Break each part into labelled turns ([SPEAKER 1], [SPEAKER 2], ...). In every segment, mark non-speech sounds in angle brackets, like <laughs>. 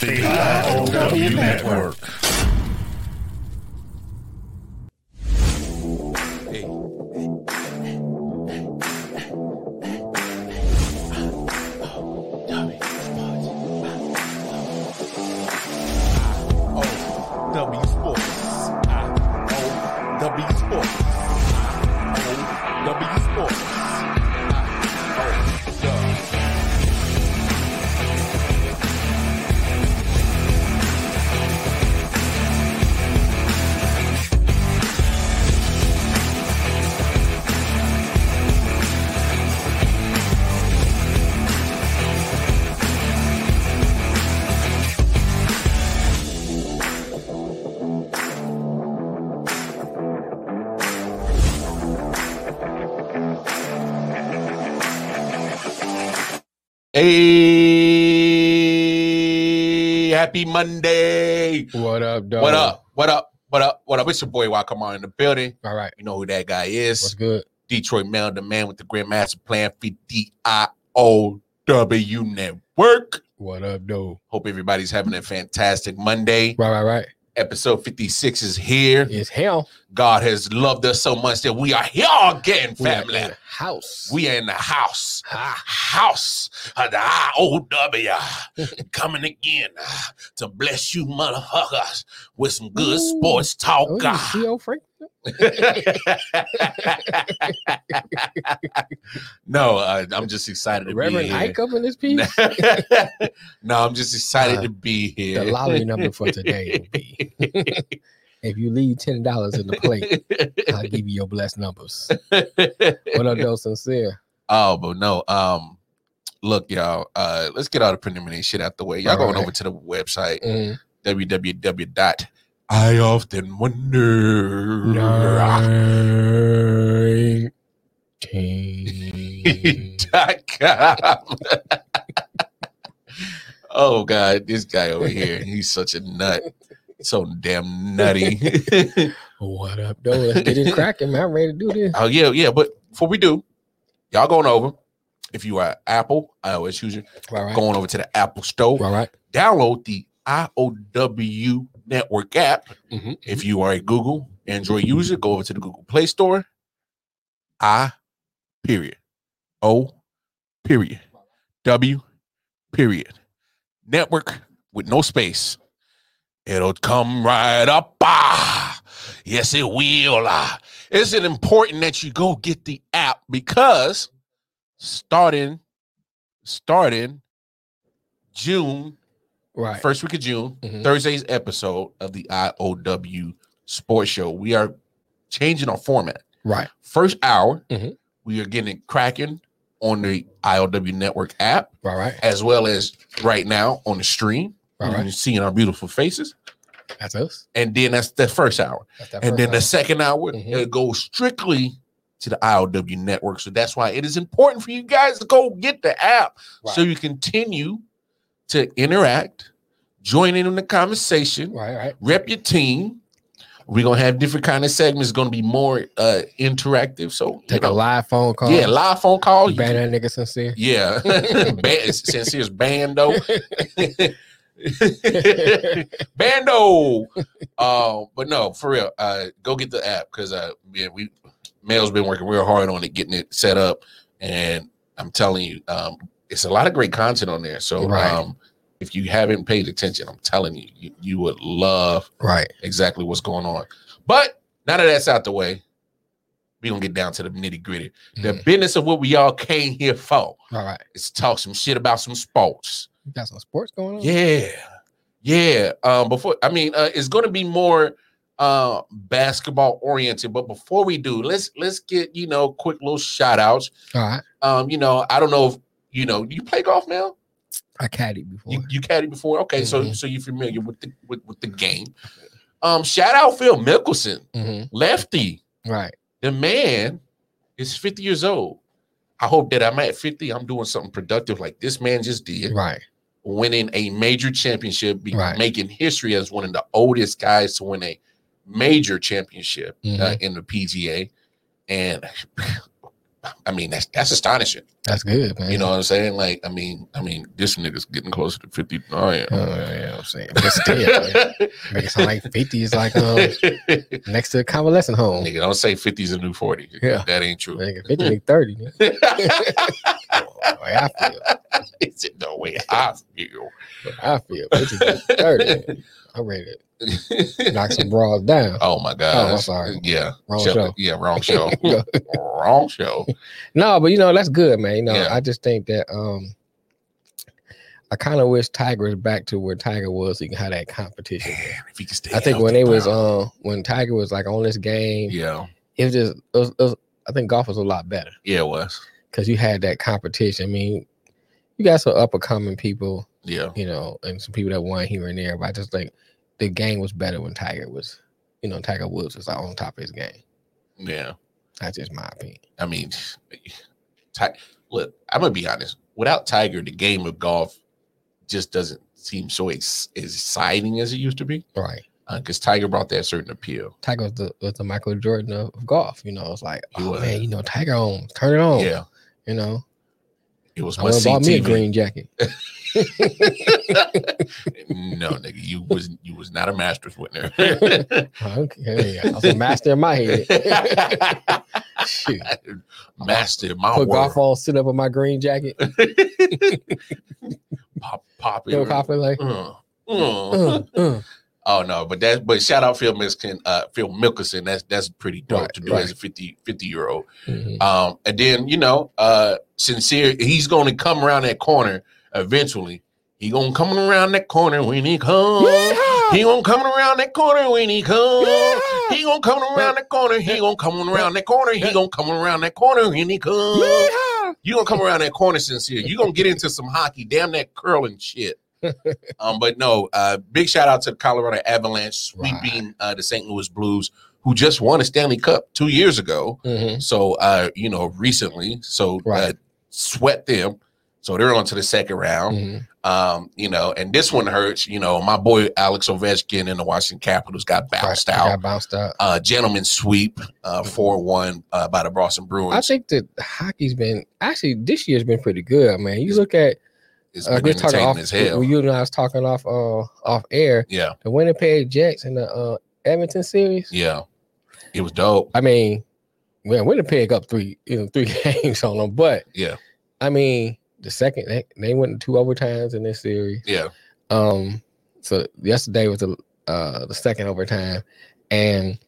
[SPEAKER 1] The IOW Network.
[SPEAKER 2] W Sports. I O W Sports. I O W Sports. Hey, happy Monday.
[SPEAKER 3] What up, dog?
[SPEAKER 2] What up? What up? What up? What up? It's your boy Wakamar in the building.
[SPEAKER 3] All right.
[SPEAKER 2] You know who that guy
[SPEAKER 3] What's
[SPEAKER 2] is.
[SPEAKER 3] good?
[SPEAKER 2] Detroit Mel, the man with the Grandmaster Plan, D-I-O-W Network.
[SPEAKER 3] What up, though?
[SPEAKER 2] Hope everybody's having a fantastic Monday.
[SPEAKER 3] Right, right, right.
[SPEAKER 2] Episode 56 is here.
[SPEAKER 3] It's hell.
[SPEAKER 2] God has loved us so much that we are here again,
[SPEAKER 3] We are
[SPEAKER 2] family.
[SPEAKER 3] in the house.
[SPEAKER 2] We are in the house.
[SPEAKER 3] Ha.
[SPEAKER 2] House of the
[SPEAKER 3] <laughs>
[SPEAKER 2] IOW coming again uh, to bless you, motherfuckers, with some good
[SPEAKER 3] Ooh.
[SPEAKER 2] sports talk.
[SPEAKER 3] Oh,
[SPEAKER 2] uh.
[SPEAKER 3] you CO Frank.
[SPEAKER 2] <laughs> no, uh, I'm just excited to
[SPEAKER 3] Reverend
[SPEAKER 2] be here.
[SPEAKER 3] Ike up in this piece.
[SPEAKER 2] <laughs> no, I'm just excited
[SPEAKER 3] Uh,
[SPEAKER 2] to be here.
[SPEAKER 3] the lottery number for today will
[SPEAKER 2] <laughs>
[SPEAKER 3] be <laughs> if you leave ten dollars in the plate, I'll give you your blessed numbers.
[SPEAKER 2] <laughs>
[SPEAKER 3] What up, though? Sincere.
[SPEAKER 2] oh, but no. Um, look, y'all. Uh, let's get all the preliminary shit out the way. Y'all all
[SPEAKER 3] All
[SPEAKER 2] going
[SPEAKER 3] right.
[SPEAKER 2] over to the website.
[SPEAKER 3] Mm.
[SPEAKER 2] www dot I often wonder.
[SPEAKER 3] <laughs> Nineteen.
[SPEAKER 2] dot com. <laughs> oh God, this guy over here, he's such a nut. So damn nutty.
[SPEAKER 3] what up, though? Let's get it cracking, man. I'm ready to do this.
[SPEAKER 2] oh yeah, yeah. But before we do, y'all going over. If you are Apple iOS user,
[SPEAKER 3] All right.
[SPEAKER 2] going over to the Apple Store,
[SPEAKER 3] All right.
[SPEAKER 2] download the IOW Network app.
[SPEAKER 3] Mhm.
[SPEAKER 2] If you are a Google Android user, go over to the Google Play Store. I period. O period. W period. Network with no space. It'll come right up. Ah, yes, it will. Ah. Is it important that you go get the app because starting starting June
[SPEAKER 3] Right.
[SPEAKER 2] first week of June,
[SPEAKER 3] Mhm.
[SPEAKER 2] Thursday's episode of the IOW Sports Show. We are changing our format.
[SPEAKER 3] Right.
[SPEAKER 2] First hour,
[SPEAKER 3] Mhm.
[SPEAKER 2] we are getting it cracking on the IOW Network app,
[SPEAKER 3] All right.
[SPEAKER 2] as well as right now on the stream.
[SPEAKER 3] All right.
[SPEAKER 2] You're seeing our beautiful faces.
[SPEAKER 3] That's us.
[SPEAKER 2] And then that's the first hour.
[SPEAKER 3] That's that
[SPEAKER 2] and
[SPEAKER 3] first
[SPEAKER 2] then the
[SPEAKER 3] hour.
[SPEAKER 2] second hour,
[SPEAKER 3] Mhm.
[SPEAKER 2] it goes strictly to the IOW Network. So that's why it is important for you guys to go get the app so
[SPEAKER 3] Right.
[SPEAKER 2] you continue to interact, join in on the conversation.
[SPEAKER 3] Right, right.
[SPEAKER 2] rep your team. We're gonna have different kind of segments. It's gonna be more uh interactive. So you
[SPEAKER 3] Take a
[SPEAKER 2] know,
[SPEAKER 3] live phone call.
[SPEAKER 2] yeah, live phone call. You
[SPEAKER 3] Ban
[SPEAKER 2] can-
[SPEAKER 3] that nigga sincere.
[SPEAKER 2] <laughs> yeah, <laughs> Ban- sincere's bando, <laughs> bando. Uh, but no, for real. Uh, go get the app because uh, yeah, we Mel's been working real hard on it, getting it set up, and I'm telling you, um, it's a lot of great content on there. So
[SPEAKER 3] Right.
[SPEAKER 2] um, if you haven't paid attention, I'm telling you, you, you would love
[SPEAKER 3] Right.
[SPEAKER 2] exactly what's going on. But now that that's out the way, we're gonna get down to the nitty gritty. The
[SPEAKER 3] Mm.
[SPEAKER 2] business of what we all came here for
[SPEAKER 3] All right.
[SPEAKER 2] is talk some shit about some sports.
[SPEAKER 3] You got some sports going on?
[SPEAKER 2] Yeah. Yeah. Um, before I mean, uh, it's gonna be more uh basketball oriented, but before we do, let's let's get you know quick little shout outs.
[SPEAKER 3] All right.
[SPEAKER 2] Um, you know, I don't know if you know, you play golf now?
[SPEAKER 3] I caddied before.
[SPEAKER 2] You, you caddy before? Okay, so
[SPEAKER 3] Mhm.
[SPEAKER 2] so you're familiar with the with, with the game. Um, shout out Phil Mickelson,
[SPEAKER 3] Mhm.
[SPEAKER 2] lefty.
[SPEAKER 3] Right.
[SPEAKER 2] The man is 50 years old. I hope that I'm at 50, I'm doing something productive like this man just did,
[SPEAKER 3] Right.
[SPEAKER 2] winning a major championship, be-
[SPEAKER 3] Right.
[SPEAKER 2] making history as one of the oldest guys to win a
[SPEAKER 3] Mm-hmm.
[SPEAKER 2] major championship uh,
[SPEAKER 3] Mhm.
[SPEAKER 2] in the PGA. And <laughs> I mean, that's that's astonishing.
[SPEAKER 3] That's good, man.
[SPEAKER 2] You know what I'm saying? Like, I mean, I mean, this nigga's getting closer to fifty. Oh yeah.
[SPEAKER 3] Oh, yeah, I'm saying. But still,
[SPEAKER 2] <laughs>
[SPEAKER 3] man, make it sound like 50 is like um,
[SPEAKER 2] Nigga,
[SPEAKER 3] next to a convalescent home.
[SPEAKER 2] don't say 50's a new 40.
[SPEAKER 3] Oh. Yeah.
[SPEAKER 2] That ain't true.
[SPEAKER 3] Nigga, 50 make
[SPEAKER 2] <laughs>
[SPEAKER 3] 30. nigga. Oh, the way I feel.
[SPEAKER 2] It's no way I feel.
[SPEAKER 3] the way I feel. 50 make 30. I'm ready
[SPEAKER 2] <laughs>
[SPEAKER 3] to knock some bras down.
[SPEAKER 2] Oh my god.
[SPEAKER 3] Oh, I'm sorry.
[SPEAKER 2] Oh, Yeah.
[SPEAKER 3] Wrong
[SPEAKER 2] Shut-
[SPEAKER 3] show.
[SPEAKER 2] Yeah,
[SPEAKER 3] <laughs>
[SPEAKER 2] wrong show. wrong show.
[SPEAKER 3] No, but you know, that's good, man. You know,
[SPEAKER 2] Yeah.
[SPEAKER 3] I just think that um I kind of wish Tiger is back to where Tiger was. He can have
[SPEAKER 2] <laughs>
[SPEAKER 3] that competition.
[SPEAKER 2] Man, if he can stay
[SPEAKER 3] I think
[SPEAKER 2] healthy,
[SPEAKER 3] when they was
[SPEAKER 2] bro.
[SPEAKER 3] uh, when Tiger was like on this game,
[SPEAKER 2] Yeah.
[SPEAKER 3] it was just it was, it was- I think golf was a lot better
[SPEAKER 2] Yeah, it was.
[SPEAKER 3] because you had that competition. I mean, you got some up and coming people,
[SPEAKER 2] Yeah.
[SPEAKER 3] you know, and some people that won here and there. But I just think the game was better when Tiger was, you know, Tiger Woods was like on top of his game.
[SPEAKER 2] Yeah.
[SPEAKER 3] That's just my opinion.
[SPEAKER 2] I mean, Ti- look, I'm gonna be honest. Without Tiger, the game of golf just doesn't seem so ex- as exciting as it used to be.
[SPEAKER 3] Right.
[SPEAKER 2] Because Tiger brought that certain appeal.
[SPEAKER 3] Tiger was the was the Michael Jordan of, of golf. You know, it's like,
[SPEAKER 2] He
[SPEAKER 3] oh
[SPEAKER 2] was.
[SPEAKER 3] man, you know, Tiger on, turn it on.
[SPEAKER 2] Yeah,
[SPEAKER 3] You know,
[SPEAKER 2] it was
[SPEAKER 3] Oh. I
[SPEAKER 2] must
[SPEAKER 3] would've
[SPEAKER 2] see
[SPEAKER 3] bought me a
[SPEAKER 2] TV.
[SPEAKER 3] green jacket. <laughs>
[SPEAKER 2] no, nigga, you was you was not a Masters winner. <laughs>
[SPEAKER 3] Okay, I was a master in my head. Shoot.
[SPEAKER 2] Master, my
[SPEAKER 3] Put golf
[SPEAKER 2] world.
[SPEAKER 3] on, sit up on my
[SPEAKER 2] <laughs>
[SPEAKER 3] green jacket.
[SPEAKER 2] Pop, pop,
[SPEAKER 3] You know, Papa, like,
[SPEAKER 2] <laughs> Uh,
[SPEAKER 3] uh,
[SPEAKER 2] uh.
[SPEAKER 3] uh.
[SPEAKER 2] Oh no, but that's but shout out Phil Miskin, uh Phil Mickelson. That's that's pretty dope
[SPEAKER 3] Right,
[SPEAKER 2] to do
[SPEAKER 3] right.
[SPEAKER 2] as a 50 50 year old.
[SPEAKER 3] Mhm.
[SPEAKER 2] Um and then, you know, uh sincere, he's gonna come around that corner eventually. He gonna come around that corner when he comes.
[SPEAKER 3] Yeehaw!
[SPEAKER 2] He gonna come around that corner when he comes.
[SPEAKER 3] Yeehaw!
[SPEAKER 2] He gonna come around that corner. He gonna come around that corner. He gonna come around that corner when he comes.
[SPEAKER 3] Yeehaw!
[SPEAKER 2] You gonna come around that corner, sincere. You gonna get into some hockey, damn that curling shit.
[SPEAKER 3] <laughs>
[SPEAKER 2] Um, but no, uh, big shout out to the Colorado Avalanche sweeping uh, the St. Louis Blues, who just won a Stanley Cup two years ago.
[SPEAKER 3] Mhm.
[SPEAKER 2] So uh, you know, recently, so uh,
[SPEAKER 3] Right.
[SPEAKER 2] sweat them. So they're on to the second round.
[SPEAKER 3] Mhm.
[SPEAKER 2] Um, you know, and this one hurts. You know, my boy Alex Ovechkin and the Washington Capitals got bounced
[SPEAKER 3] Right,
[SPEAKER 2] out.
[SPEAKER 3] Got bounced out.
[SPEAKER 2] Uh, gentleman sweep, uh, four one uh, by the Boston Bruins.
[SPEAKER 3] I think that hockey's been actually this year's been pretty good, man. You look at
[SPEAKER 2] it's
[SPEAKER 3] uh,
[SPEAKER 2] been
[SPEAKER 3] we're talking
[SPEAKER 2] entertaining
[SPEAKER 3] off.
[SPEAKER 2] as hell.
[SPEAKER 3] Well, you and I was talking off uh, off air.
[SPEAKER 2] yeah,
[SPEAKER 3] The Winnipeg Jets in the uh, Edmonton series.
[SPEAKER 2] yeah, it was dope.
[SPEAKER 3] I mean, well, Winnipeg up three, you know, three <laughs> games on them, but
[SPEAKER 2] Yeah.
[SPEAKER 3] I mean, the second they, they went in two overtimes in this series.
[SPEAKER 2] Yeah,
[SPEAKER 3] Um, so yesterday was the uh the second overtime, and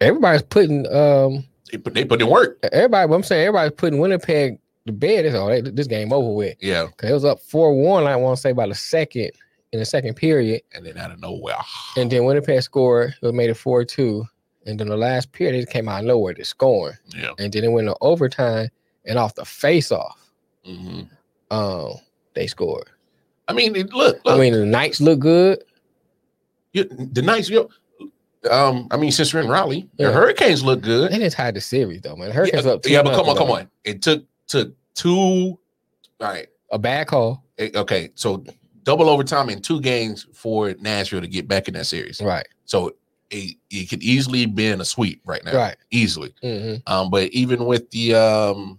[SPEAKER 3] everybody's putting um
[SPEAKER 2] they put they put in work.
[SPEAKER 3] everybody. What I'm saying, everybody's putting Winnipeg to bed. It's all they- this game over with.
[SPEAKER 2] Yeah,
[SPEAKER 3] Cause it was up four one. I want to say by the second in the second period,
[SPEAKER 2] and then out of nowhere,
[SPEAKER 3] and then Winnipeg scored. It made it four two, and then the last period it came out of nowhere to scoring,
[SPEAKER 2] <sighs> yeah,
[SPEAKER 3] and then it went to overtime and off the face off.
[SPEAKER 2] hmm
[SPEAKER 3] Um, they scored.
[SPEAKER 2] I mean, it, look, look,
[SPEAKER 3] I mean, the Knights look good.
[SPEAKER 2] you, the Knights. You know, um, I mean, since we're in Raleigh, the
[SPEAKER 3] Yeah.
[SPEAKER 2] Hurricanes look good.
[SPEAKER 3] They didn't tie the series though, man. The Hurricanes
[SPEAKER 2] yeah,
[SPEAKER 3] up.
[SPEAKER 2] yeah, but
[SPEAKER 3] 2-0,
[SPEAKER 2] come on, come
[SPEAKER 3] though.
[SPEAKER 2] on. It took took two. All right,
[SPEAKER 3] A bad call.
[SPEAKER 2] It- okay, so double overtime in two games for Nashville to get back in that series.
[SPEAKER 3] Right.
[SPEAKER 2] So it, it could easily been a sweep right now,
[SPEAKER 3] Right.
[SPEAKER 2] easily.
[SPEAKER 3] hmm
[SPEAKER 2] Um, but even with the um,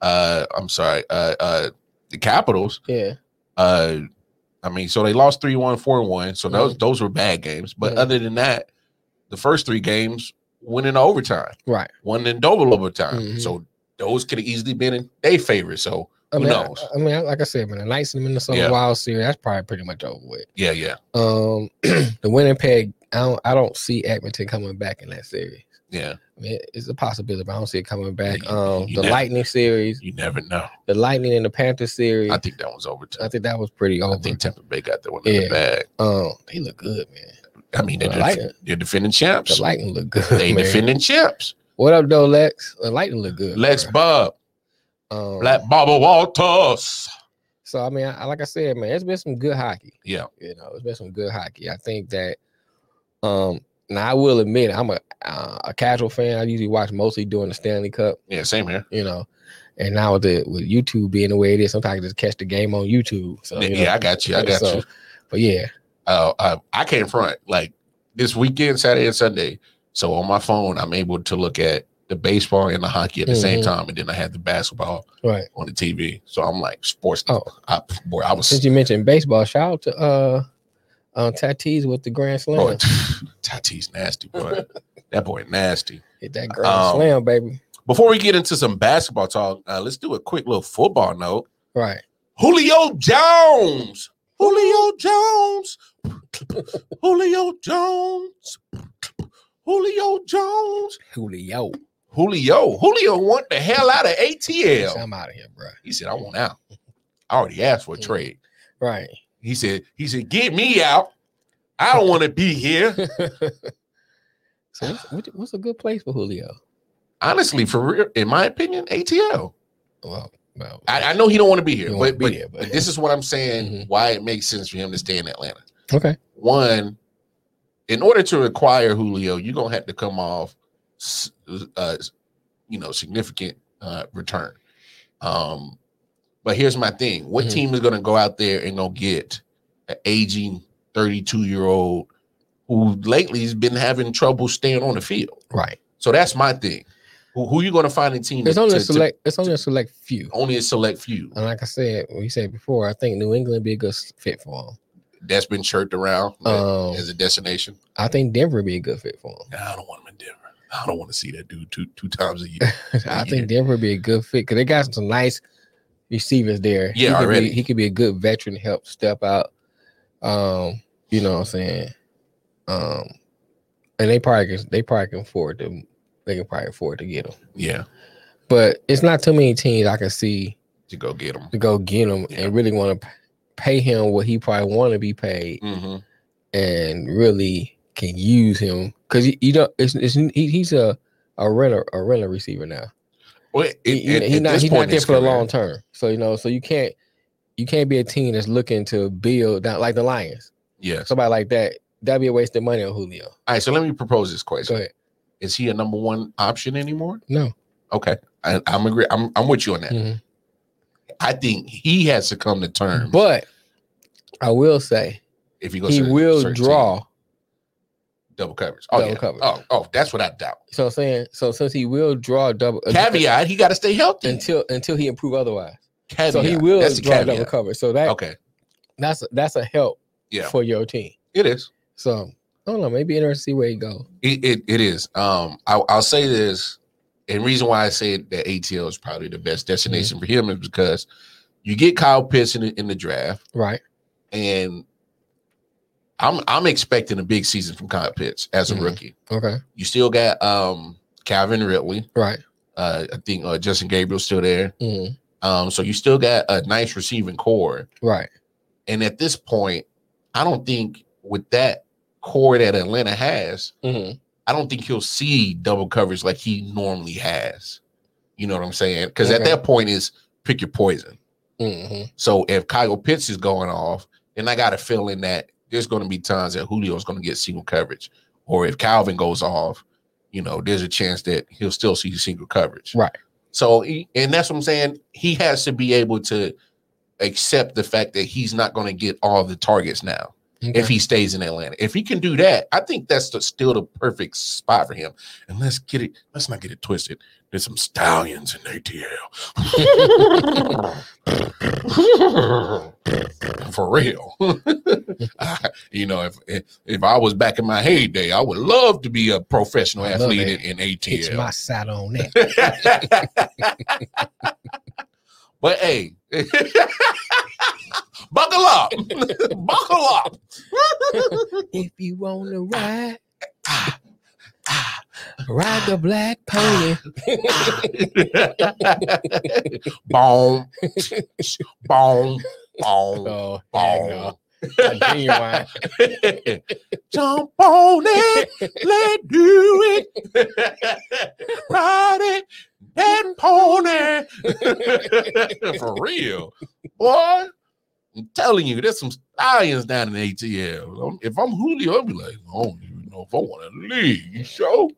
[SPEAKER 2] uh, I'm sorry, uh, uh, the Capitals,
[SPEAKER 3] Yeah.
[SPEAKER 2] uh, I mean, so they lost 3 1, 4 1. So those, those were bad games. But
[SPEAKER 3] Mhm.
[SPEAKER 2] other than that, the first three games went in overtime,
[SPEAKER 3] Right.
[SPEAKER 2] one in double overtime.
[SPEAKER 3] Mhm.
[SPEAKER 2] So those could have easily been in their favor. So
[SPEAKER 3] I
[SPEAKER 2] Who
[SPEAKER 3] mean, I-
[SPEAKER 2] knows?
[SPEAKER 3] I, mean, like I said, man, the Knights in the Minnesota
[SPEAKER 2] Yeah.
[SPEAKER 3] Wild series. That's probably pretty much over with.
[SPEAKER 2] yeah, yeah,
[SPEAKER 3] Um, <clears throat> the Winnipeg. I don't. I don't see Edmonton coming back in that series.
[SPEAKER 2] yeah.
[SPEAKER 3] I mean, it's a possibility, but I don't see it coming back.
[SPEAKER 2] Yeah, you-
[SPEAKER 3] Um,
[SPEAKER 2] you
[SPEAKER 3] the
[SPEAKER 2] never-
[SPEAKER 3] Lightning series,
[SPEAKER 2] You never know.
[SPEAKER 3] the Lightning and the Panther series.
[SPEAKER 2] I
[SPEAKER 3] I,
[SPEAKER 2] think that one's overtime.
[SPEAKER 3] think that was pretty
[SPEAKER 2] I
[SPEAKER 3] over.
[SPEAKER 2] think Tampa Bay got that one in the
[SPEAKER 3] Yeah.
[SPEAKER 2] bag.
[SPEAKER 3] um, they look good, man.
[SPEAKER 2] I mean, they're,
[SPEAKER 3] I
[SPEAKER 2] def-
[SPEAKER 3] like it.
[SPEAKER 2] they're defending champs.
[SPEAKER 3] The Lightning look good.
[SPEAKER 2] they
[SPEAKER 3] man.
[SPEAKER 2] defending champs.
[SPEAKER 3] What up, though, Lex? The Lightning look good.
[SPEAKER 2] Lex
[SPEAKER 3] bruh.
[SPEAKER 2] Bob,
[SPEAKER 3] um,
[SPEAKER 2] Black Baba Walters.
[SPEAKER 3] So I mean, I, like I said, man, it's been some good hockey.
[SPEAKER 2] Yeah.
[SPEAKER 3] you know, it's been some good hockey. I think that, um, now I will admit, I'm a uh, a casual fan. I usually watch mostly during the Stanley Cup,
[SPEAKER 2] Yeah, same here.
[SPEAKER 3] you know, and now with the with YouTube being the way it is, sometimes I can just catch the game on YouTube. So
[SPEAKER 2] yeah,
[SPEAKER 3] you know,
[SPEAKER 2] yeah, I got you. I got
[SPEAKER 3] so-
[SPEAKER 2] you.
[SPEAKER 3] But yeah,
[SPEAKER 2] Uh, I, I can't front like this weekend, Saturday and Sunday. So on my phone, I'm able to look at the baseball and the hockey at the same
[SPEAKER 3] Mhm.
[SPEAKER 2] time, and then I had the basketball
[SPEAKER 3] Right.
[SPEAKER 2] on the TV. So I'm like sports.
[SPEAKER 3] Oh.
[SPEAKER 2] I, boy, I
[SPEAKER 3] Since
[SPEAKER 2] was.
[SPEAKER 3] you mentioned baseball, shout out to uh, uh Tatis with the grand slam.
[SPEAKER 2] Boy, <sighs> Tatis nasty boy. that boy nasty.
[SPEAKER 3] Hit that grand
[SPEAKER 2] um,
[SPEAKER 3] slam, baby.
[SPEAKER 2] Before we get into some basketball talk, uh, let's do a quick little football note.
[SPEAKER 3] Right.
[SPEAKER 2] Julio Jones. Julio Jones. Julio Jones. Julio Jones.
[SPEAKER 3] Julio.
[SPEAKER 2] Julio. Julio want the hell out of ATL.
[SPEAKER 3] I'm out of here, bro.
[SPEAKER 2] He said, I want out. I already asked for a trade.
[SPEAKER 3] Right.
[SPEAKER 2] He said, he said, get me out. I don't want to be here.
[SPEAKER 3] <laughs> So what's, what- what's a good place for Julio?
[SPEAKER 2] Honestly, for real, in my opinion, ATL.
[SPEAKER 3] Well, well
[SPEAKER 2] I, I know he don't want to be here,
[SPEAKER 3] He don't
[SPEAKER 2] but,
[SPEAKER 3] wanna
[SPEAKER 2] but,
[SPEAKER 3] be here, but-
[SPEAKER 2] but this is what I'm saying
[SPEAKER 3] Mhm.
[SPEAKER 2] why it makes sense for him to stay in Atlanta.
[SPEAKER 3] okay.
[SPEAKER 2] one, in order to acquire Julio, you're gonna have to come off, s- uh, you know, significant uh, return. Um, but here's my thing: what
[SPEAKER 3] Mhm.
[SPEAKER 2] team is gonna go out there and gonna get an aging 32 year old who lately has been having trouble staying on the field?
[SPEAKER 3] Right.
[SPEAKER 2] So that's my thing. Who, who you gonna find a team?
[SPEAKER 3] It's
[SPEAKER 2] to-
[SPEAKER 3] only
[SPEAKER 2] to-
[SPEAKER 3] a
[SPEAKER 2] to-
[SPEAKER 3] select. Uh, It's only a select few.
[SPEAKER 2] only a select few
[SPEAKER 3] And like I said, we said before, I think New England be a good s- fit for
[SPEAKER 2] that's been chirped around
[SPEAKER 3] him. Um,
[SPEAKER 2] as a destination.
[SPEAKER 3] I think Denver be a good fit for him.
[SPEAKER 2] Nah, I don't want him in Denver. I don't want to see that dude two two times a year.
[SPEAKER 3] <laughs> I think Denver be a good fit because they got some nice receivers there.
[SPEAKER 2] Yeah,
[SPEAKER 3] he could
[SPEAKER 2] already.
[SPEAKER 3] Be, he could be a good veteran to help step out. Um, you know what I'm saying? Um, and they probably can, they probably can afford to they can probably afford to get him.
[SPEAKER 2] Yeah,
[SPEAKER 3] But it's not too many teams I can see
[SPEAKER 2] to go get him.
[SPEAKER 3] to go get him
[SPEAKER 2] Yeah.
[SPEAKER 3] and really want to pay him what he probably want to be paid
[SPEAKER 2] Mm-hmm.
[SPEAKER 3] and really can use him because you, you don't. It's, it's he, he's a a rental a rental receiver now.
[SPEAKER 2] Well, at,
[SPEAKER 3] He- he-
[SPEAKER 2] at-
[SPEAKER 3] he
[SPEAKER 2] at
[SPEAKER 3] not
[SPEAKER 2] this
[SPEAKER 3] he's
[SPEAKER 2] point
[SPEAKER 3] not
[SPEAKER 2] in
[SPEAKER 3] there
[SPEAKER 2] his
[SPEAKER 3] for the
[SPEAKER 2] career-
[SPEAKER 3] long term. So you know, so you can't you can't be a team that's looking to build down like the Lions.
[SPEAKER 2] Yes.
[SPEAKER 3] Somebody like that that'd be a waste of money on Julio.
[SPEAKER 2] All right. So let me propose this
[SPEAKER 3] Go
[SPEAKER 2] question:
[SPEAKER 3] ahead.
[SPEAKER 2] Is he a number one option anymore?
[SPEAKER 3] No,
[SPEAKER 2] Okay, I, I'm agree. I'm I'm with you on that.
[SPEAKER 3] Mhm.
[SPEAKER 2] I think he has to come to terms.
[SPEAKER 3] but I will say
[SPEAKER 2] if he goes,
[SPEAKER 3] he
[SPEAKER 2] to a
[SPEAKER 3] will
[SPEAKER 2] certain team.
[SPEAKER 3] draw.
[SPEAKER 2] double coverage. Oh
[SPEAKER 3] Double
[SPEAKER 2] yeah.
[SPEAKER 3] coverage.
[SPEAKER 2] Oh oh, that's what I doubt.
[SPEAKER 3] So I'm saying so since he will draw double uh,
[SPEAKER 2] Caveat: He got to stay healthy.
[SPEAKER 3] until until he improve otherwise.
[SPEAKER 2] Caveat.
[SPEAKER 3] So he will
[SPEAKER 2] That's the
[SPEAKER 3] draw double
[SPEAKER 2] caveat.
[SPEAKER 3] cover. So that
[SPEAKER 2] Okay.
[SPEAKER 3] that's that's a help
[SPEAKER 2] Yeah.
[SPEAKER 3] for your team.
[SPEAKER 2] It is.
[SPEAKER 3] So I don't know. Maybe interesting to see where he go.
[SPEAKER 2] It, it, it is. Um, I, I'll say this, and reason why I say that ATL is probably the best destination for him is because you get Kyle Pitts in the, in the draft,
[SPEAKER 3] Right.
[SPEAKER 2] and I'm I'm expecting a big season from Kyle Pitts as a
[SPEAKER 3] Mhm.
[SPEAKER 2] rookie.
[SPEAKER 3] Okay.
[SPEAKER 2] You still got um Calvin Ridley,
[SPEAKER 3] Right.
[SPEAKER 2] uh, I think uh, Justin Gabriel's still there.
[SPEAKER 3] Mhm.
[SPEAKER 2] Um, so you still got a nice receiving core,
[SPEAKER 3] Right.
[SPEAKER 2] and at this point, I don't think with that core that Atlanta has,
[SPEAKER 3] Mhm.
[SPEAKER 2] I don't think he'll see double coverage like he normally has. You know what I'm saying? Because at
[SPEAKER 3] Okay.
[SPEAKER 2] that point is pick your poison.
[SPEAKER 3] Mhm.
[SPEAKER 2] So if Kyle Pitts is going off, then I got a feeling that there's going to be times that Julio's going to get single coverage, or if Calvin goes off, you know, there's a chance that he'll still see single coverage.
[SPEAKER 3] Right.
[SPEAKER 2] So he- and that's what I'm saying. He has to be able to accept the fact that he's not going to get all the targets now
[SPEAKER 3] Okay.
[SPEAKER 2] if he stays in Atlanta. If he can do that, I think that's the, still the perfect spot for him. And let's get it. Let's not get it twisted. There's some stallions in
[SPEAKER 3] <laughs>
[SPEAKER 2] ATL. for real. <laughs> you know, if, if if I was back in my heyday, I would love to be a professional
[SPEAKER 3] I love
[SPEAKER 2] athlete
[SPEAKER 3] it.
[SPEAKER 2] in, in
[SPEAKER 3] It's
[SPEAKER 2] ATL.
[SPEAKER 3] my side
[SPEAKER 2] <laughs>
[SPEAKER 3] on that.
[SPEAKER 2] but hey, <laughs> buckle up, <laughs> buckle up.
[SPEAKER 3] if you want to ride,
[SPEAKER 2] Ah, ah,
[SPEAKER 3] ride the black
[SPEAKER 2] <laughs>
[SPEAKER 3] pony.
[SPEAKER 2] ah. boom, boom, boom,
[SPEAKER 3] Oh,
[SPEAKER 2] boom.
[SPEAKER 3] Genuine.
[SPEAKER 2] Jump on it, let do it, ride it, that pony. <laughs> For real, boy. I'm telling you, there's some stallions down in ATL. Um, If I'm Julio, I'll be like, I don't even know if I want to leave. You sure?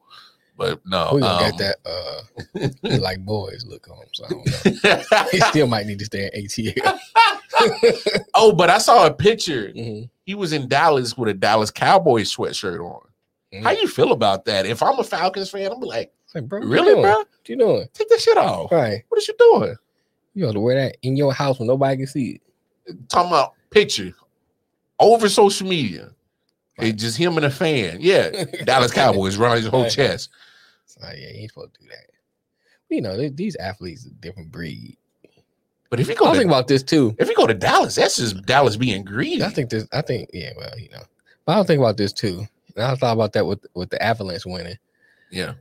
[SPEAKER 2] But no,
[SPEAKER 3] <laughs> We gonna
[SPEAKER 2] um,
[SPEAKER 3] get that uh
[SPEAKER 2] <laughs>
[SPEAKER 3] like boys look on. So I don't know. He still might need to stay in <laughs> ATL.
[SPEAKER 2] oh, but I saw a picture.
[SPEAKER 3] Mhm.
[SPEAKER 2] He was in Dallas with a Dallas Cowboys sweatshirt on. How you feel about that? If I'm a Falcons fan, I'm like,
[SPEAKER 3] Mm. like, bro, what you
[SPEAKER 2] Really,
[SPEAKER 3] doing?
[SPEAKER 2] bro? Oh.
[SPEAKER 3] What you doing?
[SPEAKER 2] Take that shit off.
[SPEAKER 3] Right.
[SPEAKER 2] What is you doing?
[SPEAKER 3] You ought to wear that in your house when nobody can see
[SPEAKER 2] <laughs>
[SPEAKER 3] it.
[SPEAKER 2] Talking about picture over social media. Hey,
[SPEAKER 3] Right.
[SPEAKER 2] just him and a fan. Yeah. Dallas Cowboys around his whole
[SPEAKER 3] Right.
[SPEAKER 2] chest.
[SPEAKER 3] It's like, yeah, you ain't supposed to do that. You know, th- these athletes are different breed.
[SPEAKER 2] But if you
[SPEAKER 3] I
[SPEAKER 2] go
[SPEAKER 3] was thinking
[SPEAKER 2] to,
[SPEAKER 3] about this too.
[SPEAKER 2] if you go to Dallas, that's just Dallas being greedy.
[SPEAKER 3] I think this. I think yeah. Well, you know, but I don't think about this too. And I thought about that with with the Avalanche winning.
[SPEAKER 2] yeah.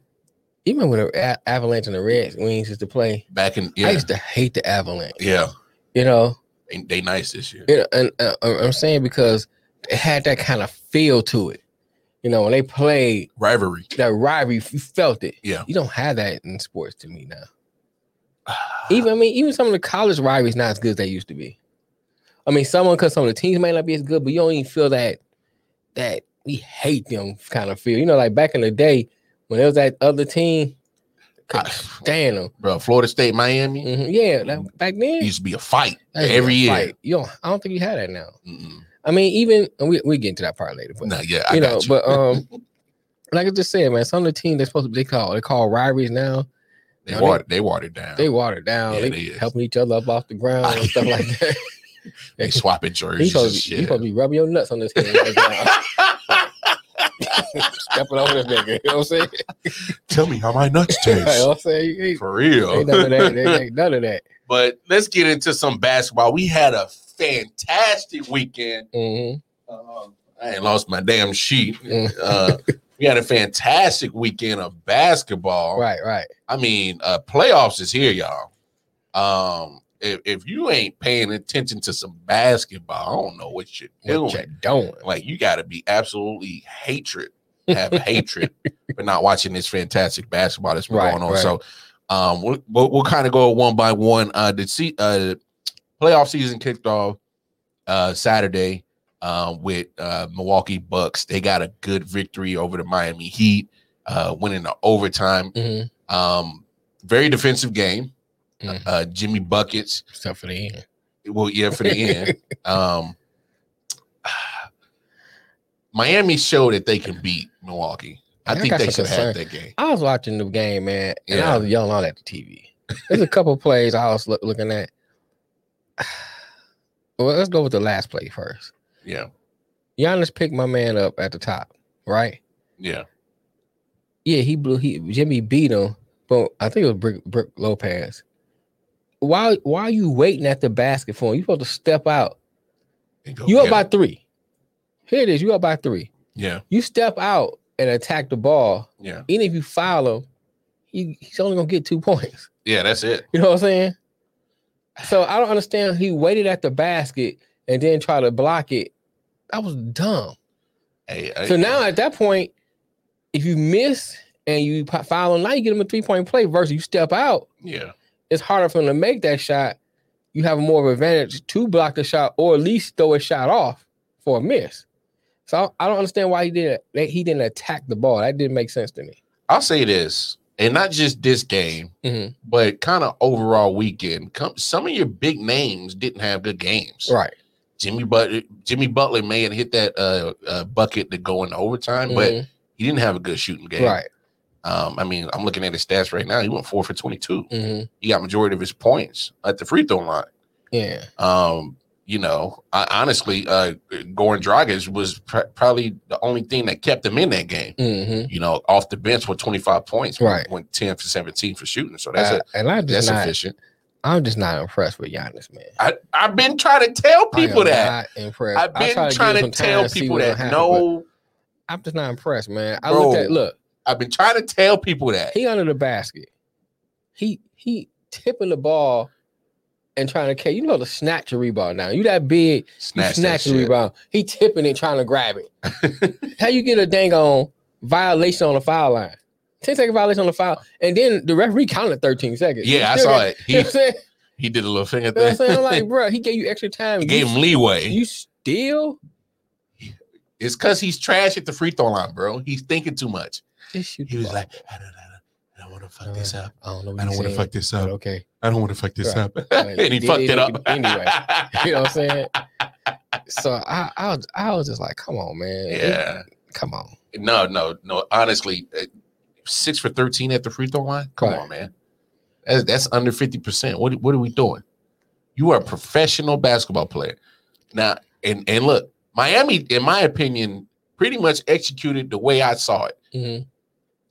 [SPEAKER 3] You remember when the A- Avalanche and the Red Wings used to play?
[SPEAKER 2] Back in
[SPEAKER 3] I
[SPEAKER 2] yeah.
[SPEAKER 3] used to hate the Avalanche.
[SPEAKER 2] Yeah.
[SPEAKER 3] You know,
[SPEAKER 2] They, they nice this year.
[SPEAKER 3] you know, and uh, I'm I'm saying because it had that kind of feel to it. You know, when they played
[SPEAKER 2] Rivalry.
[SPEAKER 3] that rivalry, you felt it.
[SPEAKER 2] Yeah.
[SPEAKER 3] You don't have that in sports to me now.
[SPEAKER 2] <sighs>
[SPEAKER 3] Even I mean, even some of the college rivalries not as good as they used to be. I mean, someone because some of the teams may not be as good, but you don't even feel that that we hate them kind of feel. You know, like back in the day when there was that other team, could
[SPEAKER 2] I-
[SPEAKER 3] stand them.
[SPEAKER 2] Bro, Florida State, Miami
[SPEAKER 3] Mhm, Yeah, like back then
[SPEAKER 2] used to be a fight
[SPEAKER 3] that was
[SPEAKER 2] Mm-hmm. every
[SPEAKER 3] a
[SPEAKER 2] year.
[SPEAKER 3] fight. You don't, I don't think you had that now.
[SPEAKER 2] Mm-mm.
[SPEAKER 3] I mean, even and we we get into that part later, but
[SPEAKER 2] No, yeah, I
[SPEAKER 3] you
[SPEAKER 2] got
[SPEAKER 3] know,
[SPEAKER 2] you. <laughs>
[SPEAKER 3] but um, like I just said, man, some of the teams they're supposed to they call they call rivalries now.
[SPEAKER 2] they
[SPEAKER 3] no, they-
[SPEAKER 2] watered, they watered down.
[SPEAKER 3] They watered down,
[SPEAKER 2] Yeah,
[SPEAKER 3] they,
[SPEAKER 2] they is.
[SPEAKER 3] helping each other up off the ground and stuff
[SPEAKER 2] <laughs>
[SPEAKER 3] like that.
[SPEAKER 2] They swapping
[SPEAKER 3] You
[SPEAKER 2] jerseys and
[SPEAKER 3] supposed, to be, you
[SPEAKER 2] shit.
[SPEAKER 3] supposed to be rubbing your nuts on this thing right now.
[SPEAKER 2] <laughs>
[SPEAKER 3] Stepping over this nigga. You know what I'm saying?
[SPEAKER 2] Tell me how my
[SPEAKER 3] <laughs>
[SPEAKER 2] nuts
[SPEAKER 3] You know
[SPEAKER 2] taste.
[SPEAKER 3] what I'm saying? Ain't,
[SPEAKER 2] For
[SPEAKER 3] ain't none of that.
[SPEAKER 2] <laughs>
[SPEAKER 3] Ain't,
[SPEAKER 2] real.
[SPEAKER 3] ain't none of that.
[SPEAKER 2] but let's get into some basketball. We had a fantastic weekend.
[SPEAKER 3] Mm-hmm.
[SPEAKER 2] Um, I ain't lost my damn sheet.
[SPEAKER 3] Mm.
[SPEAKER 2] Uh, we had a fantastic weekend of basketball.
[SPEAKER 3] Right, right.
[SPEAKER 2] I mean, uh, playoffs is here, y'all. Um, if, if you ain't paying attention to some basketball, I don't know what you're doing.
[SPEAKER 3] What you doing?
[SPEAKER 2] Like you got to be absolutely hatred, have
[SPEAKER 3] <laughs>
[SPEAKER 2] hatred for not watching this fantastic basketball that's been
[SPEAKER 3] Right,
[SPEAKER 2] going on.
[SPEAKER 3] right.
[SPEAKER 2] So, um, we'll we'll, we'll kind of go one by one. Uh, the se- uh, playoff season kicked off uh Saturday. Um, with uh, Milwaukee Bucks, they got a good victory over the Miami Heat, uh, winning the overtime.
[SPEAKER 3] Mm-hmm.
[SPEAKER 2] Um, very defensive game.
[SPEAKER 3] Mhm.
[SPEAKER 2] Uh, Jimmy buckets
[SPEAKER 3] Except for the end.
[SPEAKER 2] well, yeah, for the
[SPEAKER 3] <laughs>
[SPEAKER 2] end. um, Miami showed that they can beat Milwaukee. I,
[SPEAKER 3] I
[SPEAKER 2] think
[SPEAKER 3] got
[SPEAKER 2] they
[SPEAKER 3] some
[SPEAKER 2] should have had
[SPEAKER 3] concern.
[SPEAKER 2] that game.
[SPEAKER 3] I was watching the game, man, and
[SPEAKER 2] Yeah.
[SPEAKER 3] I was yelling all at the TV. There's a couple plays I was loo- looking at. <sighs> Well, let's go with the last play first.
[SPEAKER 2] Yeah,
[SPEAKER 3] Giannis picked my man up at the top, right?
[SPEAKER 2] yeah,
[SPEAKER 3] Yeah, he blew. He Jimmy beat him, but I think it was Brick, Brick Lopez. Why? Why are you waiting at the basket for him? You supposed to step out.
[SPEAKER 2] And go
[SPEAKER 3] You
[SPEAKER 2] get
[SPEAKER 3] up by three. Here it is. You up by three.
[SPEAKER 2] it. yeah,
[SPEAKER 3] You step out and attack the ball.
[SPEAKER 2] yeah,
[SPEAKER 3] Even if you foul him, he, he's only gonna get two <laughs> points.
[SPEAKER 2] yeah. That's it.
[SPEAKER 3] You know what I'm saying? So I don't understand. He waited at the basket and then tried to block it. That was dumb.
[SPEAKER 2] Hey, I-
[SPEAKER 3] So now at that point, if you miss and you po- foul him, now you get him a three point play versus you step out.
[SPEAKER 2] yeah,
[SPEAKER 3] It's harder for him to make that shot. You have more of an advantage to block the shot or at least throw a shot off for a miss. So I I don't understand why he didn't that he didn't attack the ball. That didn't make sense to me.
[SPEAKER 2] I'll say this, and not just this game,
[SPEAKER 3] Mhm.
[SPEAKER 2] but kind of overall weekend. Come, some of your big names didn't have good games.
[SPEAKER 3] Right.
[SPEAKER 2] Jimmy Butler, Jimmy Butler may have hit that uh, uh bucket to go into overtime, but
[SPEAKER 3] Mhm.
[SPEAKER 2] he didn't have a good shooting game.
[SPEAKER 3] right.
[SPEAKER 2] Um, I mean, I'm looking at his stats right now. He went four for 22.
[SPEAKER 3] Mhm.
[SPEAKER 2] He got majority of his points at the free throw line.
[SPEAKER 3] Yeah.
[SPEAKER 2] Um, you know, I, honestly, uh, Goran Dragic was pr- probably the only thing that kept him in that game.
[SPEAKER 3] hmm
[SPEAKER 2] You know, off the bench with 25 points,
[SPEAKER 3] Right.
[SPEAKER 2] Went 10 for 17 for shooting. So that's a,
[SPEAKER 3] and I
[SPEAKER 2] that's
[SPEAKER 3] just not,
[SPEAKER 2] efficient.
[SPEAKER 3] I'm just not impressed with Giannis, man.
[SPEAKER 2] I, I've been trying to tell
[SPEAKER 3] I
[SPEAKER 2] people
[SPEAKER 3] am
[SPEAKER 2] that.
[SPEAKER 3] Not impressed.
[SPEAKER 2] I've
[SPEAKER 3] I
[SPEAKER 2] been
[SPEAKER 3] try to
[SPEAKER 2] trying
[SPEAKER 3] give
[SPEAKER 2] to
[SPEAKER 3] him time
[SPEAKER 2] tell
[SPEAKER 3] see
[SPEAKER 2] people
[SPEAKER 3] what'll
[SPEAKER 2] that.
[SPEAKER 3] happen,
[SPEAKER 2] no,
[SPEAKER 3] but I'm just not impressed, man. I
[SPEAKER 2] Bro.
[SPEAKER 3] looked at look,
[SPEAKER 2] I've been trying to tell people that.
[SPEAKER 3] he under the basket. He he tipping the ball and trying to catch. You know to snatch a rebound now. You that big, you
[SPEAKER 2] Snatch
[SPEAKER 3] snatch,
[SPEAKER 2] that
[SPEAKER 3] a
[SPEAKER 2] shit.
[SPEAKER 3] rebound. He tipping it, trying to grab it.
[SPEAKER 2] <laughs>
[SPEAKER 3] How you get a dang on violation on the foul line? 10 second violation on the foul, and then the referee counted 13 seconds.
[SPEAKER 2] Yeah, I
[SPEAKER 3] Still
[SPEAKER 2] saw
[SPEAKER 3] got-
[SPEAKER 2] it.
[SPEAKER 3] <laughs> you
[SPEAKER 2] He
[SPEAKER 3] know what I'm saying?
[SPEAKER 2] he did a little finger
[SPEAKER 3] You know what I'm saying? I'm
[SPEAKER 2] thing. <laughs>
[SPEAKER 3] like, bro, he gave you extra time.
[SPEAKER 2] He <laughs>
[SPEAKER 3] You
[SPEAKER 2] gave him leeway.
[SPEAKER 3] You still?
[SPEAKER 2] It's because he's trash at the free throw line, bro. He's thinking too much.
[SPEAKER 3] Just shoot
[SPEAKER 2] He
[SPEAKER 3] the
[SPEAKER 2] was
[SPEAKER 3] ball.
[SPEAKER 2] like, I don't, I don't, I don't want to fuck this up.
[SPEAKER 3] I don't know what
[SPEAKER 2] I
[SPEAKER 3] you
[SPEAKER 2] don't want to
[SPEAKER 3] saying,
[SPEAKER 2] fuck this
[SPEAKER 3] but
[SPEAKER 2] up.
[SPEAKER 3] Okay.
[SPEAKER 2] I don't want to fuck this
[SPEAKER 3] Right.
[SPEAKER 2] up. <laughs>
[SPEAKER 3] Right.
[SPEAKER 2] and he
[SPEAKER 3] Did
[SPEAKER 2] fucked <laughs> it <laughs>
[SPEAKER 3] it
[SPEAKER 2] up.
[SPEAKER 3] anyway. You know what
[SPEAKER 2] <laughs>
[SPEAKER 3] I'm saying? so I, I, was- I was just like, come on, man.
[SPEAKER 2] yeah.
[SPEAKER 3] Come on.
[SPEAKER 2] No, no, no. Honestly, uh, six for thirteen at the free throw line. Come
[SPEAKER 3] Right.
[SPEAKER 2] on, man. That's that's under fifty percent. What what are we doing? You are a professional basketball player. Now and and look, Miami, in my opinion, pretty much executed the way I saw it.
[SPEAKER 3] Mm-hmm.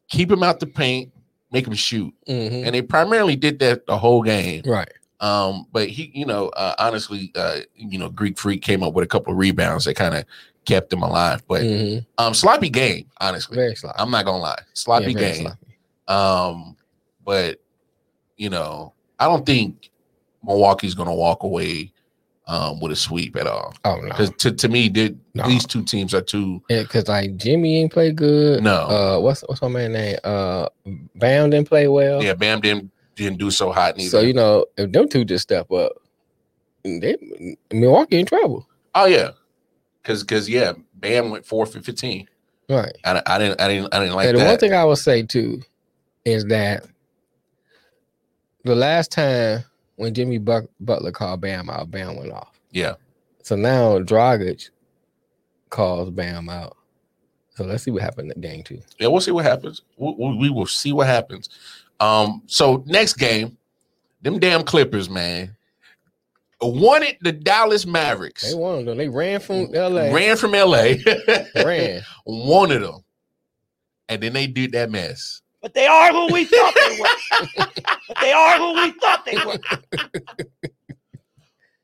[SPEAKER 2] Keep him out the paint, make him shoot,
[SPEAKER 3] Mm-hmm.
[SPEAKER 2] and they primarily did that the whole game.
[SPEAKER 3] Right.
[SPEAKER 2] Um, but he, you know, uh, honestly, uh, you know, Greek Freak came up with a couple of rebounds that kind of kept him alive. But
[SPEAKER 3] Mm-hmm.
[SPEAKER 2] um, sloppy game, honestly.
[SPEAKER 3] Very sloppy.
[SPEAKER 2] I'm not gonna lie, sloppy
[SPEAKER 3] Yeah, very
[SPEAKER 2] game.
[SPEAKER 3] sloppy.
[SPEAKER 2] Um, but you know, I don't think Milwaukee's gonna walk away um with a sweep at all.
[SPEAKER 3] Oh no.
[SPEAKER 2] Because to, to me, did
[SPEAKER 3] No.
[SPEAKER 2] these two teams are too
[SPEAKER 3] Yeah, cause like Jimmy ain't play good.
[SPEAKER 2] no.
[SPEAKER 3] Uh, what's what's my man name? Uh, Bound didn't play well.
[SPEAKER 2] yeah, Bam didn't didn't do so hot neither.
[SPEAKER 3] So you know, if them two just step up, they Milwaukee in trouble.
[SPEAKER 2] oh yeah, because because yeah, Bam went four for fifteen.
[SPEAKER 3] Right.
[SPEAKER 2] I, I didn't I didn't I didn't like
[SPEAKER 3] and the
[SPEAKER 2] that.
[SPEAKER 3] one thing I would say too is that the last time when Jimmy Buck, Butler called Bam out, Bam went off.
[SPEAKER 2] yeah,
[SPEAKER 3] So now Dragic calls Bam out. So let's see what happened in game two.
[SPEAKER 2] yeah, we'll see what happens. We, we, we will see what happens. Um, so next game, them damn Clippers, man, wanted the Dallas Mavericks.
[SPEAKER 3] They won though. They ran from LA.
[SPEAKER 2] ran from LA,
[SPEAKER 3] ran.
[SPEAKER 2] wanted them, and then they did that mess.
[SPEAKER 4] But they are who we thought they were.
[SPEAKER 2] <laughs>
[SPEAKER 4] but they are who we thought they were.
[SPEAKER 2] <laughs>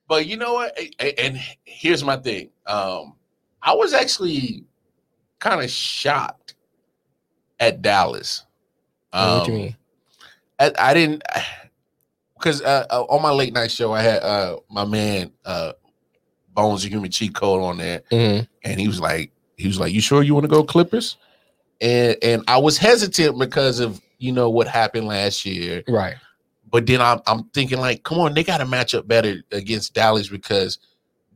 [SPEAKER 2] But you know what? A- a- And here's my thing. Um, I was actually kind of shocked at Dallas.
[SPEAKER 3] what
[SPEAKER 2] <laughs>
[SPEAKER 3] you
[SPEAKER 2] Um,
[SPEAKER 3] mean?
[SPEAKER 2] I, I didn't <sighs> because uh, uh, on my late night show I had uh, my man uh, Bones the Human Cheat Code on there,
[SPEAKER 3] Mm-hmm.
[SPEAKER 2] and he was like, he was like, "You sure you want to go Clippers?" And and I was hesitant because of you know what happened last year,
[SPEAKER 3] Right.
[SPEAKER 2] but then I'm I'm thinking like, come on, they got to match up better against Dallas because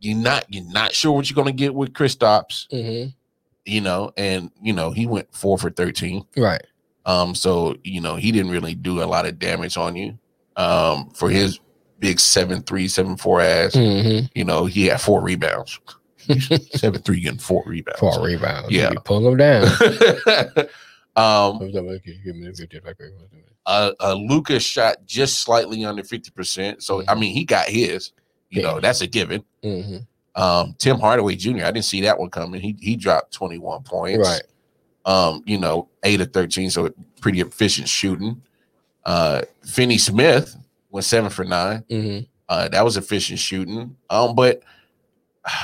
[SPEAKER 2] you're not you're not sure what you're gonna get with Kristaps,
[SPEAKER 3] Mm-hmm.
[SPEAKER 2] you know, and you know he went four for thirteen.
[SPEAKER 3] Right.
[SPEAKER 2] Um, so you know he didn't really do a lot of damage on you. Um, for his big seven three seven four ass,
[SPEAKER 3] Mm-hmm.
[SPEAKER 2] you know he had four rebounds, <laughs> seven three getting four rebounds.
[SPEAKER 3] Four rebounds.
[SPEAKER 2] Yeah.
[SPEAKER 3] You pull
[SPEAKER 2] <laughs>
[SPEAKER 3] them down. Mm-hmm.
[SPEAKER 2] um,
[SPEAKER 3] yeah,
[SPEAKER 2] uh, uh, Lucas shot just slightly under fifty percent. So
[SPEAKER 3] Mm-hmm.
[SPEAKER 2] I mean he got his. You know that's a given.
[SPEAKER 3] hmm
[SPEAKER 2] Um, Tim Hardaway Jr. I didn't see that one coming. He he dropped twenty one points.
[SPEAKER 3] Right.
[SPEAKER 2] Um, you know eight of thirteen, so pretty efficient shooting. Uh, Finney Smith went seven for nine.
[SPEAKER 3] Mm-hmm.
[SPEAKER 2] Uh, that was efficient shooting. Um, but <sighs>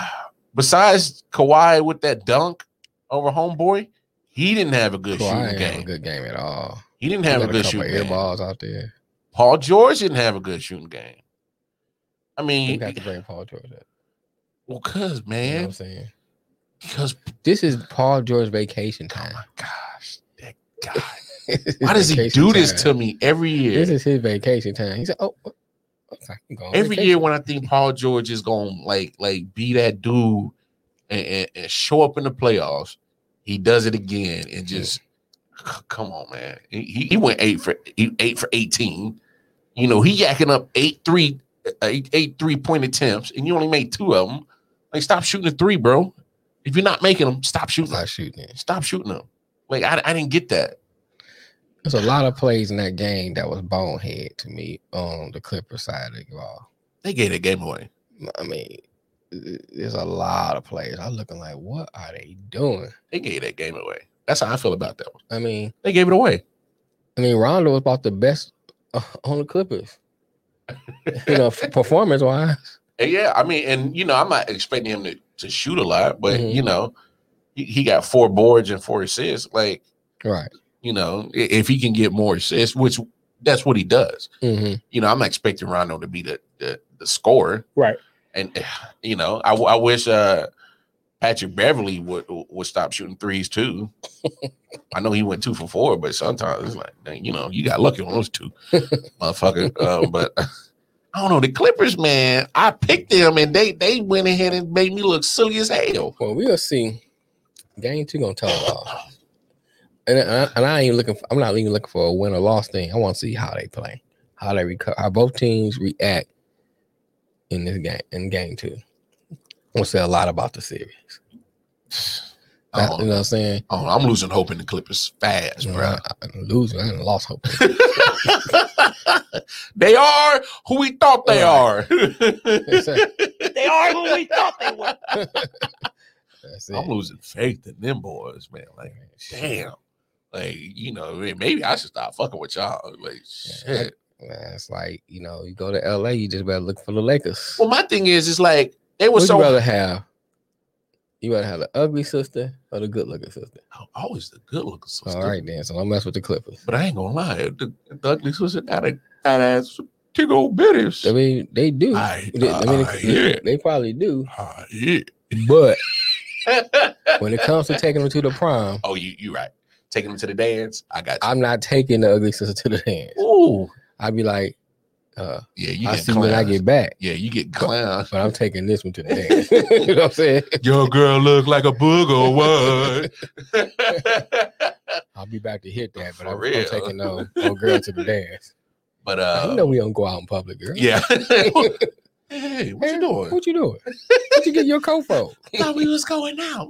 [SPEAKER 2] besides Kawhi with that dunk over homeboy, he didn't have a good
[SPEAKER 3] Kawhi
[SPEAKER 2] shooting
[SPEAKER 3] ain't have
[SPEAKER 2] game.
[SPEAKER 3] a good game at all.
[SPEAKER 2] He didn't have
[SPEAKER 3] He
[SPEAKER 2] a
[SPEAKER 3] got
[SPEAKER 2] good
[SPEAKER 3] couple
[SPEAKER 2] shooting
[SPEAKER 3] air
[SPEAKER 2] game.
[SPEAKER 3] balls out there.
[SPEAKER 2] Paul George didn't have a good shooting game. I
[SPEAKER 3] You
[SPEAKER 2] mean,
[SPEAKER 3] got to bring Paul George up.
[SPEAKER 2] well, cause
[SPEAKER 3] You know what
[SPEAKER 2] man,
[SPEAKER 3] I'm saying?
[SPEAKER 2] because
[SPEAKER 3] This is Paul George vacation
[SPEAKER 2] oh
[SPEAKER 3] time.
[SPEAKER 2] my gosh, that guy.
[SPEAKER 3] <laughs>
[SPEAKER 2] Why does he do this to me every year?
[SPEAKER 3] This is his vacation time. He said, "Oh, oh, okay, I'm going on
[SPEAKER 2] every
[SPEAKER 3] vacation."
[SPEAKER 2] year when I think Paul George is gonna like like be that dude and, and, and show up in the playoffs, he does it again and just c- come on, man. He- He, he went eight for he- eight for eighteen. You know he yacking up eight three uh, eight, eight three point attempts, and you only made two of them. Like stop shooting the three, bro. If you're not making them, stop shooting.
[SPEAKER 3] Stop
[SPEAKER 2] Them.
[SPEAKER 3] shooting it.
[SPEAKER 2] Stop shooting them. Like I, I didn't get that.
[SPEAKER 3] There's a lot of plays in that game that was bonehead to me on the Clipper side of the ball.
[SPEAKER 2] They gave that game away.
[SPEAKER 3] I mean, there's a lot of plays. I'm looking like, what are they doing?
[SPEAKER 2] They gave that game away. That's how I feel about that one.
[SPEAKER 3] I mean,
[SPEAKER 2] They gave it away.
[SPEAKER 3] I mean, Rondo was about the best <laughs> uh, on the Clippers, you
[SPEAKER 2] <laughs>
[SPEAKER 3] know, performance wise.
[SPEAKER 2] And yeah, I mean, and you know, I'm not expecting him to, to shoot a lot, but
[SPEAKER 3] Mhm.
[SPEAKER 2] you know, he, he got four boards and four assists. Like,
[SPEAKER 3] Right.
[SPEAKER 2] you know, i- if he can get more assists, which that's what he does.
[SPEAKER 3] hmm
[SPEAKER 2] You know, I'm not expecting Rondo to be the the, the scorer,
[SPEAKER 4] Right.
[SPEAKER 2] And <sighs> eh, you know, I, w- I wish uh Patrick Beverly would would stop shooting threes too. I know he went two for four, but sometimes it's like, dang, you know, you got lucky on those two, motherfucker. Um, but <laughs> I don't know the Clippers, man. I picked them, and they they went ahead and made me look silly as hell.
[SPEAKER 3] Well, we'll see. Game two gonna tell it all. And I, and I ain't even looking. For, I'm not even looking for a win or loss thing. I want to see how they play, how they recover, how both teams react in this game in game two. I want to say a lot about the series. I-
[SPEAKER 2] Oh.
[SPEAKER 3] you know what I'm saying?
[SPEAKER 2] Oh, I'm losing hope in the Clippers fast,
[SPEAKER 3] You know,
[SPEAKER 2] bro.
[SPEAKER 3] I, I'm losing. I done lost hope.
[SPEAKER 2] <laughs>
[SPEAKER 3] <laughs>
[SPEAKER 2] they are who we thought they are. <laughs>
[SPEAKER 3] That's it.
[SPEAKER 4] They are who we thought they were.
[SPEAKER 3] That's
[SPEAKER 2] I'm
[SPEAKER 3] it.
[SPEAKER 2] losing faith in them boys, man. Like, damn. Like, you know, man, maybe I should stop fucking with y'all. Like,
[SPEAKER 3] Yeah.
[SPEAKER 2] shit.
[SPEAKER 3] Man, it's like you know, you go to LA, you just better look for the Lakers.
[SPEAKER 2] Well, my thing is, it's like they were
[SPEAKER 3] Would
[SPEAKER 2] so
[SPEAKER 3] you rather have? You rather have the ugly sister or the good looking sister?
[SPEAKER 2] Oh, always the good looking sister.
[SPEAKER 3] All right, then. So don't mess with the Clippers.
[SPEAKER 2] But I ain't gonna lie, the, the ugly sister got a fat ass big old
[SPEAKER 3] <laughs>
[SPEAKER 2] bitties.
[SPEAKER 3] I mean, they do.
[SPEAKER 2] I,
[SPEAKER 3] They- I mean,
[SPEAKER 2] I
[SPEAKER 3] they-
[SPEAKER 2] hear it.
[SPEAKER 3] they probably do.
[SPEAKER 2] I hear it.
[SPEAKER 3] But when it comes to taking them to the prom,
[SPEAKER 2] oh, you you right. Taking them to the dance. I got you.
[SPEAKER 3] I'm not taking the ugly sister to the dance.
[SPEAKER 2] Ooh.
[SPEAKER 3] I'd be like, uh,
[SPEAKER 2] Yeah, you
[SPEAKER 3] I
[SPEAKER 2] get
[SPEAKER 3] see when I
[SPEAKER 2] clowns.
[SPEAKER 3] get back,
[SPEAKER 2] Yeah, you get clowns.
[SPEAKER 3] but I'm taking this
[SPEAKER 2] <laughs>
[SPEAKER 3] one to the dance. <laughs> you know what I'm saying?
[SPEAKER 2] Your girl look like a boog or <laughs> what?
[SPEAKER 3] I'll be back to hit that, but
[SPEAKER 2] For
[SPEAKER 3] I'm,
[SPEAKER 2] real.
[SPEAKER 3] I'm taking no old girl to
[SPEAKER 2] <laughs>
[SPEAKER 3] the dance.
[SPEAKER 2] but
[SPEAKER 3] I
[SPEAKER 2] uh,
[SPEAKER 3] know we don't go out in public,
[SPEAKER 2] <laughs>
[SPEAKER 3] girl.
[SPEAKER 2] yeah. hey, what you doing?
[SPEAKER 3] What you doing? What you get your
[SPEAKER 2] <laughs>
[SPEAKER 3] coat for? <laughs>
[SPEAKER 2] Thought we was going out.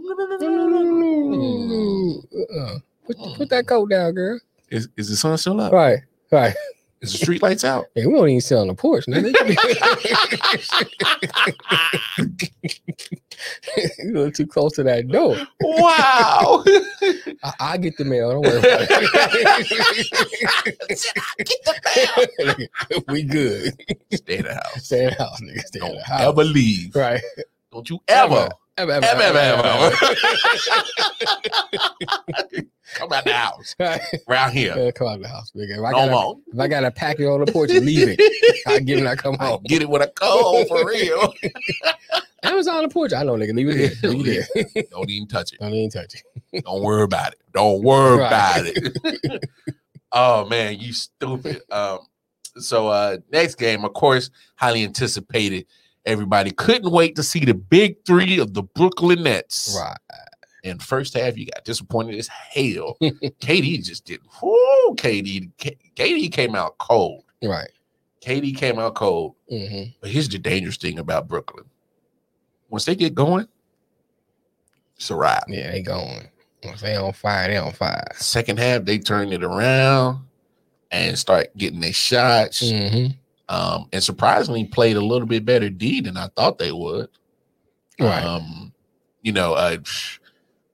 [SPEAKER 3] Uh-uh. Put, put that coat down, girl.
[SPEAKER 2] Is is the sun still up?
[SPEAKER 3] Right, right.
[SPEAKER 2] Is the street lights out?
[SPEAKER 3] Hey, we don't even sit on the porch, nigga. <laughs> you look too close to that door.
[SPEAKER 2] <laughs>
[SPEAKER 3] <laughs>
[SPEAKER 2] wow.
[SPEAKER 3] I, I get the mail. Don't worry about it. <laughs> we good.
[SPEAKER 2] Stay in the house.
[SPEAKER 3] Stay in the house, nigga. Stay in
[SPEAKER 2] Don't
[SPEAKER 3] the house.
[SPEAKER 2] ever leave.
[SPEAKER 3] Right.
[SPEAKER 2] Don't you ever,
[SPEAKER 3] Ever, ever,
[SPEAKER 2] ever, ever, ever. <laughs> Come out the house.
[SPEAKER 3] Right. <laughs>
[SPEAKER 2] Round here.
[SPEAKER 3] Yeah, come out of the house, nigga. If I,
[SPEAKER 2] No
[SPEAKER 3] got
[SPEAKER 2] more.
[SPEAKER 3] a, if I got a packet on the porch, leave it. I give it when I come
[SPEAKER 2] I
[SPEAKER 3] home.
[SPEAKER 2] get it with a cold for <laughs> real.
[SPEAKER 3] Amazon on the porch. I know, nigga. Leave it there. Leave <laughs> it there.
[SPEAKER 2] Don't even touch it.
[SPEAKER 3] Don't even touch it.
[SPEAKER 2] Don't worry about it. Don't worry
[SPEAKER 3] Right.
[SPEAKER 2] about it.
[SPEAKER 3] <laughs>
[SPEAKER 2] oh man, you stupid. Um, so uh next game, of course, highly anticipated. Everybody couldn't wait to see the big three of the Brooklyn Nets.
[SPEAKER 3] Right.
[SPEAKER 2] And first half, you got disappointed as
[SPEAKER 3] <laughs>
[SPEAKER 2] hell. KD just did. Whoo, KD. K- KD came out cold.
[SPEAKER 3] Right.
[SPEAKER 2] KD came
[SPEAKER 3] <laughs>
[SPEAKER 2] out cold.
[SPEAKER 3] hmm
[SPEAKER 2] But here's the dangerous thing about Brooklyn. Once they get going, it's a wrap.
[SPEAKER 3] Yeah, they going. If they on fire, they on fire.
[SPEAKER 2] Second half, they turned it around and start getting their shots.
[SPEAKER 3] Mm-hmm.
[SPEAKER 2] Um, and surprisingly, played a little bit better D than I thought they would.
[SPEAKER 3] Right.
[SPEAKER 2] Um, you know, uh,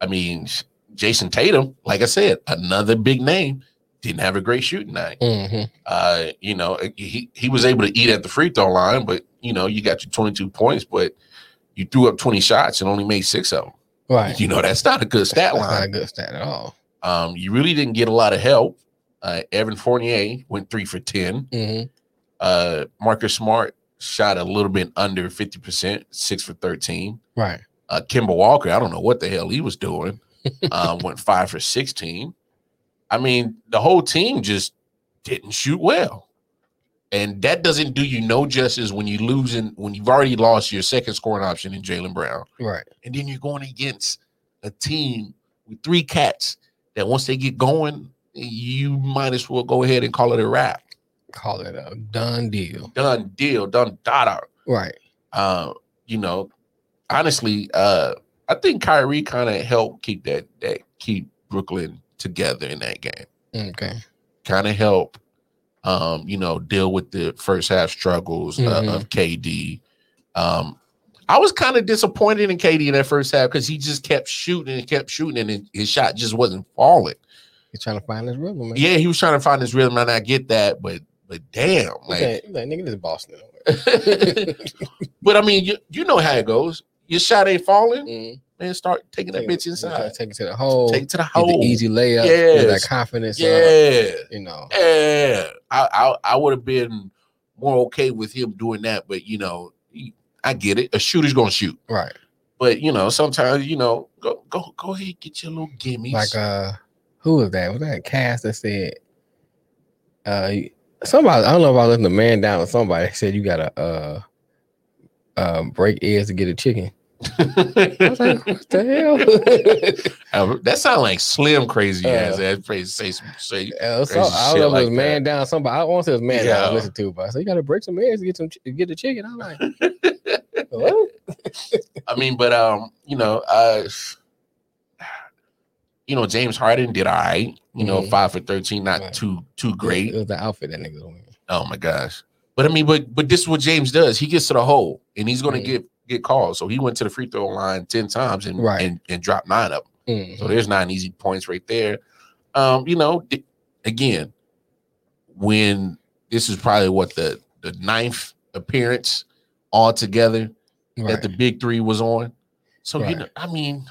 [SPEAKER 2] I mean, Jason Tatum, like I said, another big name, didn't have a great shooting night.
[SPEAKER 3] Mm-hmm.
[SPEAKER 2] Uh, you know, he he was able to eat at the free throw line, but you know, you got your 22 points, but you threw up 20 shots and only made six of them.
[SPEAKER 3] Right.
[SPEAKER 2] <laughs> You know, that's not a good stat
[SPEAKER 3] That's not a
[SPEAKER 2] line.
[SPEAKER 3] good stat at all.
[SPEAKER 2] Um, you really didn't get a lot of help. Uh, Evan Fournier went three for 10.
[SPEAKER 3] Mm-hmm.
[SPEAKER 2] Uh, Marcus Smart shot a little bit under 50%, six for 13.
[SPEAKER 3] Right.
[SPEAKER 2] Uh, Kimber Walker, I don't know what the hell he was doing. Um, went five for 16. I mean, the whole team just didn't shoot well. And that doesn't do you no justice when you losing when you've already lost your second scoring option in Jalen Brown.
[SPEAKER 3] Right.
[SPEAKER 2] And then you're going against a team with three cats that once they get going, you might as well go ahead and call it a wrap.
[SPEAKER 3] Call it a done deal.
[SPEAKER 2] Done deal, done dada.
[SPEAKER 3] Right.
[SPEAKER 2] Uh, you know, honestly, uh, I think Kyrie kind of helped keep that that keep Brooklyn together in that game. Mm-hmm.
[SPEAKER 3] Okay.
[SPEAKER 2] Kind of help, um, you know, deal with the first half struggles uh,
[SPEAKER 3] Mhm.
[SPEAKER 2] of KD. Um, I was kind of disappointed in KD in that first half because he just kept shooting and kept shooting, and his- his shot just wasn't falling.
[SPEAKER 3] He's trying to find his rhythm, man.
[SPEAKER 2] Yeah, he was trying to find his rhythm, and I get that, but but damn,
[SPEAKER 3] Like,
[SPEAKER 2] like
[SPEAKER 3] like, nigga, this is Boston.
[SPEAKER 2] but I mean, you, you know how it goes. Your shot ain't falling,
[SPEAKER 3] <laughs> mm
[SPEAKER 2] man. Start taking Mm-hmm. that bitch
[SPEAKER 3] Trying
[SPEAKER 2] inside.
[SPEAKER 3] to take it to the hole.
[SPEAKER 2] Take it to the
[SPEAKER 3] get the
[SPEAKER 2] hole.
[SPEAKER 3] easy layup. Get
[SPEAKER 2] Yes.
[SPEAKER 3] that confidence. Up,
[SPEAKER 2] Yeah,
[SPEAKER 3] you know.
[SPEAKER 2] yeah. I I, I would have been more okay with him doing that, but you know, he- I get it. A shooter's gonna shoot,
[SPEAKER 3] Right.
[SPEAKER 2] but you know, sometimes you know, go go go ahead, get your little gimmies.
[SPEAKER 3] Like uh, who was that? Was that Cass that said? Uh, somebody. I don't know if I listened to Man Down or somebody said you gotta uh, uh, break eggs to get a chicken. I was like, what the hell?
[SPEAKER 2] Uh, that sound like slim crazy
[SPEAKER 3] Uh,
[SPEAKER 2] ass ass phrase. Say some say.
[SPEAKER 3] Uh, so,
[SPEAKER 2] Crazy
[SPEAKER 3] <laughs> I
[SPEAKER 2] shit
[SPEAKER 3] don't know if it
[SPEAKER 2] like
[SPEAKER 3] was Man Down. Somebody. I want to say it was Man Down.
[SPEAKER 2] Yeah.
[SPEAKER 3] I listened to, but I said you gotta break some eggs to get some ch- to get the chicken.
[SPEAKER 2] <laughs>
[SPEAKER 3] I'm like, what?
[SPEAKER 2] I mean, but um, you know, uh, you know, James Harden did all right. You know,
[SPEAKER 3] Mhm.
[SPEAKER 2] five for thirteen, not
[SPEAKER 3] Right.
[SPEAKER 2] too too great.
[SPEAKER 3] It was the outfit that nigga was wearing.
[SPEAKER 2] Oh my gosh. But I mean, but but this is what James does. He gets to the hole and he's gonna
[SPEAKER 3] Mhm.
[SPEAKER 2] get get calls. So he went to the free throw line 10 times and
[SPEAKER 3] Right.
[SPEAKER 2] and, and dropped nine up.
[SPEAKER 3] Mhm.
[SPEAKER 2] So there's nine easy points right there. Um, you know, di- again, when this is probably what the the ninth appearance altogether
[SPEAKER 3] Right.
[SPEAKER 2] that the big three was on. So you
[SPEAKER 3] Right.
[SPEAKER 2] know, I mean,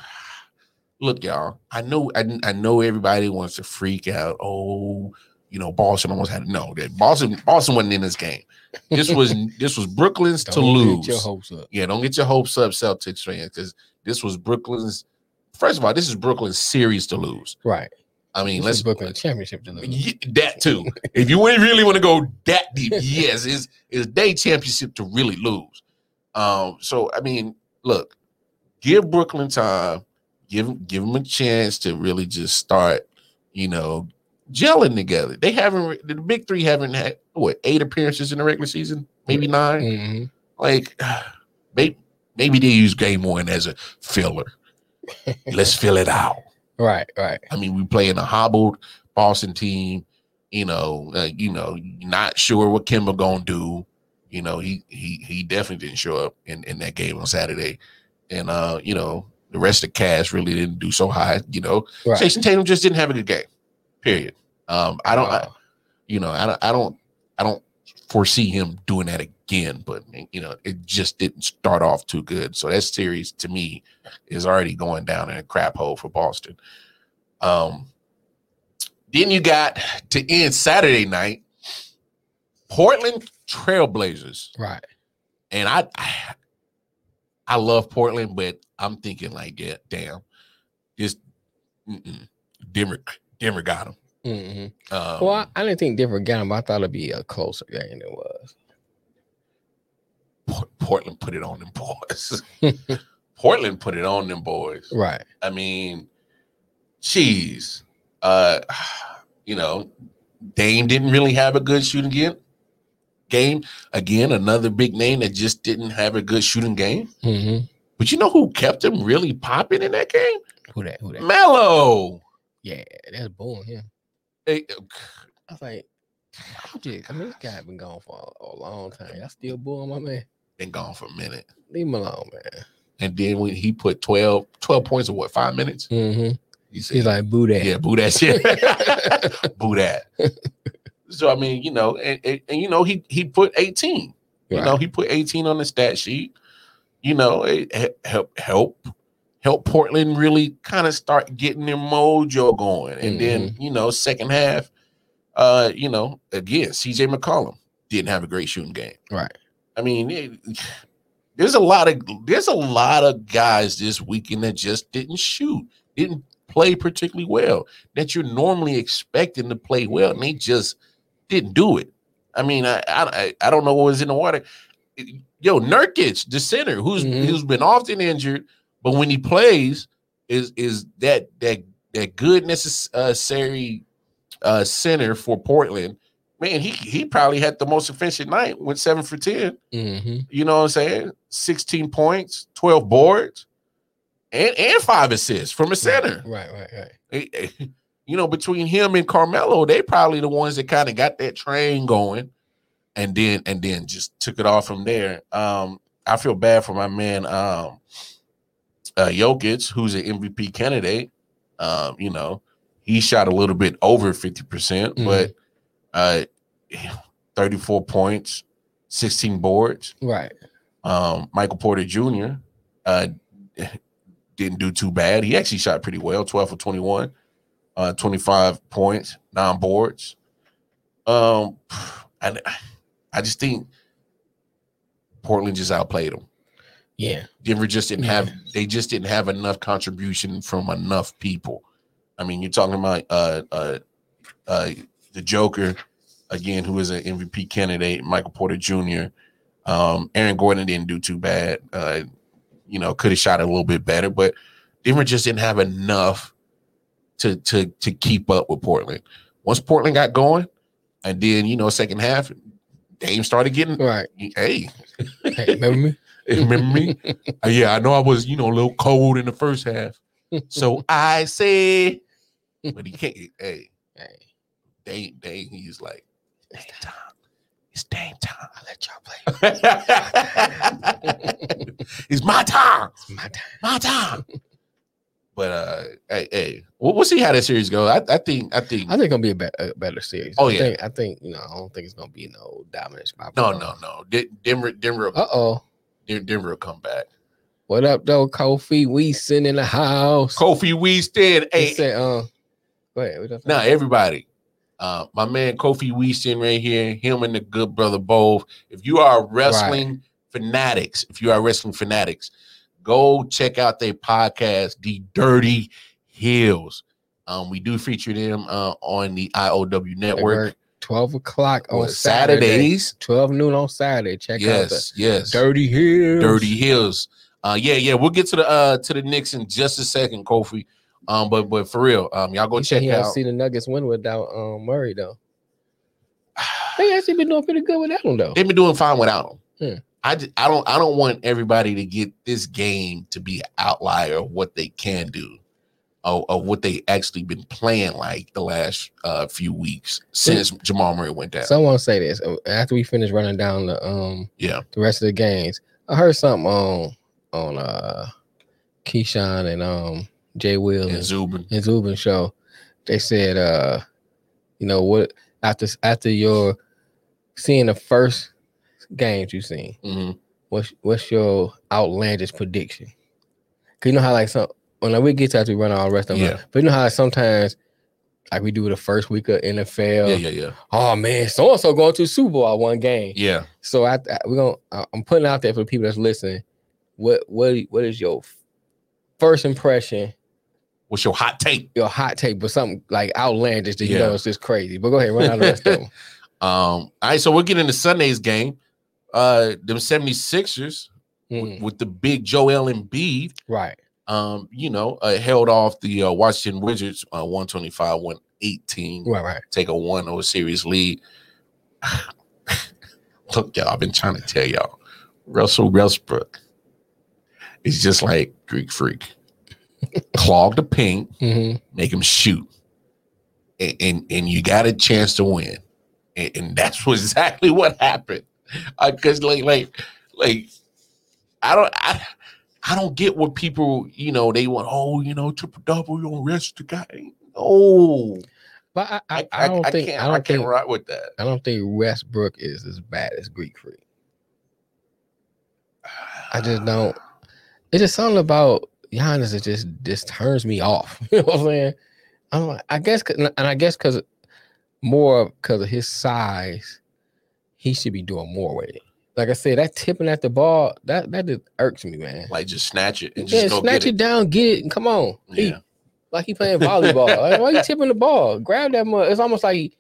[SPEAKER 2] look, y'all. I know, I, I know everybody wants to freak out. Oh, you know, Boston almost had no. That Boston, Boston wasn't in this game. This
[SPEAKER 3] <laughs>
[SPEAKER 2] was <laughs> this was Brooklyn's to
[SPEAKER 3] Don't get
[SPEAKER 2] lose.
[SPEAKER 3] your hopes up.
[SPEAKER 2] yeah, don't get your hopes up, Celtics fans, because this was Brooklyn's. First of all, this is Brooklyn's series to lose.
[SPEAKER 3] Right.
[SPEAKER 2] I mean,
[SPEAKER 3] This
[SPEAKER 2] let's
[SPEAKER 3] is Brooklyn
[SPEAKER 2] <laughs>
[SPEAKER 3] championship to lose.
[SPEAKER 2] Ye- that too. if you ain't really want to go that
[SPEAKER 3] <laughs>
[SPEAKER 2] deep, yes, it's it's day championship to really lose. Um, so I mean, look, give Brooklyn time, give 'em- give them a chance to really just start, you know, gelling together. They haven't re- the big three haven't had what eight appearances in the regular season, maybe nine.
[SPEAKER 3] Mhm.
[SPEAKER 2] Like, maybe maybe they use game one as a filler. Let's fill it out.
[SPEAKER 3] Right. Right.
[SPEAKER 2] I mean, we playing a hobbled Boston team. You know, uh, you know, not sure what Kimba gonna do. You know, he he he definitely didn't show up in in that game on Saturday, and uh, you know, the rest of the cast really didn't do so high. You know,
[SPEAKER 3] Right.
[SPEAKER 2] Jason Tatum just didn't have a good game. Period. Um, I don't, I,
[SPEAKER 3] Wow.
[SPEAKER 2] you know, I don't, I don't, I don't foresee him doing that again. But you know, it just didn't start off too good. So that series to me is already going down in a crap hole for Boston. Um, then you got to end Saturday night, Portland Trailblazers,
[SPEAKER 3] right.
[SPEAKER 2] and I, I, I love Portland, but I'm thinking like, yeah, damn, this, mm-mm, Denver, Denver got him.
[SPEAKER 3] hmm
[SPEAKER 2] Um,
[SPEAKER 3] well, I, I didn't think different game. but I thought it'd be a closer game than it was.
[SPEAKER 2] Por- Portland put it on them boys. <laughs> Portland put it on them boys.
[SPEAKER 3] Right.
[SPEAKER 2] I mean, jeez. Uh, <sighs> you know, Dame didn't really have a good shooting game. Game again, another big name that just didn't have a good shooting game.
[SPEAKER 3] hmm
[SPEAKER 2] But you know who kept him really popping in that game?
[SPEAKER 3] Who that? Who that?
[SPEAKER 2] Mello.
[SPEAKER 3] Yeah, that's booing him.
[SPEAKER 2] Hey,
[SPEAKER 3] I was like, how did- I mean, this guy been gone for a, a long time. Y'all still booing my man?
[SPEAKER 2] Been gone for a minute,
[SPEAKER 3] Leave him alone, man.
[SPEAKER 2] and then when he put 12, 12 points in what five minutes,
[SPEAKER 3] Mm-hmm.
[SPEAKER 2] he
[SPEAKER 3] He's like, boo that.
[SPEAKER 2] Yeah, boo that shit. <laughs> boo that. so I mean, you know, and, and, and, you know, he he put 18. You
[SPEAKER 3] Right.
[SPEAKER 2] know, he put 18 on the stat sheet. You know, it he- help help help Portland really kind of start getting their mojo going. And then,
[SPEAKER 3] Mm-hmm.
[SPEAKER 2] you know, second half, uh, you know, again, CJ McCollum didn't have a great shooting game.
[SPEAKER 3] Right.
[SPEAKER 2] I mean, it- there's a lot of there's a lot of guys this weekend that just didn't shoot, didn't play particularly well. That you're normally expecting to play well, and they just didn't do it. I mean, I I, I don't know what was in the water. Yo, Nurkic, the center, who's
[SPEAKER 3] Mhm.
[SPEAKER 2] who's been often injured, but when he plays, is is that that that good necessary uh, center for Portland? Man, he he probably had the most efficient night with seven for ten.
[SPEAKER 3] Mm-hmm.
[SPEAKER 2] You know what I'm saying? 16 points, 12 boards, and and five assists from a center.
[SPEAKER 3] Right, right, right.
[SPEAKER 2] Eh, eh, You know, between him and Carmelo, they probably the ones that kind of got that train going and then and then just took it off from there. Um, I feel bad for my man um uh Jokic, who's an MVP candidate. Um, you know, he shot a little bit over 50%, percent but uh 34 points, 16 boards
[SPEAKER 3] Right.
[SPEAKER 2] um, Michael Porter Jr. Uh, <laughs> didn't do too bad. He actually shot pretty well 12 for 21, uh, 25 points, nine boards. Um, <sighs> I, I just think Portland just outplayed them.
[SPEAKER 3] Yeah.
[SPEAKER 2] Denver just didn't
[SPEAKER 3] Yeah.
[SPEAKER 2] have they just didn't have enough contribution from enough people. I mean, you're talking about uh uh uh the Joker again, who is an MVP candidate, Michael Porter Jr. Um, Aaron Gordon didn't do too bad. Uh, you know, could have shot a little bit better, but Denver just didn't have enough to to to keep up with Portland. Once Portland got going, and then you know, second <laughs> half, Dame started getting
[SPEAKER 3] Right.
[SPEAKER 2] hey,
[SPEAKER 3] Hey, remember me?
[SPEAKER 2] remember me? Uh, yeah, I know I was, you know, a little cold in the first half. So I say but he can't. Hey,
[SPEAKER 3] Hey,
[SPEAKER 2] Dame, Dame, he's like, it's time. It's Dame time.
[SPEAKER 3] I let y'all play.
[SPEAKER 2] <laughs> it's my time.
[SPEAKER 3] It's my time.
[SPEAKER 2] My time. But uh, hey, hey, we'll, we'll see how that series goes. I, I think, I think,
[SPEAKER 3] I think it's gonna be a, bet a better series.
[SPEAKER 2] Oh,
[SPEAKER 3] I
[SPEAKER 2] yeah.
[SPEAKER 3] think, I think you know. I don't think it's gonna be no dominance. by
[SPEAKER 2] no, no, no. De- Denver, Denver,
[SPEAKER 3] Uh oh.
[SPEAKER 2] Den- Denver will come back.
[SPEAKER 3] What up though, Kofi? We sitting in the house.
[SPEAKER 2] Kofi Weaston,
[SPEAKER 3] He
[SPEAKER 2] hey,
[SPEAKER 3] said, uh, go ahead. What up?
[SPEAKER 2] Now everybody, uh, my man Kofi Weaston right here, him and the good brother Bove. If you are wrestling fanatics, if you are wrestling fanatics, go check out their podcast, The Dirty Hills. Um, we do feature them uh, on the IOW network
[SPEAKER 3] Twelve o'clock on
[SPEAKER 2] on
[SPEAKER 3] Saturday.
[SPEAKER 2] Saturdays.
[SPEAKER 3] Twelve noon on Saturday. Check out
[SPEAKER 2] Yes,
[SPEAKER 3] the
[SPEAKER 2] yes.
[SPEAKER 3] Dirty Hills.
[SPEAKER 2] Dirty Hills. Uh, yeah, yeah. We'll get to the uh to the Knicks in just a second, Kofi. Um, but but for real, um, y'all go
[SPEAKER 3] You
[SPEAKER 2] check <sighs>
[SPEAKER 3] check <sighs>
[SPEAKER 2] out.
[SPEAKER 3] See the Nuggets win without um, Murray though. They actually been doing pretty good without him though.
[SPEAKER 2] They've been doing fine without them.
[SPEAKER 3] Hmm.
[SPEAKER 2] I just, I don't I don't want everybody to get this game to be an outlier of what they can do, or, or what they actually been playing like the last uh, few weeks since Jamal Murray went down.
[SPEAKER 3] Someone say this uh, after we finish running down the um
[SPEAKER 2] Yeah.
[SPEAKER 3] the rest of the games. I heard something on on uh Keyshawn and um Jay Will
[SPEAKER 2] and
[SPEAKER 3] and,
[SPEAKER 2] Zubin,
[SPEAKER 3] and Zubin show. They said uh you know what after after your seeing the first games you seen,
[SPEAKER 2] Mhm.
[SPEAKER 3] what's what's your outlandish prediction? Cause you know how like some when like, we get to after we run all the rest of them,
[SPEAKER 2] Yeah.
[SPEAKER 3] but you know how sometimes like we do the first week of NFL.
[SPEAKER 2] yeah, yeah, yeah,
[SPEAKER 3] Oh man, so and so going to the Super Bowl at one game.
[SPEAKER 2] yeah.
[SPEAKER 3] So I, I we're gonna I- I'm putting out there for the people that's listening. What what what is your f- first impression?
[SPEAKER 2] What's your hot take?
[SPEAKER 3] Your hot take, but something like outlandish that you
[SPEAKER 2] Yeah.
[SPEAKER 3] know is just crazy. But go ahead, run out
[SPEAKER 2] <laughs>
[SPEAKER 3] the rest of them.
[SPEAKER 2] Um, all right, so we're getting into Sunday's game. Uh, them 76ers
[SPEAKER 3] Mm,
[SPEAKER 2] with, with the big Joel Embiid.
[SPEAKER 3] right.
[SPEAKER 2] um, you know, uh, held off the uh, Washington Wizards uh, 125 118,
[SPEAKER 3] Right, right.
[SPEAKER 2] take a 1 0 series lead. <sighs> Look, y'all, I've been trying to tell y'all, Russell Westbrook is just like Greek Freak. Clog the paint,
[SPEAKER 3] hmm
[SPEAKER 2] make him shoot, and, and, and you got a chance to win. And, and that's what- <laughs> exactly what happened. Because, like, like, like, I don't, I, I don't get what people, you know, they want. Oh, you know, triple double. You don't rest the guy. Oh,
[SPEAKER 3] But I, I, I don't think
[SPEAKER 2] can't,
[SPEAKER 3] I don't
[SPEAKER 2] can't
[SPEAKER 3] think
[SPEAKER 2] ride with that.
[SPEAKER 3] I don't think Westbrook is as bad as Greek Freak. I
[SPEAKER 2] Ah.
[SPEAKER 3] just don't. It's just something about Giannis that just just turns me off. <laughs> You know what I'm saying? I'm like, I guess, 'cause- and I guess because more because of his size, he should be doing more with it. Like I said, that tipping at the ball that that just irks me, man.
[SPEAKER 2] like just snatch it and just
[SPEAKER 3] yeah,
[SPEAKER 2] go
[SPEAKER 3] snatch
[SPEAKER 2] get
[SPEAKER 3] it.
[SPEAKER 2] it.
[SPEAKER 3] down, get it, and come on. He-
[SPEAKER 2] Yeah.
[SPEAKER 3] like he
[SPEAKER 2] <laughs>
[SPEAKER 3] playing volleyball. like, why you tipping the ball? Grab that mug. It's almost like he-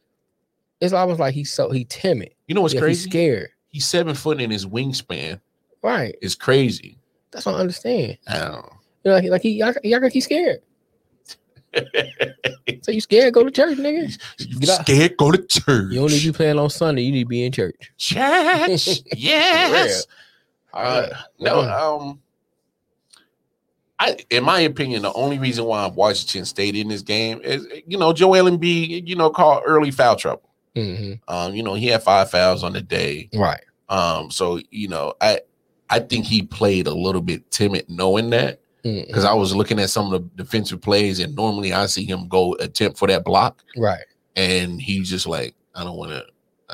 [SPEAKER 3] it's almost like he's so he timid.
[SPEAKER 2] You know what's
[SPEAKER 3] Yeah, He's
[SPEAKER 2] crazy?
[SPEAKER 3] scared.
[SPEAKER 2] He's seven foot and his wingspan
[SPEAKER 3] Right.
[SPEAKER 2] is crazy.
[SPEAKER 3] That's what I understand.
[SPEAKER 2] I don't know.
[SPEAKER 3] You know, like, like he, y'all, y'all gotta
[SPEAKER 2] <laughs>
[SPEAKER 3] keep scared. so you scared? Go to church, nigga.
[SPEAKER 2] <sighs> You
[SPEAKER 3] Get out.
[SPEAKER 2] scared? Go to church.
[SPEAKER 3] You don't need to be playing on Sunday. You need to be in church. <laughs>
[SPEAKER 2] church. yes. Uh, no.
[SPEAKER 3] Yeah.
[SPEAKER 2] Um. I, in my opinion, the only reason why Washington stayed in this game is, you know, Joel Embiid, you know, called early foul trouble.
[SPEAKER 3] hmm
[SPEAKER 2] Um, you know, he had five fouls on the day.
[SPEAKER 3] Right.
[SPEAKER 2] Um, so you know, I I think he played a little bit timid knowing that
[SPEAKER 3] Mhm.
[SPEAKER 2] because I was looking at some of the defensive plays and normally I see him go attempt for that block
[SPEAKER 3] Right.
[SPEAKER 2] and he's just like, I don't want to.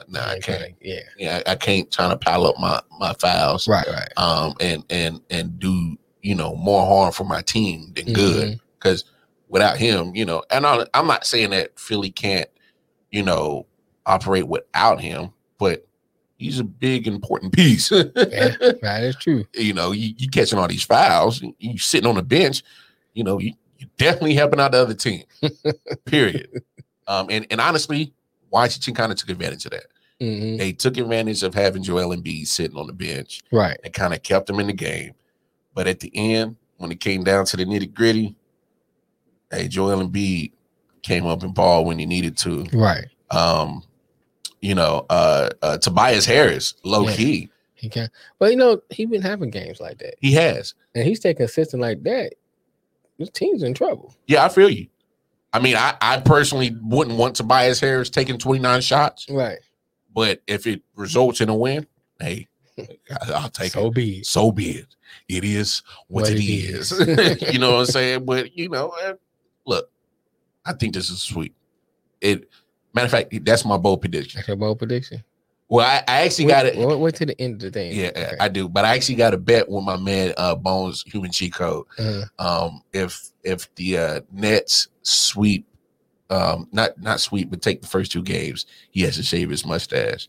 [SPEAKER 2] Nah, I can't.
[SPEAKER 3] Yeah.
[SPEAKER 2] Yeah, I, I can't trying to pile up my my fouls.
[SPEAKER 3] Right. Right.
[SPEAKER 2] Um, and and and do you know more harm for my team than good
[SPEAKER 3] <laughs> Mhm.
[SPEAKER 2] because without him, you know, and I, I'm not saying that Philly can't, you know, operate without him, but he's a big important <laughs> piece.
[SPEAKER 3] Yeah. Right. That's true.
[SPEAKER 2] you know, you, you catching all these fouls, you, you sitting on the bench, you know, you, you definitely helping out the other <laughs> team. period. Um, and and honestly, Washington kind of took advantage of that.
[SPEAKER 3] hmm
[SPEAKER 2] They took advantage of having Joel Embiid sitting on the bench
[SPEAKER 3] Right.
[SPEAKER 2] and kind of kept him in the game. But at the end, when it came down to the nitty gritty, hey, Joel Embiid came up and ball when he needed to.
[SPEAKER 3] Right.
[SPEAKER 2] Um, you know, uh, uh Tobias Harris, low
[SPEAKER 3] Yeah.
[SPEAKER 2] key,
[SPEAKER 3] He can. But you know, he been having games like that,
[SPEAKER 2] he has.
[SPEAKER 3] and he stay consistent like that. This team's in trouble.
[SPEAKER 2] Yeah, I feel you. I I mean, I, I personally wouldn't want Tobias Harris taking 29 shots,
[SPEAKER 3] Right.
[SPEAKER 2] but if it results in a win, <laughs> hey, I, I'll take it.
[SPEAKER 3] so be it.
[SPEAKER 2] So be it. It is what, it is. <laughs> you know what I'm saying? But you know, eh, look, I think this is sweet. It matter of fact, that's my bold prediction.
[SPEAKER 3] That's your bold prediction.
[SPEAKER 2] Well, I, I actually
[SPEAKER 3] Wait-
[SPEAKER 2] got it.
[SPEAKER 3] Wait, wait till the end of the thing.
[SPEAKER 2] Yeah,
[SPEAKER 3] Okay.
[SPEAKER 2] I do. But I actually got a bet with my man uh Bones Human Cheat Code.
[SPEAKER 3] Uh,
[SPEAKER 2] Um if if the uh Nets sweep um not not sweep but take the first two games, he has to shave his mustache.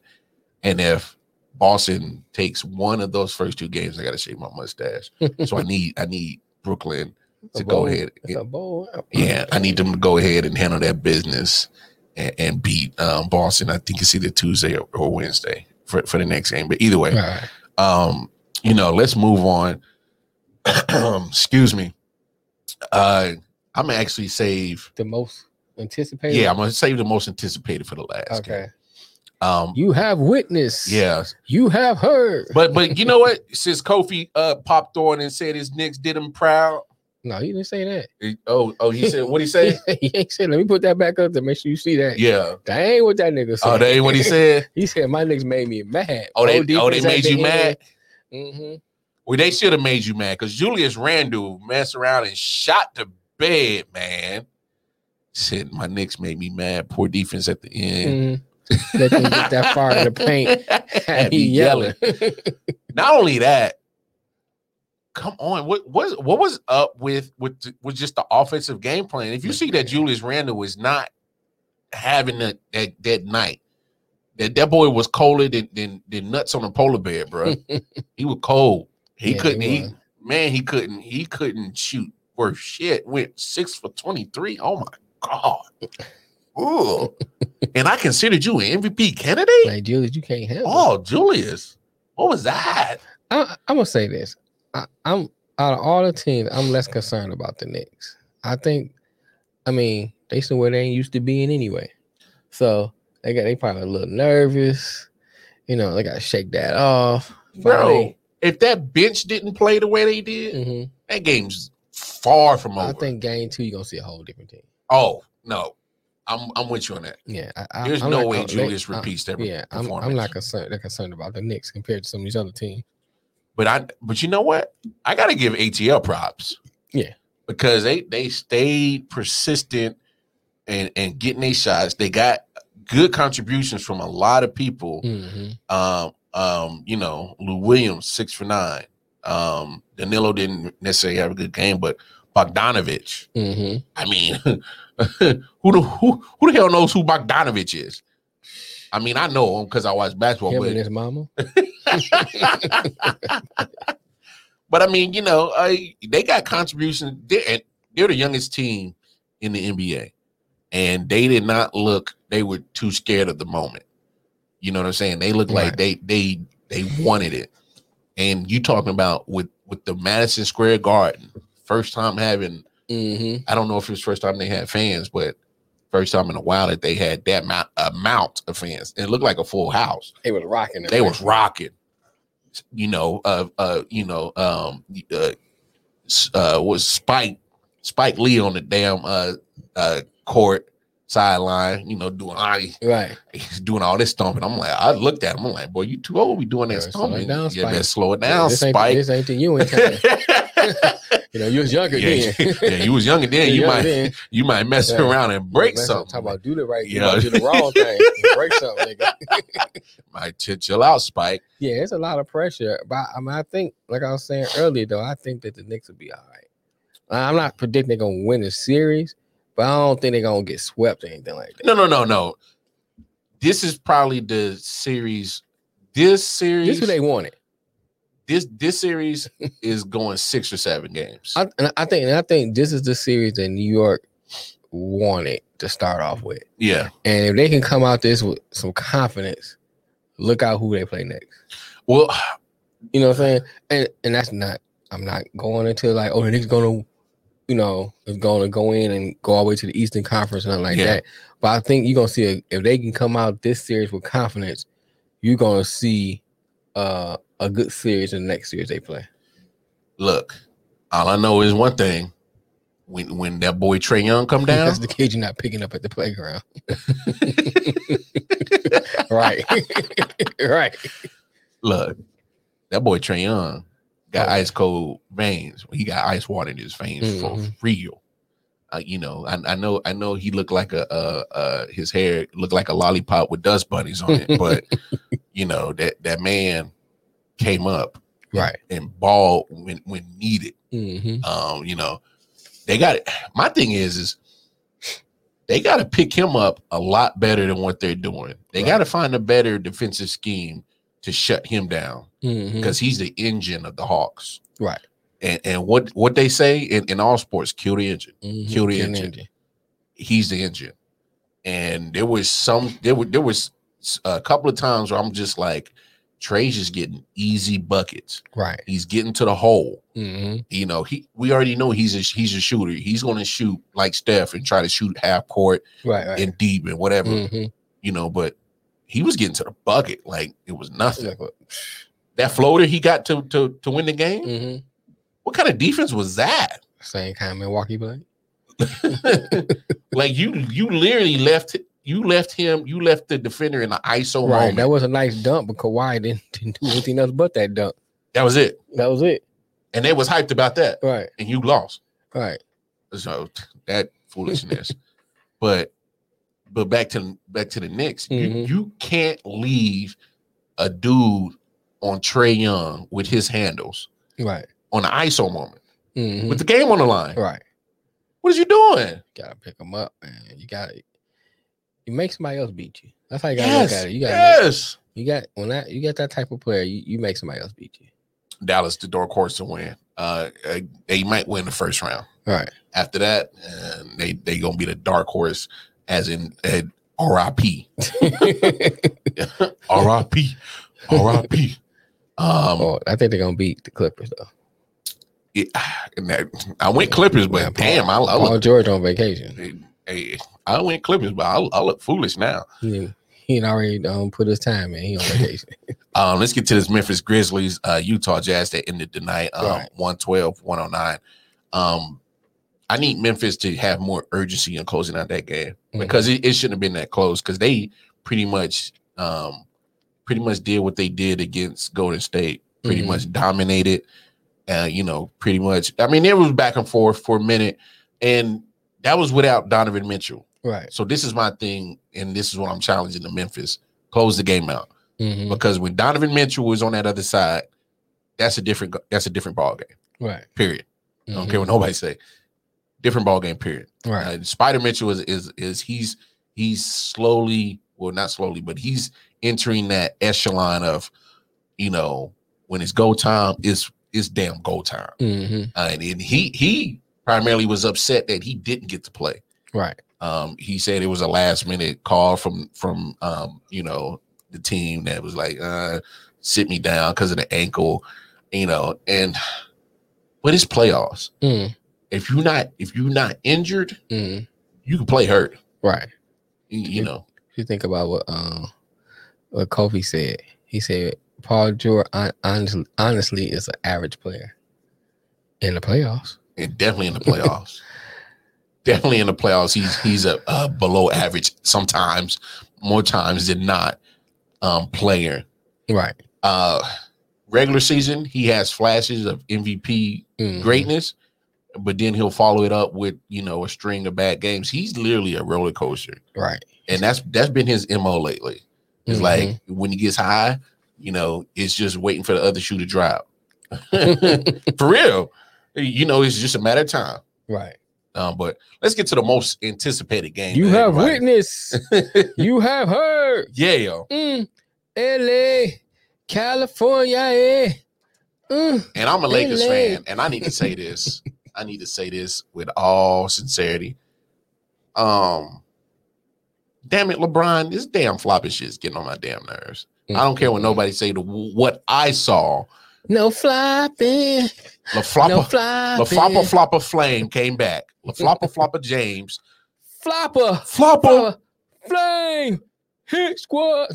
[SPEAKER 2] And if Boston takes one of those first two games, I gotta shave my mustache.
[SPEAKER 3] <laughs>
[SPEAKER 2] so I need I need Brooklyn to
[SPEAKER 3] A
[SPEAKER 2] go
[SPEAKER 3] bold-
[SPEAKER 2] ahead.
[SPEAKER 3] that's a bold out.
[SPEAKER 2] Yeah, I need them to go ahead and handle that business and, and beat um Boston. I think it's either Tuesday or, or Wednesday for, for the next game. But either way,
[SPEAKER 3] Right.
[SPEAKER 2] um you know let's move on <clears throat> excuse me uh i'm gonna actually save
[SPEAKER 3] <laughs> The most anticipated.
[SPEAKER 2] yeah i'm gonna save the most anticipated for the last
[SPEAKER 3] Okay.
[SPEAKER 2] game. um
[SPEAKER 3] You have witnessed.
[SPEAKER 2] yeah
[SPEAKER 3] You have heard.
[SPEAKER 2] but but you know what since kofi uh popped on and said his knicks did him proud
[SPEAKER 3] no, he didn't say that.
[SPEAKER 2] he- oh <laughs> oh he said what he
[SPEAKER 3] <laughs> He,
[SPEAKER 2] said
[SPEAKER 3] ain't say. Let me put that back up to make sure you see that.
[SPEAKER 2] yeah
[SPEAKER 3] That ain't what that nigga said.
[SPEAKER 2] oh that ain't
[SPEAKER 3] <laughs>
[SPEAKER 2] what he said
[SPEAKER 3] He said my niggas made me mad.
[SPEAKER 2] oh they oh they made you mad
[SPEAKER 3] Mm-hmm.
[SPEAKER 2] well they should have made you mad because julius randall messed around and shot to bed man Shit, my Knicks made me mad. Poor defense at the end.
[SPEAKER 3] Mm.
[SPEAKER 2] <laughs>
[SPEAKER 3] Mm-hmm. Let them get that far in the paint. <laughs>
[SPEAKER 2] Had me yelling. Not only that, come on. What was what was up with with the- with just the offensive game plan? If you see that Julius Randle was not having that that, that night, that that boy was colder than, than than nuts on a polar bear,
[SPEAKER 3] <laughs>
[SPEAKER 2] bro. he was cold. He
[SPEAKER 3] Yeah, he
[SPEAKER 2] couldn't. He,
[SPEAKER 3] was.
[SPEAKER 2] man, he couldn't. He couldn't shoot worth shit. Went six for twenty three. Oh my god. Ooh. and I considered you an MVP candidate.
[SPEAKER 3] like, Julius, you can't handle. it.
[SPEAKER 2] Oh, Julius. What was that?
[SPEAKER 3] I, I'm gonna say this. I, I'm out of all the teams, I'm less concerned about the Knicks. I think, I mean, they somewhere they ain't used to being anyway, so they got they probably a little nervous. You know, they got to shake that off.
[SPEAKER 2] <laughs> Bro, if that bench didn't play the way they did,
[SPEAKER 3] hmm
[SPEAKER 2] that game's far from over.
[SPEAKER 3] I think game two you're gonna see a whole different team.
[SPEAKER 2] oh, no. I'm I'm with you on that.
[SPEAKER 3] Yeah, I, I,
[SPEAKER 2] There's
[SPEAKER 3] I'm
[SPEAKER 2] no
[SPEAKER 3] not-
[SPEAKER 2] way
[SPEAKER 3] I'm-
[SPEAKER 2] Julius
[SPEAKER 3] I-
[SPEAKER 2] repeats that
[SPEAKER 3] Uh, Yeah, I'm,
[SPEAKER 2] performance.
[SPEAKER 3] I'm not concerned. They're concerned about the Knicks compared to some of these other teams.
[SPEAKER 2] But I but you know what? I gotta give ATL props.
[SPEAKER 3] Yeah.
[SPEAKER 2] Because they they stayed persistent and and getting their shots. They got good contributions from a lot of people.
[SPEAKER 3] hmm
[SPEAKER 2] um, um, you know, Lou Williams six for nine. Um, Danilo didn't necessarily have a good game, but Bogdanovich.
[SPEAKER 3] hmm
[SPEAKER 2] I mean, <laughs> who the who, who the hell knows who Bogdanovich is? I mean, I know him because I watch basketball,
[SPEAKER 3] Him
[SPEAKER 2] but
[SPEAKER 3] and his mama.
[SPEAKER 2] but I mean, you know, uh, they got contributions. They're, and they're the youngest team in the NBA, and they did not look. They were too scared of the moment. You know what I'm saying? They looked like
[SPEAKER 3] Right.
[SPEAKER 2] they they they wanted it. And you talking about with with the Madison Square Garden, first time having.
[SPEAKER 3] hmm
[SPEAKER 2] I don't know if it was first time they had fans, but first time in a while that they had that amount, amount of fans. And it looked like a full house
[SPEAKER 3] They was rocking. it,
[SPEAKER 2] they
[SPEAKER 3] man.
[SPEAKER 2] was rocking. You know, uh, uh, you know, um, uh, s- uh, was Spike Spike Lee on the damn uh, uh, court sideline? You know, doing all these-
[SPEAKER 3] right.
[SPEAKER 2] he's doing all this stomping. I'm like, I looked at him. I'm like, boy, you too old. to be doing that
[SPEAKER 3] Yeah, slow it
[SPEAKER 2] stomping.
[SPEAKER 3] down,
[SPEAKER 2] yeah,
[SPEAKER 3] Spike.
[SPEAKER 2] man, slow it down,
[SPEAKER 3] this ain't,
[SPEAKER 2] Spike.
[SPEAKER 3] This ain't the you in time. <laughs> You know, you was younger
[SPEAKER 2] yeah,
[SPEAKER 3] then.
[SPEAKER 2] <laughs> yeah, you was younger
[SPEAKER 3] <laughs>
[SPEAKER 2] then. You <laughs>
[SPEAKER 3] Younger
[SPEAKER 2] might
[SPEAKER 3] then.
[SPEAKER 2] you might mess
[SPEAKER 3] Yeah.
[SPEAKER 2] around and break
[SPEAKER 3] That's what I'm
[SPEAKER 2] something.
[SPEAKER 3] Talking about do the right, you
[SPEAKER 2] Yeah.
[SPEAKER 3] might do the
[SPEAKER 2] <laughs>
[SPEAKER 3] wrong thing, break something. Nigga.
[SPEAKER 2] might chill- chill out, Spike.
[SPEAKER 3] Yeah, it's a lot of pressure, but I mean, I think, like I was saying earlier, though, I think that the Knicks will be all right. I'm not predicting they're gonna win the series, but I don't think they're gonna get swept or anything like that.
[SPEAKER 2] No, no, no, no. This is probably the series. This series,
[SPEAKER 3] This is who they wanted.
[SPEAKER 2] this this
[SPEAKER 3] <laughs>
[SPEAKER 2] series is going six or seven games.
[SPEAKER 3] I, and I think, and I think this is the series that New York wanted to start off with.
[SPEAKER 2] yeah.
[SPEAKER 3] And if they can come out this with some confidence, look out who they play next.
[SPEAKER 2] Well,
[SPEAKER 3] You know what I'm saying? And and that's not I'm not going into like, oh, the Knicks gonna, you know, is gonna go in and go all the way to the Eastern Conference or nothing like
[SPEAKER 2] Yeah.
[SPEAKER 3] that. But I think you're gonna see a, if they can come out this series with confidence, you're gonna see uh a good series in the next series they play.
[SPEAKER 2] look, all I know is one thing: when when that boy Trey Young come down,
[SPEAKER 3] That's the kid you're not picking up at
[SPEAKER 2] <laughs>
[SPEAKER 3] the playground. right. <laughs> right.
[SPEAKER 2] look, that boy Trey Young got ice cold veins. He got ice water in his veins for
[SPEAKER 3] Mhm.
[SPEAKER 2] real. Uh, you know, I, I know, I know. He looked like a uh, uh, his hair looked like a lollipop with dust bunnies on it. But you know that that man came up
[SPEAKER 3] Right.
[SPEAKER 2] and balled when when needed.
[SPEAKER 3] Mm-hmm.
[SPEAKER 2] Um, you know, they got it. My thing is, is they got to pick him up a lot better than what they're doing. They
[SPEAKER 3] Right.
[SPEAKER 2] got to find a better defensive scheme to shut him down
[SPEAKER 3] Mm-hmm.
[SPEAKER 2] because he's the engine of the Hawks.
[SPEAKER 3] Right.
[SPEAKER 2] And and what what they say in, in all sports, kill the engine.
[SPEAKER 3] Mm-hmm.
[SPEAKER 2] Kill the engine. He's the engine. And there was some there were there was a couple of times where I'm just like, Trey's just getting easy buckets.
[SPEAKER 3] Right.
[SPEAKER 2] He's getting to the hole.
[SPEAKER 3] Mm-hmm.
[SPEAKER 2] You know, he we already know he's a he's a shooter. He's gonna shoot like Steph and try to shoot half court
[SPEAKER 3] Right. Right.
[SPEAKER 2] and deep and whatever,
[SPEAKER 3] hmm
[SPEAKER 2] you know, but he was getting to the bucket like it was nothing. That floater he got to to to win the game.
[SPEAKER 3] hmm
[SPEAKER 2] What kind of defense was that?
[SPEAKER 3] Same kind of Milwaukee play.
[SPEAKER 2] like you you literally left you left him you left the defender in the iso
[SPEAKER 3] Right.
[SPEAKER 2] moment.
[SPEAKER 3] That was a nice dump, but Kawhi didn't, <laughs> didn't do anything else but that dump.
[SPEAKER 2] that was it
[SPEAKER 3] That was it.
[SPEAKER 2] and they was hyped about that
[SPEAKER 3] Right.
[SPEAKER 2] and you lost
[SPEAKER 3] Right.
[SPEAKER 2] so that foolishness but but back to back to the Knicks
[SPEAKER 1] Mm-hmm.
[SPEAKER 2] you,
[SPEAKER 3] Mhm.
[SPEAKER 2] you can't leave a dude on Trey Young with his handles
[SPEAKER 3] Right.
[SPEAKER 2] on the iso moment
[SPEAKER 3] hmm
[SPEAKER 2] with the game on the line
[SPEAKER 3] Right.
[SPEAKER 2] what is you doing
[SPEAKER 3] gotta pick them up, man. You got to you make somebody else beat you. That's how you gotta
[SPEAKER 2] yes
[SPEAKER 3] look at it. You got to
[SPEAKER 2] yes
[SPEAKER 3] you got when that you got that type of player, you, you make somebody else beat you.
[SPEAKER 2] Dallas the dark horse to win uh, uh they might win the first round <laughs>
[SPEAKER 3] Right.
[SPEAKER 2] after that, and they they gonna be the dark horse, as in uh, R.I.P. R.I.P. R.I.P. <laughs> Um,
[SPEAKER 3] <laughs> oh, I think they're gonna beat the Clippers though.
[SPEAKER 2] it- and that, I went Clippers, but
[SPEAKER 3] Yeah, Paul-
[SPEAKER 2] damn, I, I
[SPEAKER 3] Paul
[SPEAKER 2] look,
[SPEAKER 3] George on vacation.
[SPEAKER 2] eh, I went Clippers, but I, I look foolish now.
[SPEAKER 3] He he had already um, put his time in. He on vacation.
[SPEAKER 2] Um, let's get to this Memphis Grizzlies, uh, Utah Jazz that ended the night, um,
[SPEAKER 3] Right.
[SPEAKER 2] 112, 109. Um, I need Memphis to have more urgency in closing out that game
[SPEAKER 3] Mhm.
[SPEAKER 2] because it, it shouldn't have been that close because they pretty much, um, pretty much did what they did against Golden State, <laughs> pretty
[SPEAKER 3] Mhm.
[SPEAKER 2] much dominated. Uh, you know, pretty much. I mean, it was back and forth for a minute, and that was without Donovan Mitchell.
[SPEAKER 3] right.
[SPEAKER 2] So this is my thing, and this is what I'm challenging to Memphis: close the game out
[SPEAKER 3] hmm
[SPEAKER 2] because when Donovan Mitchell was on that other side, that's a different that's a different ball game.
[SPEAKER 3] Right.
[SPEAKER 2] Period. I don't care
[SPEAKER 3] Mhm.
[SPEAKER 2] what nobody say. Different ball game. Period.
[SPEAKER 3] Mm-hmm. Right.
[SPEAKER 2] Uh, Spider Mitchell is is is he's he's slowly well not slowly but he's entering that echelon of you know when it's go time it's it's damn go time
[SPEAKER 3] hmm
[SPEAKER 2] Uh, and, and he he primarily was upset that he didn't get to play.
[SPEAKER 3] Right.
[SPEAKER 2] Um, he said it was a last minute call from from um, you know the team that was like, uh, sit me down because of the ankle, you know. And but it's playoffs.
[SPEAKER 3] Mm.
[SPEAKER 2] If you're not if you're not injured,
[SPEAKER 3] Mm.
[SPEAKER 2] you can play hurt.
[SPEAKER 3] Right.
[SPEAKER 2] You, you know,
[SPEAKER 3] you think about what um what Kofi said. He said Paul George hon- honestly, honestly is an average player in the playoffs.
[SPEAKER 2] and definitely in the playoffs. definitely in the playoffs, he's he's a, a below average sometimes, more times than not, um, player.
[SPEAKER 3] Right.
[SPEAKER 2] Uh, regular season, he has flashes of MVP
[SPEAKER 3] Mhm.
[SPEAKER 2] greatness, but then he'll follow it up with you know a string of bad games. He's literally a roller coaster,
[SPEAKER 3] Right.
[SPEAKER 2] and that's that's been his mo lately. It's
[SPEAKER 3] Mhm.
[SPEAKER 2] like when he gets high, you know, it's just waiting for the other shoe to drop. for real, you know, it's just a matter of time.
[SPEAKER 3] <laughs>
[SPEAKER 2] <laughs>
[SPEAKER 3] right.
[SPEAKER 2] Um, but let's get to the most anticipated game. that
[SPEAKER 3] You have
[SPEAKER 2] everybody- <laughs>
[SPEAKER 3] witnessed. you have heard.
[SPEAKER 2] yeah, yo.
[SPEAKER 3] Mm. LA, California, eh. Mm.
[SPEAKER 2] And I'm a
[SPEAKER 3] They
[SPEAKER 2] Lakers
[SPEAKER 3] lit.
[SPEAKER 2] fan, and I need to
[SPEAKER 3] <laughs>
[SPEAKER 2] say this. I need to say this with all sincerity. Um, damn it, LeBron, this damn floppy shit is getting on my damn nerves. I don't
[SPEAKER 3] Mm-hmm.
[SPEAKER 2] care what nobody say. To what I saw,
[SPEAKER 3] No flopping.
[SPEAKER 2] La
[SPEAKER 3] No
[SPEAKER 2] Floppa, La
[SPEAKER 3] flopping.
[SPEAKER 2] Floppa, Floppa Flame came back. La Floppa, Floppa James,
[SPEAKER 3] Flopper.
[SPEAKER 2] Floppa
[SPEAKER 3] Flopper. Flame. hit squad.
[SPEAKER 2] <laughs>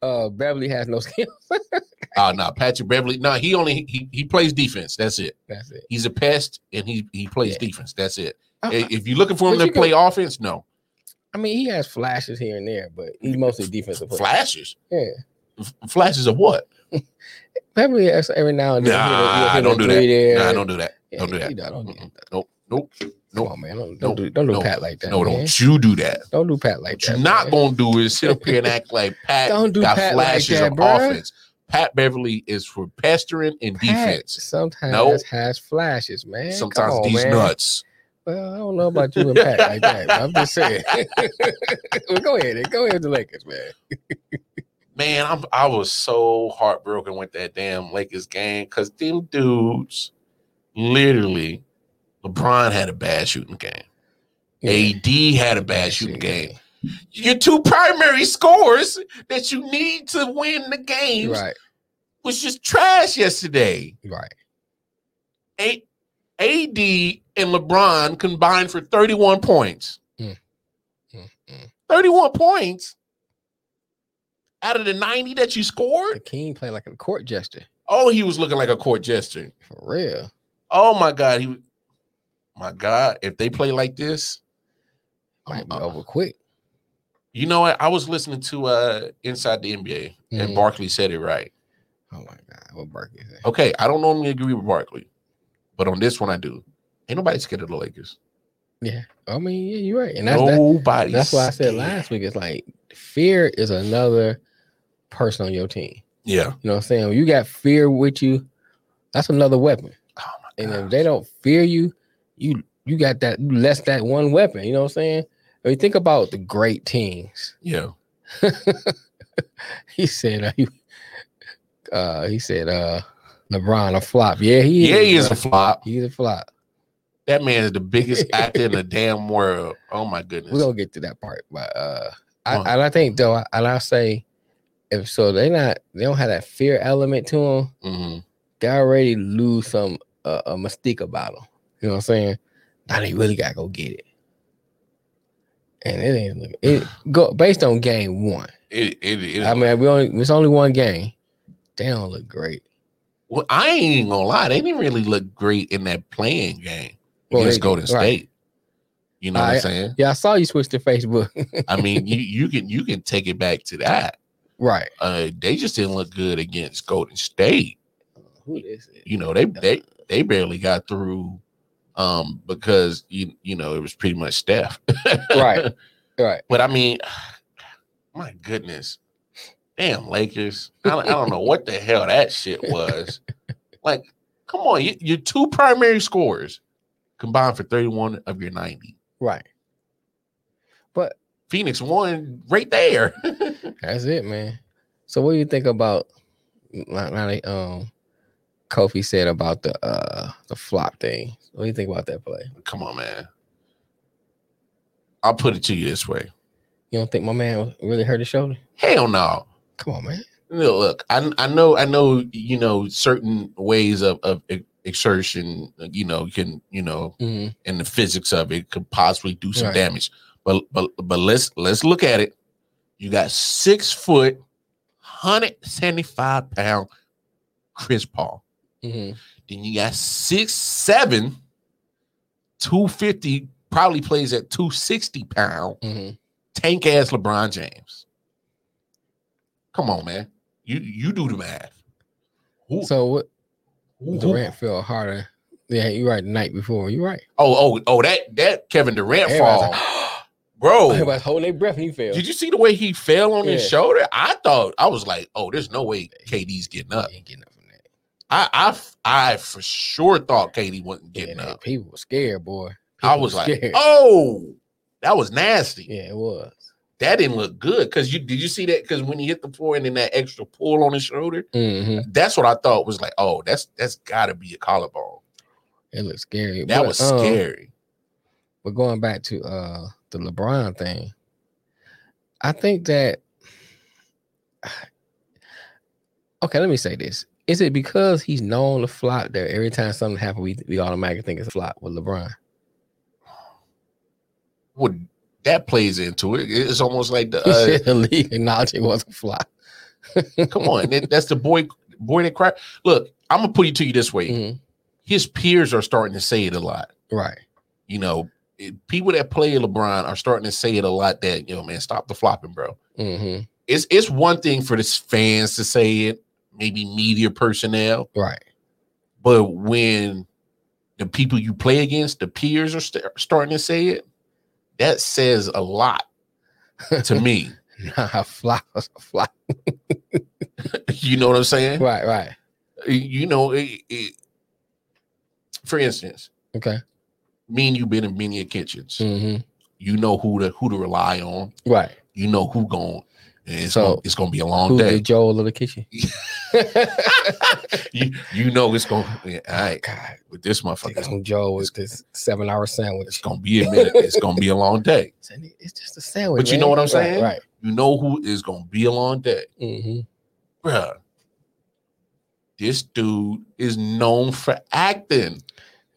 [SPEAKER 3] uh, Beverly has no <laughs> skills.
[SPEAKER 2] Oh no, Patrick Beverly. No, he only he he plays defense. That's it.
[SPEAKER 3] That's it.
[SPEAKER 2] He's a pest and he he plays
[SPEAKER 3] Yeah.
[SPEAKER 2] defense. That's it.
[SPEAKER 3] I,
[SPEAKER 2] I- If you're looking for him
[SPEAKER 3] But
[SPEAKER 2] to
[SPEAKER 3] you can-
[SPEAKER 2] play offense, no.
[SPEAKER 3] I mean, he has flashes here and there, but he's mostly defensive. player.
[SPEAKER 2] Flashes.
[SPEAKER 3] Yeah.
[SPEAKER 2] F- Flashes of what?
[SPEAKER 3] Beverly has every now and then.
[SPEAKER 2] Nah, don't do that. Nah, don't do that.
[SPEAKER 3] Yeah,
[SPEAKER 2] don't do that.
[SPEAKER 3] You know, don't do
[SPEAKER 2] Mm-mm.
[SPEAKER 3] that.
[SPEAKER 2] Nope. Nope.
[SPEAKER 3] Come
[SPEAKER 2] Nope.
[SPEAKER 3] on, man. Don't,
[SPEAKER 2] Nope.
[SPEAKER 3] don't do don't do
[SPEAKER 2] Nope.
[SPEAKER 3] Pat like that.
[SPEAKER 2] No,
[SPEAKER 3] man.
[SPEAKER 2] don't you do that.
[SPEAKER 3] Don't do Pat like
[SPEAKER 2] What
[SPEAKER 3] that.
[SPEAKER 2] you're not
[SPEAKER 3] man.
[SPEAKER 2] gonna do is sit up here and act
[SPEAKER 3] <laughs>
[SPEAKER 2] like Pat
[SPEAKER 3] Don't do
[SPEAKER 2] got
[SPEAKER 3] Pat like
[SPEAKER 2] flashes
[SPEAKER 3] that,
[SPEAKER 2] of
[SPEAKER 3] bruh.
[SPEAKER 2] offense. Pat Beverly is for pestering and
[SPEAKER 3] Pat
[SPEAKER 2] defense.
[SPEAKER 3] Sometimes
[SPEAKER 2] Nope.
[SPEAKER 3] has flashes, man. Come
[SPEAKER 2] Sometimes
[SPEAKER 3] on,
[SPEAKER 2] these
[SPEAKER 3] man.
[SPEAKER 2] nuts.
[SPEAKER 3] Well, I don't know about you and Pat like that. But I'm just saying. <laughs> well, go ahead, then. go ahead, with the Lakers, man.
[SPEAKER 2] Man, I'm, I was so heartbroken with that damn Lakers game because them dudes, literally, LeBron had a bad shooting game. AD had a bad shooting game. Your two primary scores that you need to win the games
[SPEAKER 3] Right,
[SPEAKER 2] was just trash yesterday.
[SPEAKER 3] right.
[SPEAKER 2] A- AD and LeBron combined for 31 points.
[SPEAKER 3] Mm. Mm, mm.
[SPEAKER 2] 31 points out of the 90 that you
[SPEAKER 3] The
[SPEAKER 2] scored?
[SPEAKER 3] king played like a court jester
[SPEAKER 2] Oh, he was looking like a court jester.
[SPEAKER 3] for real.
[SPEAKER 2] Oh my God. He my God, if they play like this,
[SPEAKER 3] Might be
[SPEAKER 2] Uh-uh.
[SPEAKER 3] over quick.
[SPEAKER 2] you know what? I was listening to uh Inside the NBA and
[SPEAKER 3] Mhm.
[SPEAKER 2] Barkley said it right.
[SPEAKER 3] Oh my god, what Barkley say?
[SPEAKER 2] Okay, I don't normally agree with Barkley, but on this one I do. Ain't nobody scared of the Lakers.
[SPEAKER 3] I mean, yeah, you're right, and that's that,
[SPEAKER 2] nobody.
[SPEAKER 3] that's why I said
[SPEAKER 2] scared.
[SPEAKER 3] last week. It's like fear is another person on your team.
[SPEAKER 2] Yeah.
[SPEAKER 3] You know what I'm saying? When you got fear with you, that's another weapon.
[SPEAKER 2] Oh my
[SPEAKER 3] And
[SPEAKER 2] God.
[SPEAKER 3] if they don't fear you, you you got that you less that one weapon. You know what I'm saying? I mean, think about the great teams.
[SPEAKER 2] Yeah.
[SPEAKER 3] <laughs> He said, uh, he, uh, he said, uh, LeBron a flop. Yeah, he
[SPEAKER 2] Yeah,
[SPEAKER 3] is.
[SPEAKER 2] he is a
[SPEAKER 3] bruh.
[SPEAKER 2] flop.
[SPEAKER 3] He's a flop.
[SPEAKER 2] That man is the
[SPEAKER 3] <laughs>
[SPEAKER 2] biggest actor in the damn world. Oh my
[SPEAKER 3] We're
[SPEAKER 2] goodness.
[SPEAKER 3] gonna get to that part, but uh, I,
[SPEAKER 2] Huh.
[SPEAKER 3] and I think though, and I say, if so, they not they don't have that fear element to them.
[SPEAKER 2] Mhm.
[SPEAKER 3] they already lose some uh, a mystique about them. You know what I'm saying? Now they really gotta go get it. And it ain't looking
[SPEAKER 2] <sighs>
[SPEAKER 3] it go based on game one.
[SPEAKER 2] It, it, it,
[SPEAKER 3] I mean, we only it's only one game. They don't look great.
[SPEAKER 2] well, I ain't even gonna lie. They didn't really look great in that playing game
[SPEAKER 3] Well,
[SPEAKER 2] against
[SPEAKER 3] they-
[SPEAKER 2] Golden
[SPEAKER 3] right.
[SPEAKER 2] State. You know what
[SPEAKER 3] I-
[SPEAKER 2] I'm saying?
[SPEAKER 3] <laughs> Yeah, I saw you switch to Facebook. <laughs>
[SPEAKER 2] I mean, you you can you can take it back to that.
[SPEAKER 3] right.
[SPEAKER 2] Uh, they just didn't look good against Golden State.
[SPEAKER 3] Who is it?
[SPEAKER 2] you know they they they barely got through um because you you know it was pretty much Steph.
[SPEAKER 3] Right. Right.
[SPEAKER 2] But I mean <sighs> my goodness. Damn Lakers. I, don't- I don't know what the hell that shit was. Like come on, you, your two primary scores combined for 31 of your 90.
[SPEAKER 3] Right. But
[SPEAKER 2] Phoenix won right there.
[SPEAKER 3] that's it, man. So what do you think about like, like, um Kofi said about the uh the flop thing? What do you think about that play?
[SPEAKER 2] come on, man. I'll put it to you this way.
[SPEAKER 3] You don't think my man really hurt his shoulder?
[SPEAKER 2] Hell no.
[SPEAKER 3] Come on, man.
[SPEAKER 2] No, look, I I know I know you know certain ways of of e- exertion, you know, can you know,
[SPEAKER 3] Mm-hmm.
[SPEAKER 2] and the physics of it could possibly do some
[SPEAKER 3] Right.
[SPEAKER 2] damage. But but but let's let's look at it. You got six foot, hundred seventy five pound Chris Paul.
[SPEAKER 3] Mm-hmm.
[SPEAKER 2] Then you got six seven, two fifty. Probably plays at two sixty pound
[SPEAKER 3] Mm-hmm.
[SPEAKER 2] tank ass LeBron James. Come on, man. You you do the math. Who,
[SPEAKER 3] So what?
[SPEAKER 2] who- who-
[SPEAKER 3] Durant fell harder. Yeah, you're right. The night before, you're right.
[SPEAKER 2] oh, oh, oh, that that Kevin Durant
[SPEAKER 3] Everybody's
[SPEAKER 2] fall.
[SPEAKER 3] like, <gasps>
[SPEAKER 2] Bro,
[SPEAKER 3] Everybody's holding their breath and he fell.
[SPEAKER 2] Oh. did you see the way he fell on his
[SPEAKER 3] Yeah.
[SPEAKER 2] shoulder? I thought I was like, oh, there's no way KD's getting up.
[SPEAKER 3] He ain't getting up from that.
[SPEAKER 2] I I f- I for sure thought KD wasn't
[SPEAKER 3] Yeah,
[SPEAKER 2] getting
[SPEAKER 3] they-
[SPEAKER 2] up.
[SPEAKER 3] People were scared, boy.
[SPEAKER 2] I
[SPEAKER 3] People
[SPEAKER 2] was
[SPEAKER 3] were
[SPEAKER 2] like,
[SPEAKER 3] scared.
[SPEAKER 2] oh, that was nasty.
[SPEAKER 3] yeah, it was.
[SPEAKER 2] That didn't look good. Cause you did you see that? Cause when he hit the floor and then that extra pull on his shoulder,
[SPEAKER 3] Mm-hmm.
[SPEAKER 2] that's what I thought was like, oh, that's that's gotta be a collarbone.
[SPEAKER 3] It looked scary.
[SPEAKER 2] That
[SPEAKER 3] But,
[SPEAKER 2] was
[SPEAKER 3] um,
[SPEAKER 2] scary.
[SPEAKER 3] But going back to uh the LeBron thing, I think that <sighs> okay, let me say this. Is it because he's known to flop that every time something <laughs> happens, we, we automatically think it's a flop with LeBron?
[SPEAKER 2] Would that plays into it. It's almost like the
[SPEAKER 3] He
[SPEAKER 2] uh,
[SPEAKER 3] <laughs> said the league acknowledged it wasn't fly.
[SPEAKER 2] come on, that- that's the boy boy that cried. Look, I'm gonna put it to you this way:
[SPEAKER 3] Mhm.
[SPEAKER 2] his peers are starting to say it a lot.
[SPEAKER 3] Right.
[SPEAKER 2] You know, it- people that play LeBron are starting to say it a lot. That yo, man, stop the flopping, bro.
[SPEAKER 3] hmm
[SPEAKER 2] it's it's one thing for the fans to say it, maybe media personnel,
[SPEAKER 3] Right.
[SPEAKER 2] but when the people you play against, the peers are st- starting to say it, that says a lot to me.
[SPEAKER 3] <laughs> nah, fly was a fly.
[SPEAKER 2] <laughs> you know what I'm saying?
[SPEAKER 3] Right. Right.
[SPEAKER 2] You know, it, it, for instance,
[SPEAKER 3] Okay.
[SPEAKER 2] me and you've been in many kitchens.
[SPEAKER 3] hmm
[SPEAKER 2] You know who to who to rely on.
[SPEAKER 3] Right.
[SPEAKER 2] You know who going. It's
[SPEAKER 3] So,
[SPEAKER 2] gonna, it's gonna be a long
[SPEAKER 3] Who's
[SPEAKER 2] day.
[SPEAKER 3] the Joel of the kitchen?
[SPEAKER 2] you, you know it's gonna. Yeah, all right,
[SPEAKER 3] God,
[SPEAKER 2] with this
[SPEAKER 3] take
[SPEAKER 2] motherfucker,
[SPEAKER 3] on Joel with this seven-hour
[SPEAKER 2] it's
[SPEAKER 3] sandwich.
[SPEAKER 2] gonna be a minute. It's gonna be a long day.
[SPEAKER 3] It's just a sandwich.
[SPEAKER 2] But you
[SPEAKER 3] man.
[SPEAKER 2] know what I'm
[SPEAKER 3] Right,
[SPEAKER 2] saying?
[SPEAKER 3] Right.
[SPEAKER 2] You know who is gonna be a long day,
[SPEAKER 3] hmm
[SPEAKER 2] bruh. This dude is known for acting.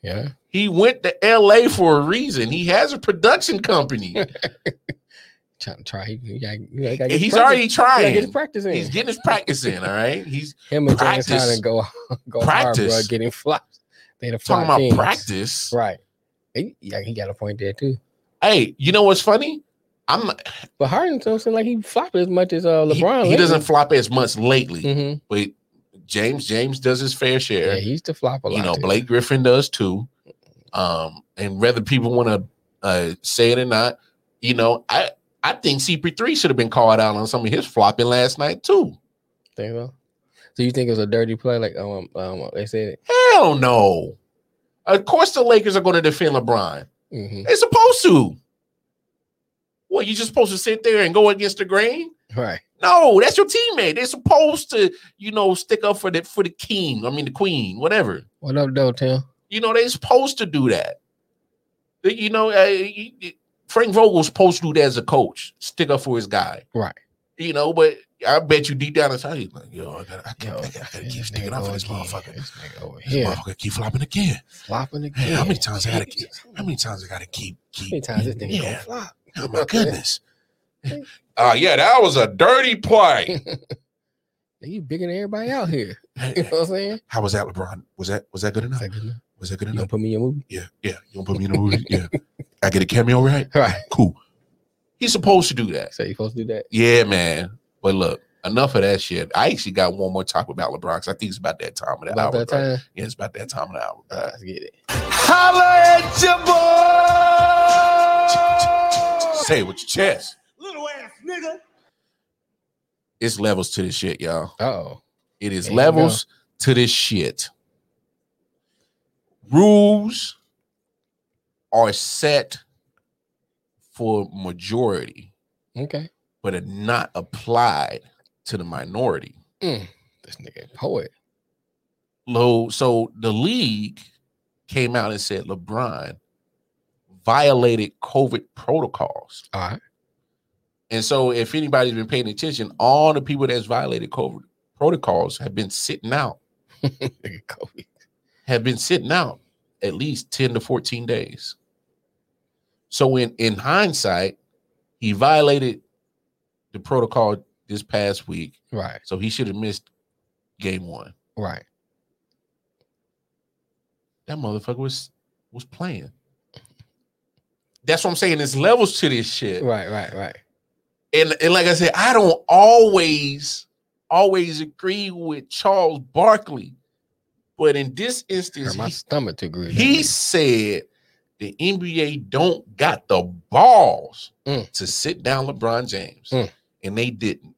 [SPEAKER 3] Yeah.
[SPEAKER 2] He went to L.A. for a reason. He has a production company.
[SPEAKER 3] <laughs> Trying to try. You gotta, you gotta
[SPEAKER 2] And
[SPEAKER 3] get
[SPEAKER 2] he's
[SPEAKER 3] practice-
[SPEAKER 2] already
[SPEAKER 3] You gotta get his
[SPEAKER 2] trying.
[SPEAKER 3] practice in.
[SPEAKER 2] He's getting his practice in. All right.
[SPEAKER 3] <laughs>
[SPEAKER 2] He's
[SPEAKER 3] Him and James
[SPEAKER 2] practice.
[SPEAKER 3] Harden go <laughs> go hard, bro.
[SPEAKER 2] Practice.
[SPEAKER 3] Getting flops. They the
[SPEAKER 2] talking
[SPEAKER 3] flop
[SPEAKER 2] about
[SPEAKER 3] kings.
[SPEAKER 2] practice.
[SPEAKER 3] Right. He- Yeah, he got a point there too.
[SPEAKER 2] Hey, you know what's funny? I'm.
[SPEAKER 3] But Harden don't seem like he flopped as much as uh,
[SPEAKER 2] he-
[SPEAKER 3] LeBron.
[SPEAKER 2] He, doesn't flop as much lately,
[SPEAKER 3] hmm
[SPEAKER 2] but James James does his fair
[SPEAKER 3] Yeah,
[SPEAKER 2] share.
[SPEAKER 3] he used to flop a lot.
[SPEAKER 2] you know,
[SPEAKER 3] too.
[SPEAKER 2] Blake Griffin does too. Um, and whether people want to uh, say it or not, you know, I I think CP3 should have been called out on some of his flopping last night too.
[SPEAKER 3] Think so? So you think it was a dirty play? Like um, um they said it.
[SPEAKER 2] Hell no. Of course, the Lakers are going to defend LeBron.
[SPEAKER 3] hmm
[SPEAKER 2] They're supposed to. What you just supposed to sit there and go against the grain?
[SPEAKER 3] Right.
[SPEAKER 2] No, that's your teammate. They're supposed to, you know, stick up for the for the king. I mean, the queen, whatever.
[SPEAKER 3] What up, though, Tim?
[SPEAKER 2] You know, they're supposed to do that. They- You know, uh, you- you- Frank Vogel's supposed to do that as a coach, stick up for his guy.
[SPEAKER 3] Right.
[SPEAKER 2] You know, but I bet you deep down inside, he's like, yo, I gotta, I
[SPEAKER 3] Yo,
[SPEAKER 2] can't, I gotta, I gotta
[SPEAKER 3] this
[SPEAKER 2] keep
[SPEAKER 3] nigga
[SPEAKER 2] sticking up
[SPEAKER 3] go
[SPEAKER 2] for this
[SPEAKER 3] again.
[SPEAKER 2] motherfucker.
[SPEAKER 3] This nigga over
[SPEAKER 2] This
[SPEAKER 3] here
[SPEAKER 2] motherfucker keep flopping again.
[SPEAKER 3] flopping again.
[SPEAKER 2] Man, How many times I gotta keep? How
[SPEAKER 3] How
[SPEAKER 2] many times I gotta keep? keep
[SPEAKER 3] many times this nigga gonna
[SPEAKER 2] Yeah.
[SPEAKER 3] flop?
[SPEAKER 2] Oh my goodness. Uh, yeah, that was a dirty play.
[SPEAKER 3] Nigga, You bigger than everybody out here. <laughs> You know what I'm saying?
[SPEAKER 2] How was that, LeBron? Was that was that good
[SPEAKER 3] It's
[SPEAKER 2] enough?
[SPEAKER 3] like, you
[SPEAKER 2] Was that good
[SPEAKER 3] gonna
[SPEAKER 2] enough?
[SPEAKER 3] put me in your movie?
[SPEAKER 2] Yeah, yeah. You gonna put me in the movie?
[SPEAKER 3] <laughs>
[SPEAKER 2] Yeah. I get a cameo, right?
[SPEAKER 3] Right.
[SPEAKER 2] Cool. He's supposed to do that.
[SPEAKER 3] So you supposed to do that?
[SPEAKER 2] Yeah, man. But look, enough of that shit. I actually got one more talk about LeBron. 'cause I think it's about that time of the
[SPEAKER 3] About
[SPEAKER 2] hour.
[SPEAKER 3] that
[SPEAKER 2] bro.
[SPEAKER 3] time?
[SPEAKER 2] Yeah, it's about that time of the hour.
[SPEAKER 3] All right, let's get it.
[SPEAKER 2] Holla at your boy. Say it with your chest.
[SPEAKER 4] Little ass nigga.
[SPEAKER 2] It's levels to this shit, y'all.
[SPEAKER 3] Oh,
[SPEAKER 2] It is
[SPEAKER 3] There you
[SPEAKER 2] levels to this shit. Rules are set for majority,
[SPEAKER 3] okay.
[SPEAKER 2] but are not applied to the minority.
[SPEAKER 3] This nigga a poet.
[SPEAKER 2] low so the league came out and said LeBron violated COVID protocols.
[SPEAKER 3] All right.
[SPEAKER 2] And so if anybody's been paying attention, all the people that's violated COVID protocols have been sitting out,
[SPEAKER 3] <laughs> Nigga Kobe.
[SPEAKER 2] have been sitting out at least 10 to 14 days. So in in hindsight, he violated the protocol this past week.
[SPEAKER 3] Right.
[SPEAKER 2] So he should have missed game 1.
[SPEAKER 3] Right.
[SPEAKER 2] that motherfucker was was playing. That's what I'm saying. There's levels to this shit.
[SPEAKER 3] Right. Right. Right.
[SPEAKER 2] And, and like I said, I don't always always agree with Charles Barkley, but in this
[SPEAKER 3] Hurt
[SPEAKER 2] instance,
[SPEAKER 3] my stomach to agree.
[SPEAKER 2] he,
[SPEAKER 3] with
[SPEAKER 2] he
[SPEAKER 3] that.
[SPEAKER 2] said the NBA don't got the balls
[SPEAKER 3] Mm.
[SPEAKER 2] to sit down LeBron James,
[SPEAKER 3] Mm.
[SPEAKER 2] and they didn't.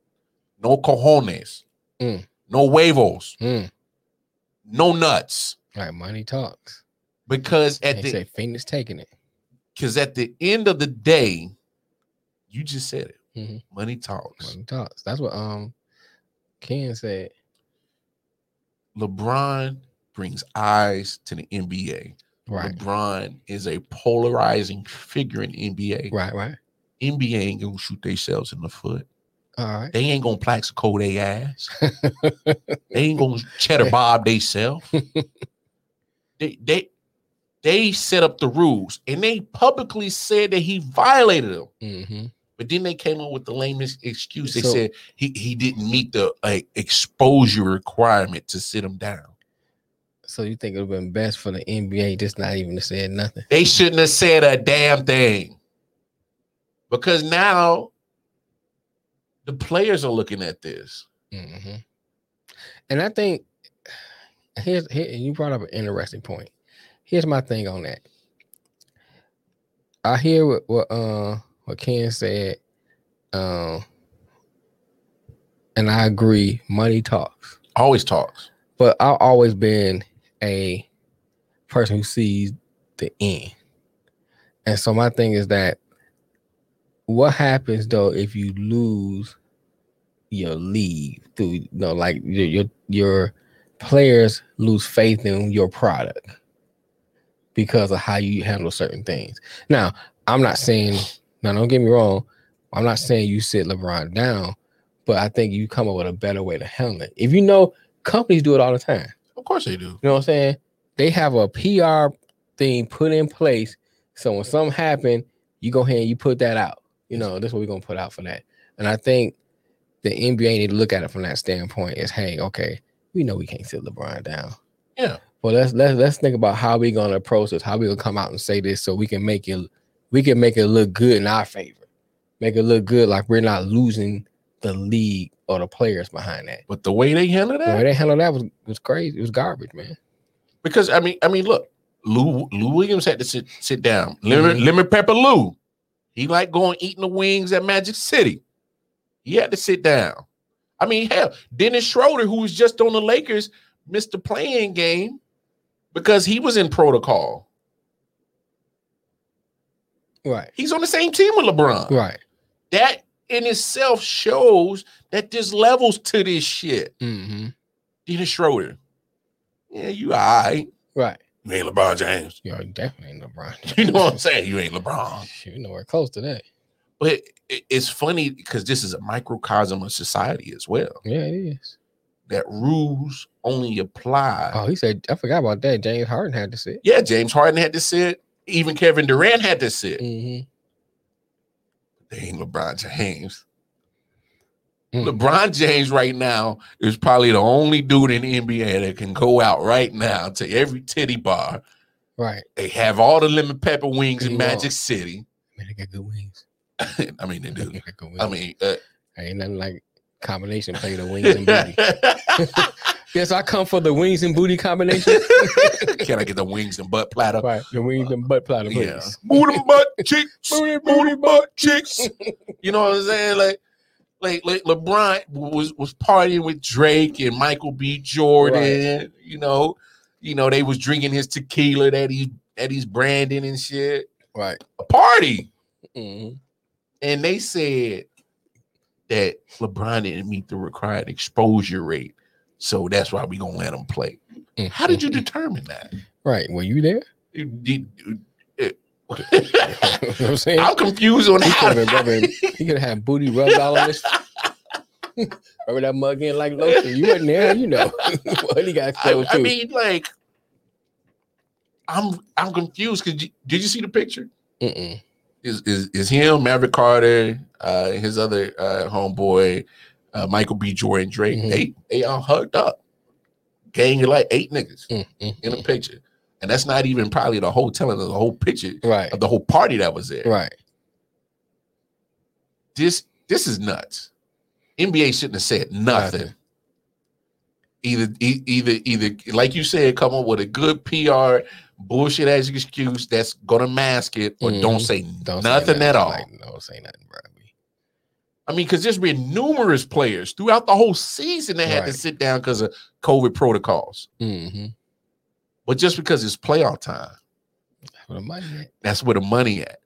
[SPEAKER 2] No cojones,
[SPEAKER 3] Mm.
[SPEAKER 2] no huevos,
[SPEAKER 3] Mm.
[SPEAKER 2] no nuts.
[SPEAKER 3] All right. Money talks.
[SPEAKER 2] Because at
[SPEAKER 3] They
[SPEAKER 2] the
[SPEAKER 3] say Phoenix taking it.
[SPEAKER 2] Because at the end of the day, you just said it.
[SPEAKER 3] Mhm.
[SPEAKER 2] Money talks.
[SPEAKER 3] Money talks. That's what um Ken said.
[SPEAKER 2] LeBron brings eyes to the NBA.
[SPEAKER 3] Right.
[SPEAKER 2] LeBron is a polarizing figure in NBA.
[SPEAKER 3] Right. Right.
[SPEAKER 2] NBA ain't gonna shoot themselves in the foot.
[SPEAKER 3] All right.
[SPEAKER 2] They ain't gonna plaxico their
[SPEAKER 3] <laughs>
[SPEAKER 2] ass.
[SPEAKER 3] <laughs>
[SPEAKER 2] they ain't gonna cheddar bob themselves. they they
[SPEAKER 1] They set up the rules and they publicly said that he violated them.
[SPEAKER 3] Mm-hmm.
[SPEAKER 1] But then they came up with the lamest excuse. They
[SPEAKER 3] So-
[SPEAKER 1] said he, he didn't meet the uh, exposure requirement to sit him down.
[SPEAKER 3] So you think it would have been best for the NBA just not even to say nothing?
[SPEAKER 1] They shouldn't have said a damn thing. Because now the players are looking at this.
[SPEAKER 3] Mm-hmm. And I think here's here, you brought up an interesting point. Here's my thing on that. I hear what what uh what Ken said, um, and I agree. Money talks,
[SPEAKER 1] Always talks.
[SPEAKER 3] but I've always been a person who sees the end. And so my thing is that what happens though if you lose your league through you know like your your, your players lose faith in your product because of how you handle certain things. Now, I'm not saying now don't get me wrong, I'm not saying you sit LeBron down, but I think you come up with a better way to handle it. If you know companies do it all the time.
[SPEAKER 1] Of course they do.
[SPEAKER 3] You know what I'm saying? They have a PR thing put in place. So when something happened, you go ahead and you put that out. You know, that's what we're gonna put out for that. And I think the NBA need to look at it from that standpoint is hey, okay, we know we can't sit LeBron down.
[SPEAKER 1] Yeah.
[SPEAKER 3] Well let's let's let's think about how we're gonna approach this, how we gonna come out and say this so we can make it we can make it look good in our favor. Make it look good like we're not losing the league or the players behind that.
[SPEAKER 1] But the way they handle
[SPEAKER 3] The way
[SPEAKER 1] that,
[SPEAKER 3] they handled that was, was crazy. It was garbage, man.
[SPEAKER 1] because I mean, I mean, look, Lou Lou Williams had to sit sit down. Lemon Lemon Pepper Lou, he like going eating the wings at Magic City. He had to sit down. I mean, hell, Dennis Schroeder, who was just on the Lakers, missed the playing game because he was in protocol.
[SPEAKER 3] Right.
[SPEAKER 1] He's on the same team with LeBron.
[SPEAKER 3] Right.
[SPEAKER 1] That in itself shows that there's levels to this shit.
[SPEAKER 3] Mm-hmm.
[SPEAKER 1] Dennis Schroeder, yeah, you all right.
[SPEAKER 3] Right.
[SPEAKER 1] You ain't LeBron James. <laughs>
[SPEAKER 3] You are definitely ain't <laughs> LeBron.
[SPEAKER 1] You know what I'm saying? You ain't LeBron.
[SPEAKER 3] Shit, You know we're close to that.
[SPEAKER 1] But it, it's funny because this is a microcosm of society as well.
[SPEAKER 3] Yeah, it is.
[SPEAKER 1] That rules only apply.
[SPEAKER 3] Oh, he said I forgot about that. James Harden had to sit.
[SPEAKER 1] yeah, James Harden had to sit. Even Kevin Durant had to sit.
[SPEAKER 3] Mm-hmm.
[SPEAKER 1] They ain't LeBron James.
[SPEAKER 3] Mm.
[SPEAKER 1] LeBron James right now is probably the only dude in the NBA that can go out right now to every titty bar.
[SPEAKER 3] Right.
[SPEAKER 1] They have all the lemon pepper wings in
[SPEAKER 3] He
[SPEAKER 1] Magic
[SPEAKER 3] won't.
[SPEAKER 1] City.
[SPEAKER 3] Man, they got good wings.
[SPEAKER 1] I mean, they do.
[SPEAKER 3] They got good wings.
[SPEAKER 1] I mean, uh,
[SPEAKER 3] ain't nothing like combination play the wings and booty. <laughs> yes, I come for the wings and booty combination.
[SPEAKER 1] <laughs> can I get the wings and butt platter?
[SPEAKER 3] <laughs> right. The wings and butt platter
[SPEAKER 1] Yeah.
[SPEAKER 3] booties.
[SPEAKER 1] Booty butt cheeks.
[SPEAKER 3] Booty,
[SPEAKER 1] Booty butt cheeks. You know what I'm saying? Like, like, like LeBron was was partying with Drake and Michael B. Jordan. You know, you know they was drinking his tequila that he that he's branding and shit.
[SPEAKER 3] Right.
[SPEAKER 1] A party,
[SPEAKER 3] Mm-hmm.
[SPEAKER 1] and they said that LeBron didn't meet the required exposure rate, so that's why we gonna let him play. How
[SPEAKER 3] <laughs>
[SPEAKER 1] did you determine that?
[SPEAKER 3] Mm-hmm. Right. Were you there? <laughs>
[SPEAKER 1] You- you- you- <laughs>
[SPEAKER 3] you know what I'm saying?
[SPEAKER 1] I'm confused on
[SPEAKER 3] He
[SPEAKER 1] how.
[SPEAKER 3] could have rubbing, he could have booty rubbed all on his. <laughs> Rubbing that mug in like lotion. You wasn't there, you know. <laughs> well, he got
[SPEAKER 1] I,
[SPEAKER 3] exposed
[SPEAKER 1] I
[SPEAKER 3] too.
[SPEAKER 1] mean, like, I'm I'm confused. Cause you, did you see the picture?
[SPEAKER 3] Mm-mm.
[SPEAKER 1] Is is is him Maverick Carter, uh, his other uh, homeboy, uh, Michael B. Jordan Drake?
[SPEAKER 3] Mhm.
[SPEAKER 1] They they all hugged up. Gang of like eight niggas in the
[SPEAKER 3] Mm-mm.
[SPEAKER 1] picture, and that's not even probably the whole telling of the whole picture
[SPEAKER 3] Right,
[SPEAKER 1] of the whole party that was there.
[SPEAKER 3] right.
[SPEAKER 1] This this is nuts. NBA shouldn't have said nothing.
[SPEAKER 3] Nothing.
[SPEAKER 1] either e- either either like you said come up with a good pr bullshit as excuse that's gonna mask it or don't
[SPEAKER 3] Mhm.
[SPEAKER 1] say
[SPEAKER 3] Don't say
[SPEAKER 1] nothing at all
[SPEAKER 3] Like, no, say nothing, bro.
[SPEAKER 1] i mean because there's been numerous players throughout the whole season that had to
[SPEAKER 3] Right.
[SPEAKER 1] sit down because of covid protocols
[SPEAKER 3] Mm-hmm.
[SPEAKER 1] but just because it's playoff time
[SPEAKER 3] For the money, man.
[SPEAKER 1] that's where the money at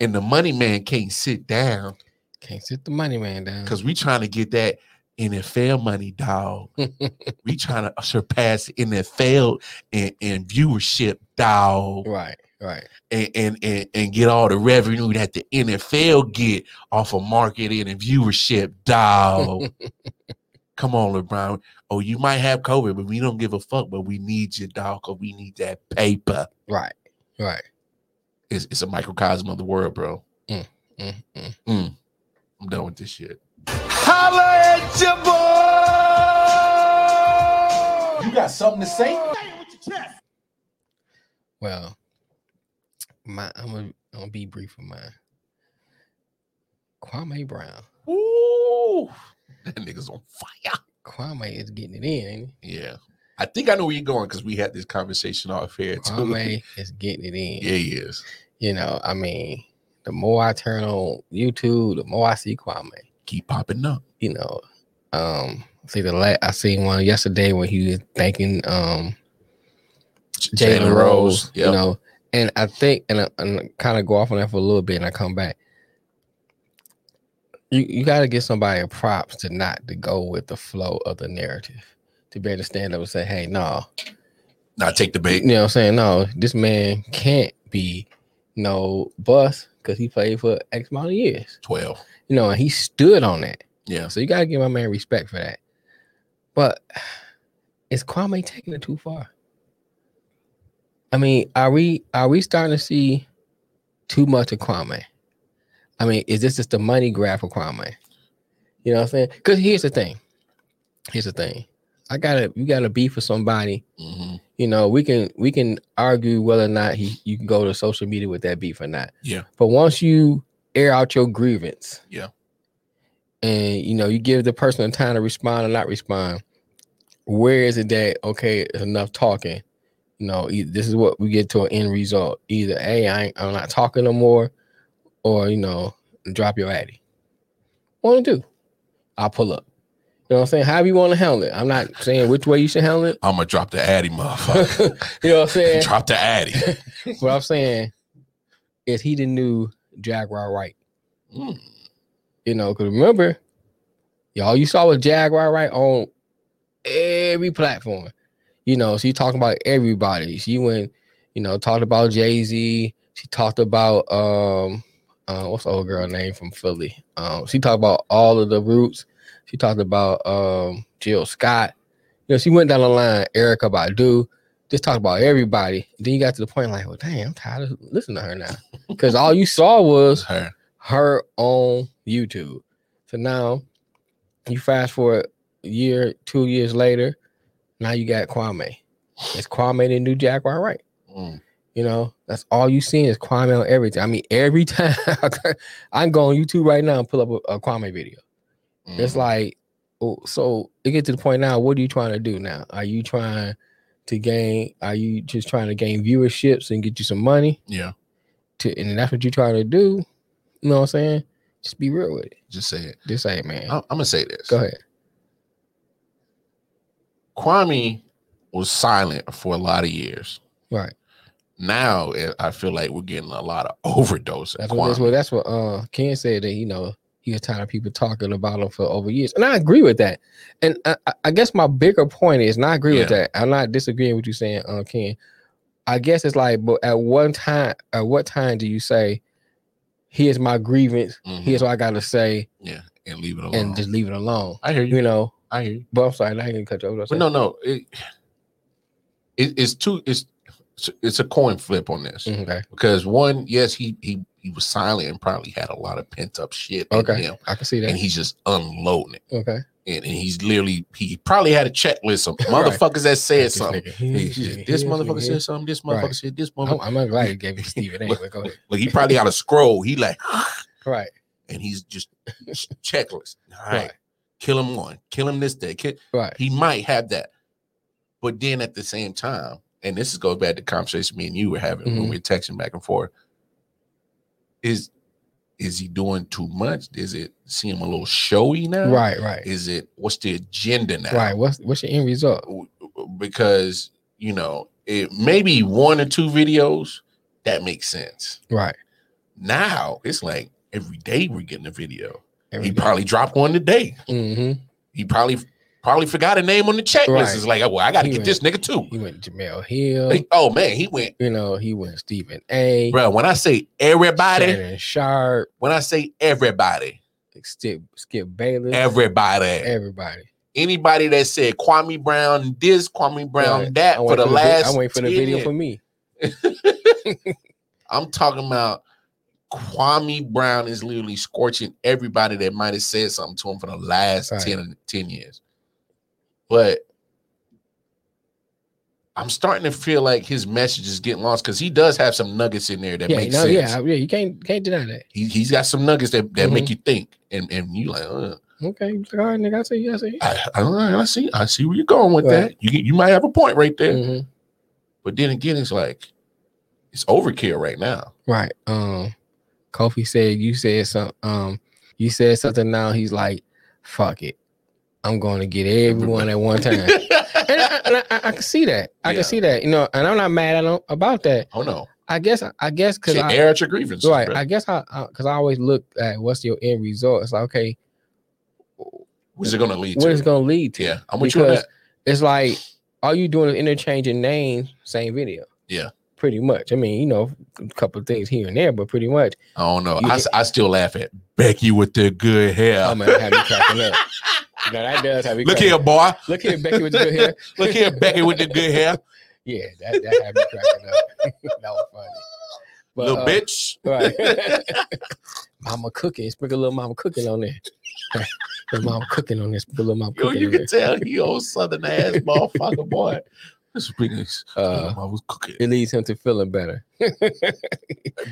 [SPEAKER 1] and the money man can't sit down
[SPEAKER 3] can't sit the money man down.
[SPEAKER 1] because we trying to get that nfl money dog we trying to surpass nfl and, and viewership dog
[SPEAKER 3] right, right,
[SPEAKER 1] and, and and and get all the revenue that the NFL get off of marketing and viewership, dog.
[SPEAKER 2] Come on, LeBron. Oh, you might have COVID, but we don't give a fuck. But we need your dog, or we need that paper.
[SPEAKER 3] Right. Right.
[SPEAKER 2] It's, it's a microcosm of the world, bro.
[SPEAKER 3] Mm, mm.
[SPEAKER 2] I'm done with this shit. Holla at your boy! You got something to say?
[SPEAKER 3] Well, my I'm gonna, I'm gonna be brief with mine. Kwame Brown.
[SPEAKER 2] Ooh, that nigga's on fire.
[SPEAKER 3] Kwame is getting it in.
[SPEAKER 1] <laughs>
[SPEAKER 3] Ain't
[SPEAKER 2] Yeah, I think I know where you're going because we had this conversation off air
[SPEAKER 3] he?
[SPEAKER 2] too.
[SPEAKER 3] Kwame is getting it in.
[SPEAKER 2] Yeah, he is.
[SPEAKER 3] You know, I mean, the more I turn on YouTube, the more I see Kwame.
[SPEAKER 2] Keep popping up.
[SPEAKER 3] You know, um, see the la- I seen one yesterday when he was thanking um Jalen Rose,
[SPEAKER 2] Yep.
[SPEAKER 3] you know. And I think, and I, kind of go off on that for a little bit, and I come back. You you got to give somebody a props to not to go with the flow of the narrative, to be able to stand up and say, "Hey, no,
[SPEAKER 2] Now take the
[SPEAKER 3] you
[SPEAKER 2] bait.
[SPEAKER 3] know what I'm saying? No, this man can't be no bus because he played for X amount of years,
[SPEAKER 2] Twelve.
[SPEAKER 3] you know." And he stood on that,
[SPEAKER 2] Yeah.
[SPEAKER 3] so you got to give my man respect for that. But is Kwame taking it too far? I mean, are we are we starting to see too much of Kwame? I mean, is this just the money grab for Kwame? You know what I'm saying? Because here's the thing. Here's the thing. I gotta you gotta be for somebody.
[SPEAKER 2] hmm
[SPEAKER 3] You know, we can we can argue whether or not he you can go to social media with that beef or not.
[SPEAKER 2] Yeah.
[SPEAKER 3] But once you air out your grievance,
[SPEAKER 2] Yeah.
[SPEAKER 3] and you know you give the person the time to respond or not respond, where is it that okay it's enough talking? You know, e- this is what we get to an end result. Either hey, I ain't, I'm not talking no more, or you know, drop your addy. Want to do? I'll pull up. You know what I'm saying? However you want to handle it. I'm not saying which way you should handle it.
[SPEAKER 2] I'm gonna drop the Addy, motherfucker.
[SPEAKER 3] <laughs> You know what
[SPEAKER 2] <laughs>
[SPEAKER 3] I'm saying?
[SPEAKER 2] drop the Addy.
[SPEAKER 3] what I'm saying is he the new Jaguar right.
[SPEAKER 2] Mm.
[SPEAKER 3] You know, because remember, y'all, you saw with Jaguar right on every platform. You know, she talking about everybody. She went, you know, talked about Jay Z. She talked about um, uh, what's the old girl name from Philly? Um, she talked about all of the roots. She talked about um Jill Scott. You know, she went down the line. Erica Badu. Just talked about everybody. Then you got to the point like, well, damn, I'm tired of listening to her now, because all you saw was
[SPEAKER 2] It's her.
[SPEAKER 3] her on YouTube. So now you fast forward a year, two years later, now you got Kwame. It's Kwame the new Jaguar, right?
[SPEAKER 2] Mm.
[SPEAKER 3] You know, that's all you seeing is Kwame on everything. I mean, every <laughs> time I can go on YouTube right now and pull up a, a Kwame video. It's
[SPEAKER 2] Mhm.
[SPEAKER 3] like, oh, so it get to the point now. What are you trying to do now? Are you trying to gain? Are you just trying to gain viewerships and get you some money?
[SPEAKER 2] yeah.
[SPEAKER 3] To and that's what you trying to do. You know what I'm saying? Just be real with it.
[SPEAKER 2] Just say it.
[SPEAKER 3] Just say it, man.
[SPEAKER 2] I- I'm gonna say this.
[SPEAKER 3] Go ahead.
[SPEAKER 2] Kwame was silent for a lot of years.
[SPEAKER 3] Right.
[SPEAKER 2] Now eh, I feel like we're getting a lot of overdose. of
[SPEAKER 3] That's what, that's
[SPEAKER 2] Kwame.
[SPEAKER 3] what that's what uh Ken said that you know he was tired of people talking about him for over years, and I agree with that. And I, I- I guess my bigger point is, and I agree with that. I'm not disagreeing with you saying, uh, Ken. I guess it's like, but at one time, at what time do you say, "Here's my grievance.
[SPEAKER 2] Mhm.
[SPEAKER 3] Here's what I got to say,"
[SPEAKER 2] Yeah, and leave it alone.
[SPEAKER 3] and just leave it alone?
[SPEAKER 2] I hear you.
[SPEAKER 3] You know.
[SPEAKER 2] I hear you.
[SPEAKER 3] But I'm sorry, I ain't gonna cut you off.
[SPEAKER 2] But no, no, it, it it's two. It's it's a coin flip on this
[SPEAKER 3] Mm-hmm, okay,
[SPEAKER 2] because one, yes, he he he was silent and probably had a lot of pent up shit. in
[SPEAKER 3] Okay.
[SPEAKER 2] him,
[SPEAKER 3] I can see
[SPEAKER 2] and
[SPEAKER 3] that.
[SPEAKER 2] he's just unloading it,
[SPEAKER 3] Okay,
[SPEAKER 2] and, and he's literally he probably had a checklist
[SPEAKER 3] <laughs>
[SPEAKER 2] of motherfuckers that said
[SPEAKER 3] This
[SPEAKER 2] something.
[SPEAKER 3] nigga.
[SPEAKER 2] He- he- This motherfucker said something. This motherfucker
[SPEAKER 3] Right.
[SPEAKER 2] said this
[SPEAKER 3] I'm,
[SPEAKER 2] motherfucker.
[SPEAKER 3] I'm not glad you
[SPEAKER 2] <laughs>
[SPEAKER 3] gave it to Steve. It ain't, but go ahead.
[SPEAKER 2] Like he probably had a scroll. He like,
[SPEAKER 3] Right.
[SPEAKER 2] and he's
[SPEAKER 3] <laughs>
[SPEAKER 2] just checklist. All right,
[SPEAKER 3] Right.
[SPEAKER 2] kill him one, kill him this day, kill,
[SPEAKER 3] Right.
[SPEAKER 2] he might have that. But then at the same time, and this goes back to the conversation me and you were having when
[SPEAKER 3] Mhm.
[SPEAKER 2] we were texting back and forth. Is is he doing too much? Is it seem a little showy now?
[SPEAKER 3] Right. Right.
[SPEAKER 2] Is it what's the agenda now?
[SPEAKER 3] Right. What's what's your end result?
[SPEAKER 2] W- w- Because you know, it maybe one or two videos that makes sense.
[SPEAKER 3] Right.
[SPEAKER 2] Now it's like every day we're getting a video.
[SPEAKER 3] Every
[SPEAKER 2] he probably dropped one today.
[SPEAKER 3] Mm-hmm.
[SPEAKER 2] He probably probably forgot a name on the checklist.
[SPEAKER 3] Right.
[SPEAKER 2] It's like, oh, well, I got to
[SPEAKER 3] He
[SPEAKER 2] get
[SPEAKER 3] went-
[SPEAKER 2] this nigga too.
[SPEAKER 3] He went Jamel Hill.
[SPEAKER 2] Like, oh man, he went,
[SPEAKER 3] you know, he went Stephen A.
[SPEAKER 2] bro. When I say everybody,
[SPEAKER 3] Shannon Sharp.
[SPEAKER 2] when I say everybody,
[SPEAKER 3] Skip Skip Bayless.
[SPEAKER 2] everybody,
[SPEAKER 3] Everybody.
[SPEAKER 1] Anybody that said Kwame Brown this, Kwame Brown
[SPEAKER 3] Right.
[SPEAKER 1] that
[SPEAKER 3] I
[SPEAKER 1] for
[SPEAKER 3] wait
[SPEAKER 1] the last,
[SPEAKER 3] I wait for the
[SPEAKER 1] 10
[SPEAKER 3] video
[SPEAKER 1] years.
[SPEAKER 3] for me.
[SPEAKER 1] I'm talking about Kwame Brown is literally scorching everybody that might have said something to him for the last
[SPEAKER 3] Right.
[SPEAKER 1] 10, 10 years. But I'm starting to feel like his message is getting lost because he does have some nuggets in there that
[SPEAKER 3] Yeah,
[SPEAKER 1] make
[SPEAKER 3] no,
[SPEAKER 1] sense.
[SPEAKER 3] yeah, Mm-hmm. yeah. You can't can't deny that.
[SPEAKER 1] He, he's got some nuggets that, that make you think. And and you like, uh,
[SPEAKER 3] Okay, all right, nigga. I see you. I see you.
[SPEAKER 1] I, I, I see, I see where you're going with
[SPEAKER 3] Right.
[SPEAKER 1] that. You you might have a point right there.
[SPEAKER 3] Mhm.
[SPEAKER 1] But then again, it's like it's overkill right <laughs> now.
[SPEAKER 3] Right. Um, Kofi said you said some. Um, you said something. Now he's like, "Fuck it, I'm going to get everyone at one time." and I, and I, I- I can see that. I
[SPEAKER 1] Yeah.
[SPEAKER 3] can see that. You know, and I'm not mad at him about that.
[SPEAKER 1] oh no.
[SPEAKER 3] I guess. I guess because
[SPEAKER 1] Shit,
[SPEAKER 3] I
[SPEAKER 1] air out your grievances.
[SPEAKER 3] right.
[SPEAKER 1] bruh.
[SPEAKER 3] I guess I because I always look at what's your end result. It's like okay,
[SPEAKER 1] What's it gonna lead
[SPEAKER 3] what
[SPEAKER 1] to?
[SPEAKER 3] it's going to lead to.
[SPEAKER 1] yeah, I'm with you on
[SPEAKER 3] because
[SPEAKER 1] that.
[SPEAKER 3] It's like all you doing is interchanging names, same video.
[SPEAKER 1] Yeah.
[SPEAKER 3] Pretty much. I mean, you know, a couple of things here and there, but pretty much.
[SPEAKER 1] I don't know.
[SPEAKER 3] you
[SPEAKER 1] I, s- I still laugh at Becky with the good hair.
[SPEAKER 3] Oh man, I have you
[SPEAKER 1] <laughs>
[SPEAKER 3] cracking up. No, that does have you.
[SPEAKER 1] Look
[SPEAKER 3] cracking
[SPEAKER 1] here,
[SPEAKER 3] up.
[SPEAKER 1] boy.
[SPEAKER 3] Look here, Becky with your
[SPEAKER 1] <laughs>
[SPEAKER 3] hair.
[SPEAKER 1] Look here, Becky with the good <laughs> hair.
[SPEAKER 3] Yeah, that, that have you cracking up. <laughs> that was funny. But,
[SPEAKER 1] Little
[SPEAKER 3] uh,
[SPEAKER 1] bitch.
[SPEAKER 3] Right. <laughs> mama cooking. Sprinkle little mama cooking on <laughs> there. little mama cooking on this. Little mama
[SPEAKER 1] Yo,
[SPEAKER 3] cooking
[SPEAKER 1] you
[SPEAKER 3] on
[SPEAKER 1] can
[SPEAKER 3] there.
[SPEAKER 1] tell he old southern ass motherfucker boy. This is pretty nice.
[SPEAKER 3] Uh,
[SPEAKER 1] I was cooking.
[SPEAKER 3] it leads him to feeling better.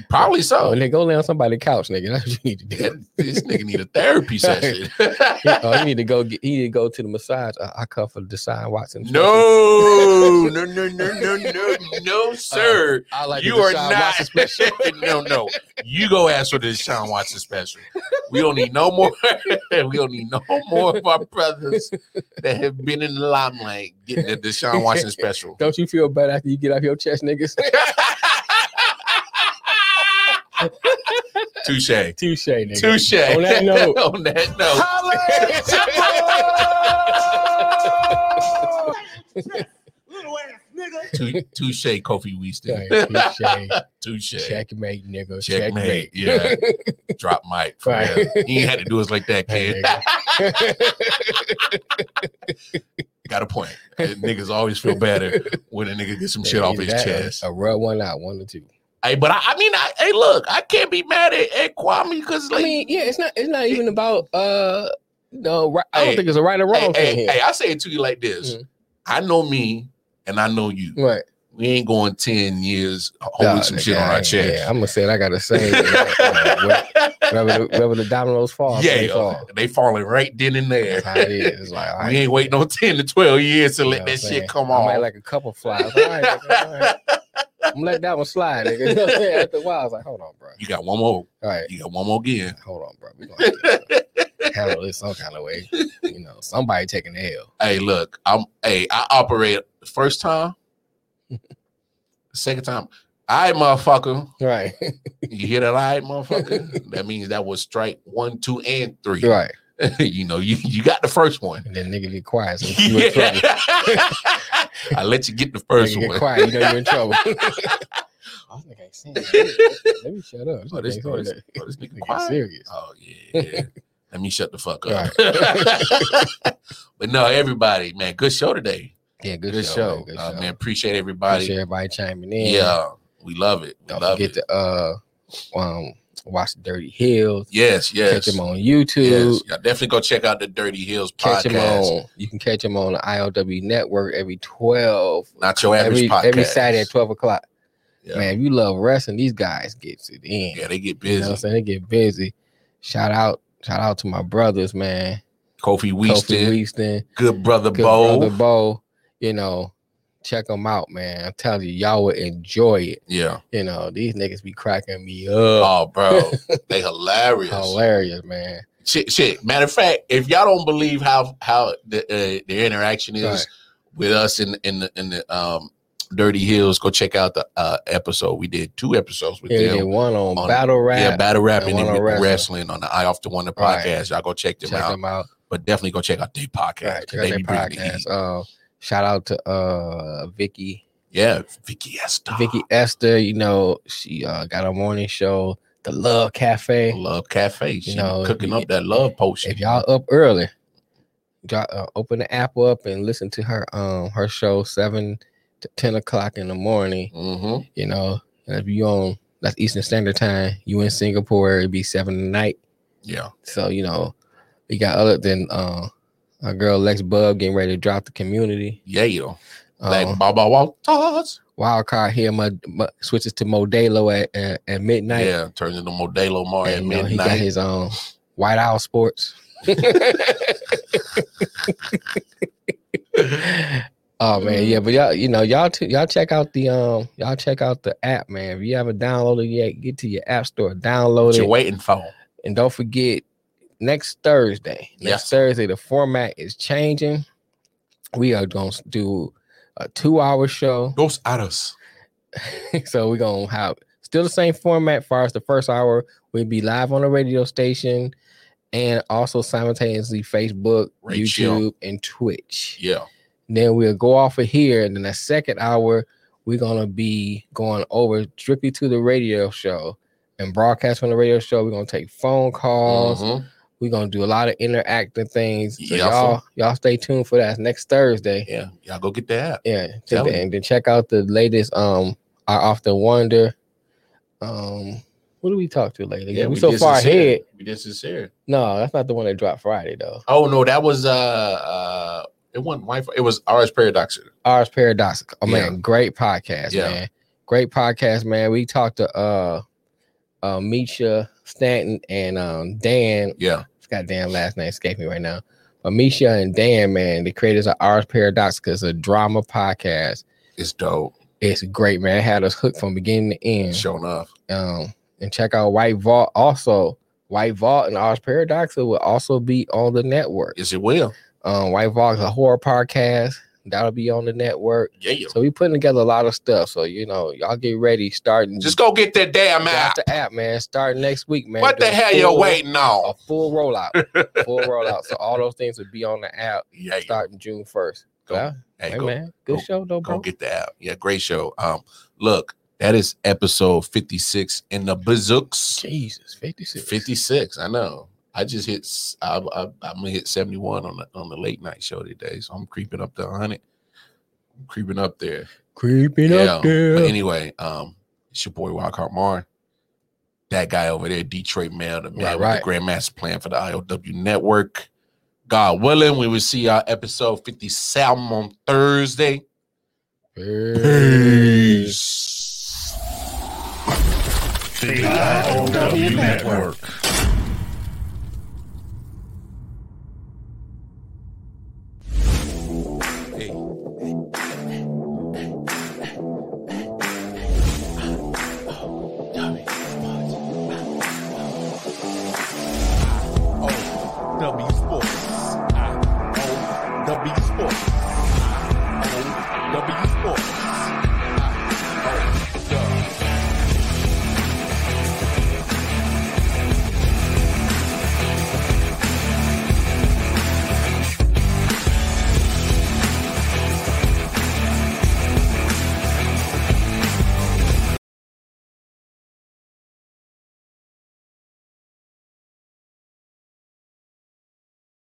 [SPEAKER 1] Probably
[SPEAKER 3] Oh,
[SPEAKER 1] so.
[SPEAKER 3] nigga, go lay on somebody's couch, nigga. That's what you need to do.
[SPEAKER 1] <laughs> That- this nigga need a <laughs> therapy session.
[SPEAKER 3] oh, you need to go get. You need to go to the massage. Uh, I come for Deshaun Watson.
[SPEAKER 1] <laughs> no, no, no, no, no, no, no, sir.
[SPEAKER 3] I like
[SPEAKER 1] you are not. <laughs>
[SPEAKER 3] <laughs>
[SPEAKER 1] no, no. You go ask for this Sean Watson special. We don't need no more. <laughs> we don't need no more of our brothers that have been in the limelight getting the Deshaun Watson special.
[SPEAKER 3] <laughs> Don't you feel better after you get off your chest, niggas?
[SPEAKER 1] Touche.
[SPEAKER 3] <laughs> Touche, nigga.
[SPEAKER 1] Touche. <laughs>
[SPEAKER 3] On that note.
[SPEAKER 1] On that note.
[SPEAKER 2] Little ass nigga.
[SPEAKER 1] <laughs> Tou- Touche, Kofi <laughs> Weaston.
[SPEAKER 3] Touche.
[SPEAKER 1] Touche.
[SPEAKER 3] Checkmate, nigga.
[SPEAKER 1] Checkmate.
[SPEAKER 3] Checkmate.
[SPEAKER 1] Yeah. Drop mic. for
[SPEAKER 3] <laughs> Right.
[SPEAKER 1] real. He ain't had to do us like that,
[SPEAKER 3] Hey,
[SPEAKER 1] kid. Got a point.
[SPEAKER 3] <laughs>
[SPEAKER 1] Niggas always feel better when a nigga gets some shit off
[SPEAKER 3] Either
[SPEAKER 1] his
[SPEAKER 3] that or-
[SPEAKER 1] chest.
[SPEAKER 3] Or rub one out, one or two.
[SPEAKER 1] Hey, but I, I mean, I, hey, look, I can't be mad at, at Kwame because,
[SPEAKER 3] I
[SPEAKER 1] like,
[SPEAKER 3] mean, yeah, it's not. It's not even about. uh No, right, I don't
[SPEAKER 1] Hey,
[SPEAKER 3] think it's a right or
[SPEAKER 1] hey,
[SPEAKER 3] wrong
[SPEAKER 1] hey,
[SPEAKER 3] thing here.
[SPEAKER 1] hey, I say it to you like this:
[SPEAKER 3] Mhm.
[SPEAKER 1] I know me, and I know you.
[SPEAKER 3] Right.
[SPEAKER 1] We ain't going ten years holding
[SPEAKER 3] Nah,
[SPEAKER 1] Oh, some
[SPEAKER 3] nigga,
[SPEAKER 1] shit on
[SPEAKER 3] I
[SPEAKER 1] our
[SPEAKER 3] ain't-
[SPEAKER 1] chest.
[SPEAKER 3] Yeah, I'm gonna say it. I gotta say. it.
[SPEAKER 1] <laughs>
[SPEAKER 3] Whatever the- whatever the dominoes fall,
[SPEAKER 1] yeah,
[SPEAKER 3] they fall.
[SPEAKER 1] they falling right then and there.
[SPEAKER 3] That's how it is. It's like, all right,
[SPEAKER 1] we ain't waiting on <laughs> ten to twelve years to
[SPEAKER 3] you know
[SPEAKER 1] let
[SPEAKER 3] what I'm
[SPEAKER 1] that
[SPEAKER 3] saying?
[SPEAKER 1] shit come
[SPEAKER 3] I might
[SPEAKER 1] on.
[SPEAKER 3] like a couple flies. All right, nigga, all right. I'm gonna let that one slide, nigga. <laughs> You know what I'm saying? After a while, I was like, hold on, bro.
[SPEAKER 1] you got one more.
[SPEAKER 3] All right,
[SPEAKER 1] You got one more again.
[SPEAKER 3] hold on, bro. We gonna have
[SPEAKER 1] <laughs>
[SPEAKER 3] to uh, handle this some kind of way. You know, somebody taking the hell.
[SPEAKER 1] Hey, look, I'm. Hey, I operate the first
[SPEAKER 3] <laughs>
[SPEAKER 1] time, second time. I motherfucker.
[SPEAKER 3] Right, <laughs>
[SPEAKER 1] You hear that, all right, motherfucker? that means that was strike one, two, and three.
[SPEAKER 3] right.
[SPEAKER 1] <laughs> you know, you, you got the first one.
[SPEAKER 3] And then nigga get quiet. So
[SPEAKER 1] <laughs>
[SPEAKER 3] you in trouble.
[SPEAKER 1] Yeah. I let you get the first
[SPEAKER 3] nigga get
[SPEAKER 1] one.
[SPEAKER 3] quiet. You know you're
[SPEAKER 1] <laughs>
[SPEAKER 3] in trouble. <laughs> I think I seen it. Let me shut up.
[SPEAKER 1] Oh, this,
[SPEAKER 3] Nigga,
[SPEAKER 1] oh, this,
[SPEAKER 3] nigga
[SPEAKER 1] oh, this nigga
[SPEAKER 3] get
[SPEAKER 1] quiet.
[SPEAKER 3] serious.
[SPEAKER 1] Oh yeah, yeah. Let me shut the fuck up. <laughs> but no, everybody, man, good show today.
[SPEAKER 3] Yeah, good,
[SPEAKER 1] Good,
[SPEAKER 3] show.
[SPEAKER 1] show,
[SPEAKER 3] Man, good
[SPEAKER 1] Uh,
[SPEAKER 3] show.
[SPEAKER 1] man. Appreciate everybody.
[SPEAKER 3] Appreciate everybody chiming in.
[SPEAKER 1] yeah. we love it. We
[SPEAKER 3] Don't
[SPEAKER 1] love
[SPEAKER 3] forget
[SPEAKER 1] it.
[SPEAKER 3] to uh um watch Dirty Hills.
[SPEAKER 1] yes, yes,
[SPEAKER 3] Catch him on YouTube.
[SPEAKER 1] yes. Y'all definitely go check out the Dirty Hills
[SPEAKER 3] Catch him
[SPEAKER 1] podcast.
[SPEAKER 3] on. You can catch him on the ILW network every twelve.
[SPEAKER 1] Not your average
[SPEAKER 3] every
[SPEAKER 1] podcast.
[SPEAKER 3] every Saturday at twelve o'clock.
[SPEAKER 1] Yeah.
[SPEAKER 3] Man, if you love wrestling, these guys get it in.
[SPEAKER 1] Yeah, they get
[SPEAKER 3] you know what
[SPEAKER 1] busy.
[SPEAKER 3] I'm saying? They get busy. Shout out, shout out to my brothers, man.
[SPEAKER 1] Kofi
[SPEAKER 3] Kofi
[SPEAKER 1] Weaston,
[SPEAKER 3] Weaston,
[SPEAKER 1] good brother
[SPEAKER 3] Good
[SPEAKER 1] Bo.
[SPEAKER 3] Brother Bo. You know, check them out, man. I'm telling you, y'all will enjoy it.
[SPEAKER 1] Yeah.
[SPEAKER 3] You know, these niggas be cracking me up.
[SPEAKER 1] Oh,
[SPEAKER 3] <laughs>
[SPEAKER 1] bro, they hilarious.
[SPEAKER 3] Hilarious, man.
[SPEAKER 1] shit, shit. Matter of fact, if y'all don't believe how how the uh, the interaction is
[SPEAKER 3] Right.
[SPEAKER 1] with us in in the in the um Dirty Hills, go check out the uh episode. We did two episodes with
[SPEAKER 3] Yeah, they did
[SPEAKER 1] them.
[SPEAKER 3] one on,
[SPEAKER 1] on-
[SPEAKER 3] battle rap.
[SPEAKER 1] Yeah, battle rap
[SPEAKER 3] and
[SPEAKER 1] and, then
[SPEAKER 3] one on
[SPEAKER 1] wrestling.
[SPEAKER 3] wrestling.
[SPEAKER 1] on the I Off the Wonder
[SPEAKER 3] Right.
[SPEAKER 1] podcast. Y'all go check them
[SPEAKER 3] Check
[SPEAKER 1] out,
[SPEAKER 3] them out.
[SPEAKER 1] but definitely go check out their podcast.
[SPEAKER 3] Right,
[SPEAKER 1] 'cause
[SPEAKER 3] check out
[SPEAKER 1] they
[SPEAKER 3] their
[SPEAKER 1] be bringing the
[SPEAKER 3] podcast.
[SPEAKER 1] heat.
[SPEAKER 3] Uh, shout out to uh Vicky,
[SPEAKER 1] Yeah, Vicky Esther.
[SPEAKER 3] Vicky Esther. You know she uh, got a morning show, The Love Cafe.
[SPEAKER 1] Love Cafe. She
[SPEAKER 3] know,
[SPEAKER 1] cooking
[SPEAKER 3] you-
[SPEAKER 1] up that love potion.
[SPEAKER 3] If y'all up early, Dro- uh, open the app up and listen to her um her show seven to ten o'clock in the morning.
[SPEAKER 1] Mm.
[SPEAKER 2] Mm-hmm.
[SPEAKER 3] You know, and if you on that's Eastern Standard Time, you in Singapore, it'd be seven tonight.
[SPEAKER 2] Yeah.
[SPEAKER 3] So you know, we got other than uh, our girl Lex Bub getting ready to drop the community.
[SPEAKER 2] Yeah, yo.
[SPEAKER 3] Um,
[SPEAKER 2] Like Baba Walters.
[SPEAKER 3] wild card here my, my, switches to Modelo at, at, at midnight.
[SPEAKER 2] Yeah, turns into Modelo Mar at
[SPEAKER 3] and, you know, he got
[SPEAKER 2] midnight.
[SPEAKER 3] his own White Owl Sports. <laughs> oh man, yeah, but y'all, you know, y'all, t- y'all check out the um, y'all check out the app, man. If you haven't downloaded it yet, get to your app store, download
[SPEAKER 2] What
[SPEAKER 3] it,
[SPEAKER 2] you waiting for?
[SPEAKER 3] and don't forget next Thursday. Next
[SPEAKER 2] Yes.
[SPEAKER 3] Thursday, the format is changing. We are gonna s- do a two-hour show.
[SPEAKER 2] Those others.
[SPEAKER 3] <laughs> so we're gonna have still the same format far as the first hour. We'll be live on the radio station and also simultaneously Facebook,
[SPEAKER 2] Right, chill.
[SPEAKER 3] YouTube, and Twitch.
[SPEAKER 2] Yeah.
[SPEAKER 3] Then we'll go off of here. And then the second hour, we're gonna be going over strictly to the radio show and broadcast from the radio show. We're gonna take phone calls.
[SPEAKER 1] Mm-hmm.
[SPEAKER 2] Mhm.
[SPEAKER 3] We're gonna do a lot of interactive things. So
[SPEAKER 2] Yeah, I
[SPEAKER 3] y'all, y'all stay tuned for that It's next Thursday.
[SPEAKER 2] Yeah. Y'all go get that.
[SPEAKER 3] Yeah, check
[SPEAKER 2] Tell
[SPEAKER 3] that,
[SPEAKER 2] me.
[SPEAKER 3] and then check out the latest. Um, I often wonder. Um, what do we talk to later? Yeah, we, so
[SPEAKER 2] did
[SPEAKER 3] far
[SPEAKER 2] sincere.
[SPEAKER 3] ahead.
[SPEAKER 2] We did sincere.
[SPEAKER 3] No, that's not the one that dropped Friday though.
[SPEAKER 2] Oh no, that was uh uh it wasn't white. It was RS Paradox.
[SPEAKER 3] Ours paradoxical. Oh
[SPEAKER 2] Yeah.
[SPEAKER 3] man, great podcast,
[SPEAKER 2] Yeah.
[SPEAKER 3] man. Great podcast, man. We talked to uh, uh, Misha Stanton and um Dan.
[SPEAKER 2] Yeah.
[SPEAKER 3] His goddamn last name escaped me right now. But Misha and Dan, man, the creators of Ours Paradoxical, is a drama podcast.
[SPEAKER 2] It's dope.
[SPEAKER 3] It's great, man. It had us hooked from beginning to end.
[SPEAKER 2] Sure enough.
[SPEAKER 3] um, and check out White Vault. Also, White Vault and Oz Paradoxa will also be on the network.
[SPEAKER 2] Yes, it will.
[SPEAKER 3] Um, White Vault is a horror podcast that'll be on the network.
[SPEAKER 2] Yeah, yeah.
[SPEAKER 3] So we putting together a lot of stuff. So you know, y'all get ready. Starting
[SPEAKER 2] Just go get that damn
[SPEAKER 3] got
[SPEAKER 2] app.
[SPEAKER 3] the app, man. Starting next week, man.
[SPEAKER 2] What
[SPEAKER 3] Do
[SPEAKER 2] the
[SPEAKER 3] a
[SPEAKER 2] hell you
[SPEAKER 3] full-
[SPEAKER 2] waiting
[SPEAKER 3] A
[SPEAKER 2] on?
[SPEAKER 3] full
[SPEAKER 2] <laughs>
[SPEAKER 3] rollout, full rollout. So all those things will be on the app
[SPEAKER 2] Yeah, yeah.
[SPEAKER 3] starting June first.
[SPEAKER 2] Go.
[SPEAKER 3] Yeah,
[SPEAKER 2] Hey,
[SPEAKER 3] hey,
[SPEAKER 2] go,
[SPEAKER 3] man, good
[SPEAKER 2] go-
[SPEAKER 3] show though,
[SPEAKER 2] go
[SPEAKER 3] bro.
[SPEAKER 2] get the app. Yeah, great show. Um, look, that is episode 56 in the bazooks.
[SPEAKER 3] Jesus, fifty six.
[SPEAKER 2] 56. I know. I just hit. s- I, am gonna hit 71 on the on the late night show today, so I'm creeping up to 100. I'm creeping up there.
[SPEAKER 3] creeping up there.
[SPEAKER 2] But anyway, um, it's your boy Wildcard Mar. That guy over there, Detroit Mail, the man
[SPEAKER 3] Right,
[SPEAKER 2] with
[SPEAKER 3] right.
[SPEAKER 2] the Grandmaster Plan for the IOW Network. God willing, we will see our episode 57 on Thursday.
[SPEAKER 1] The IOW Network.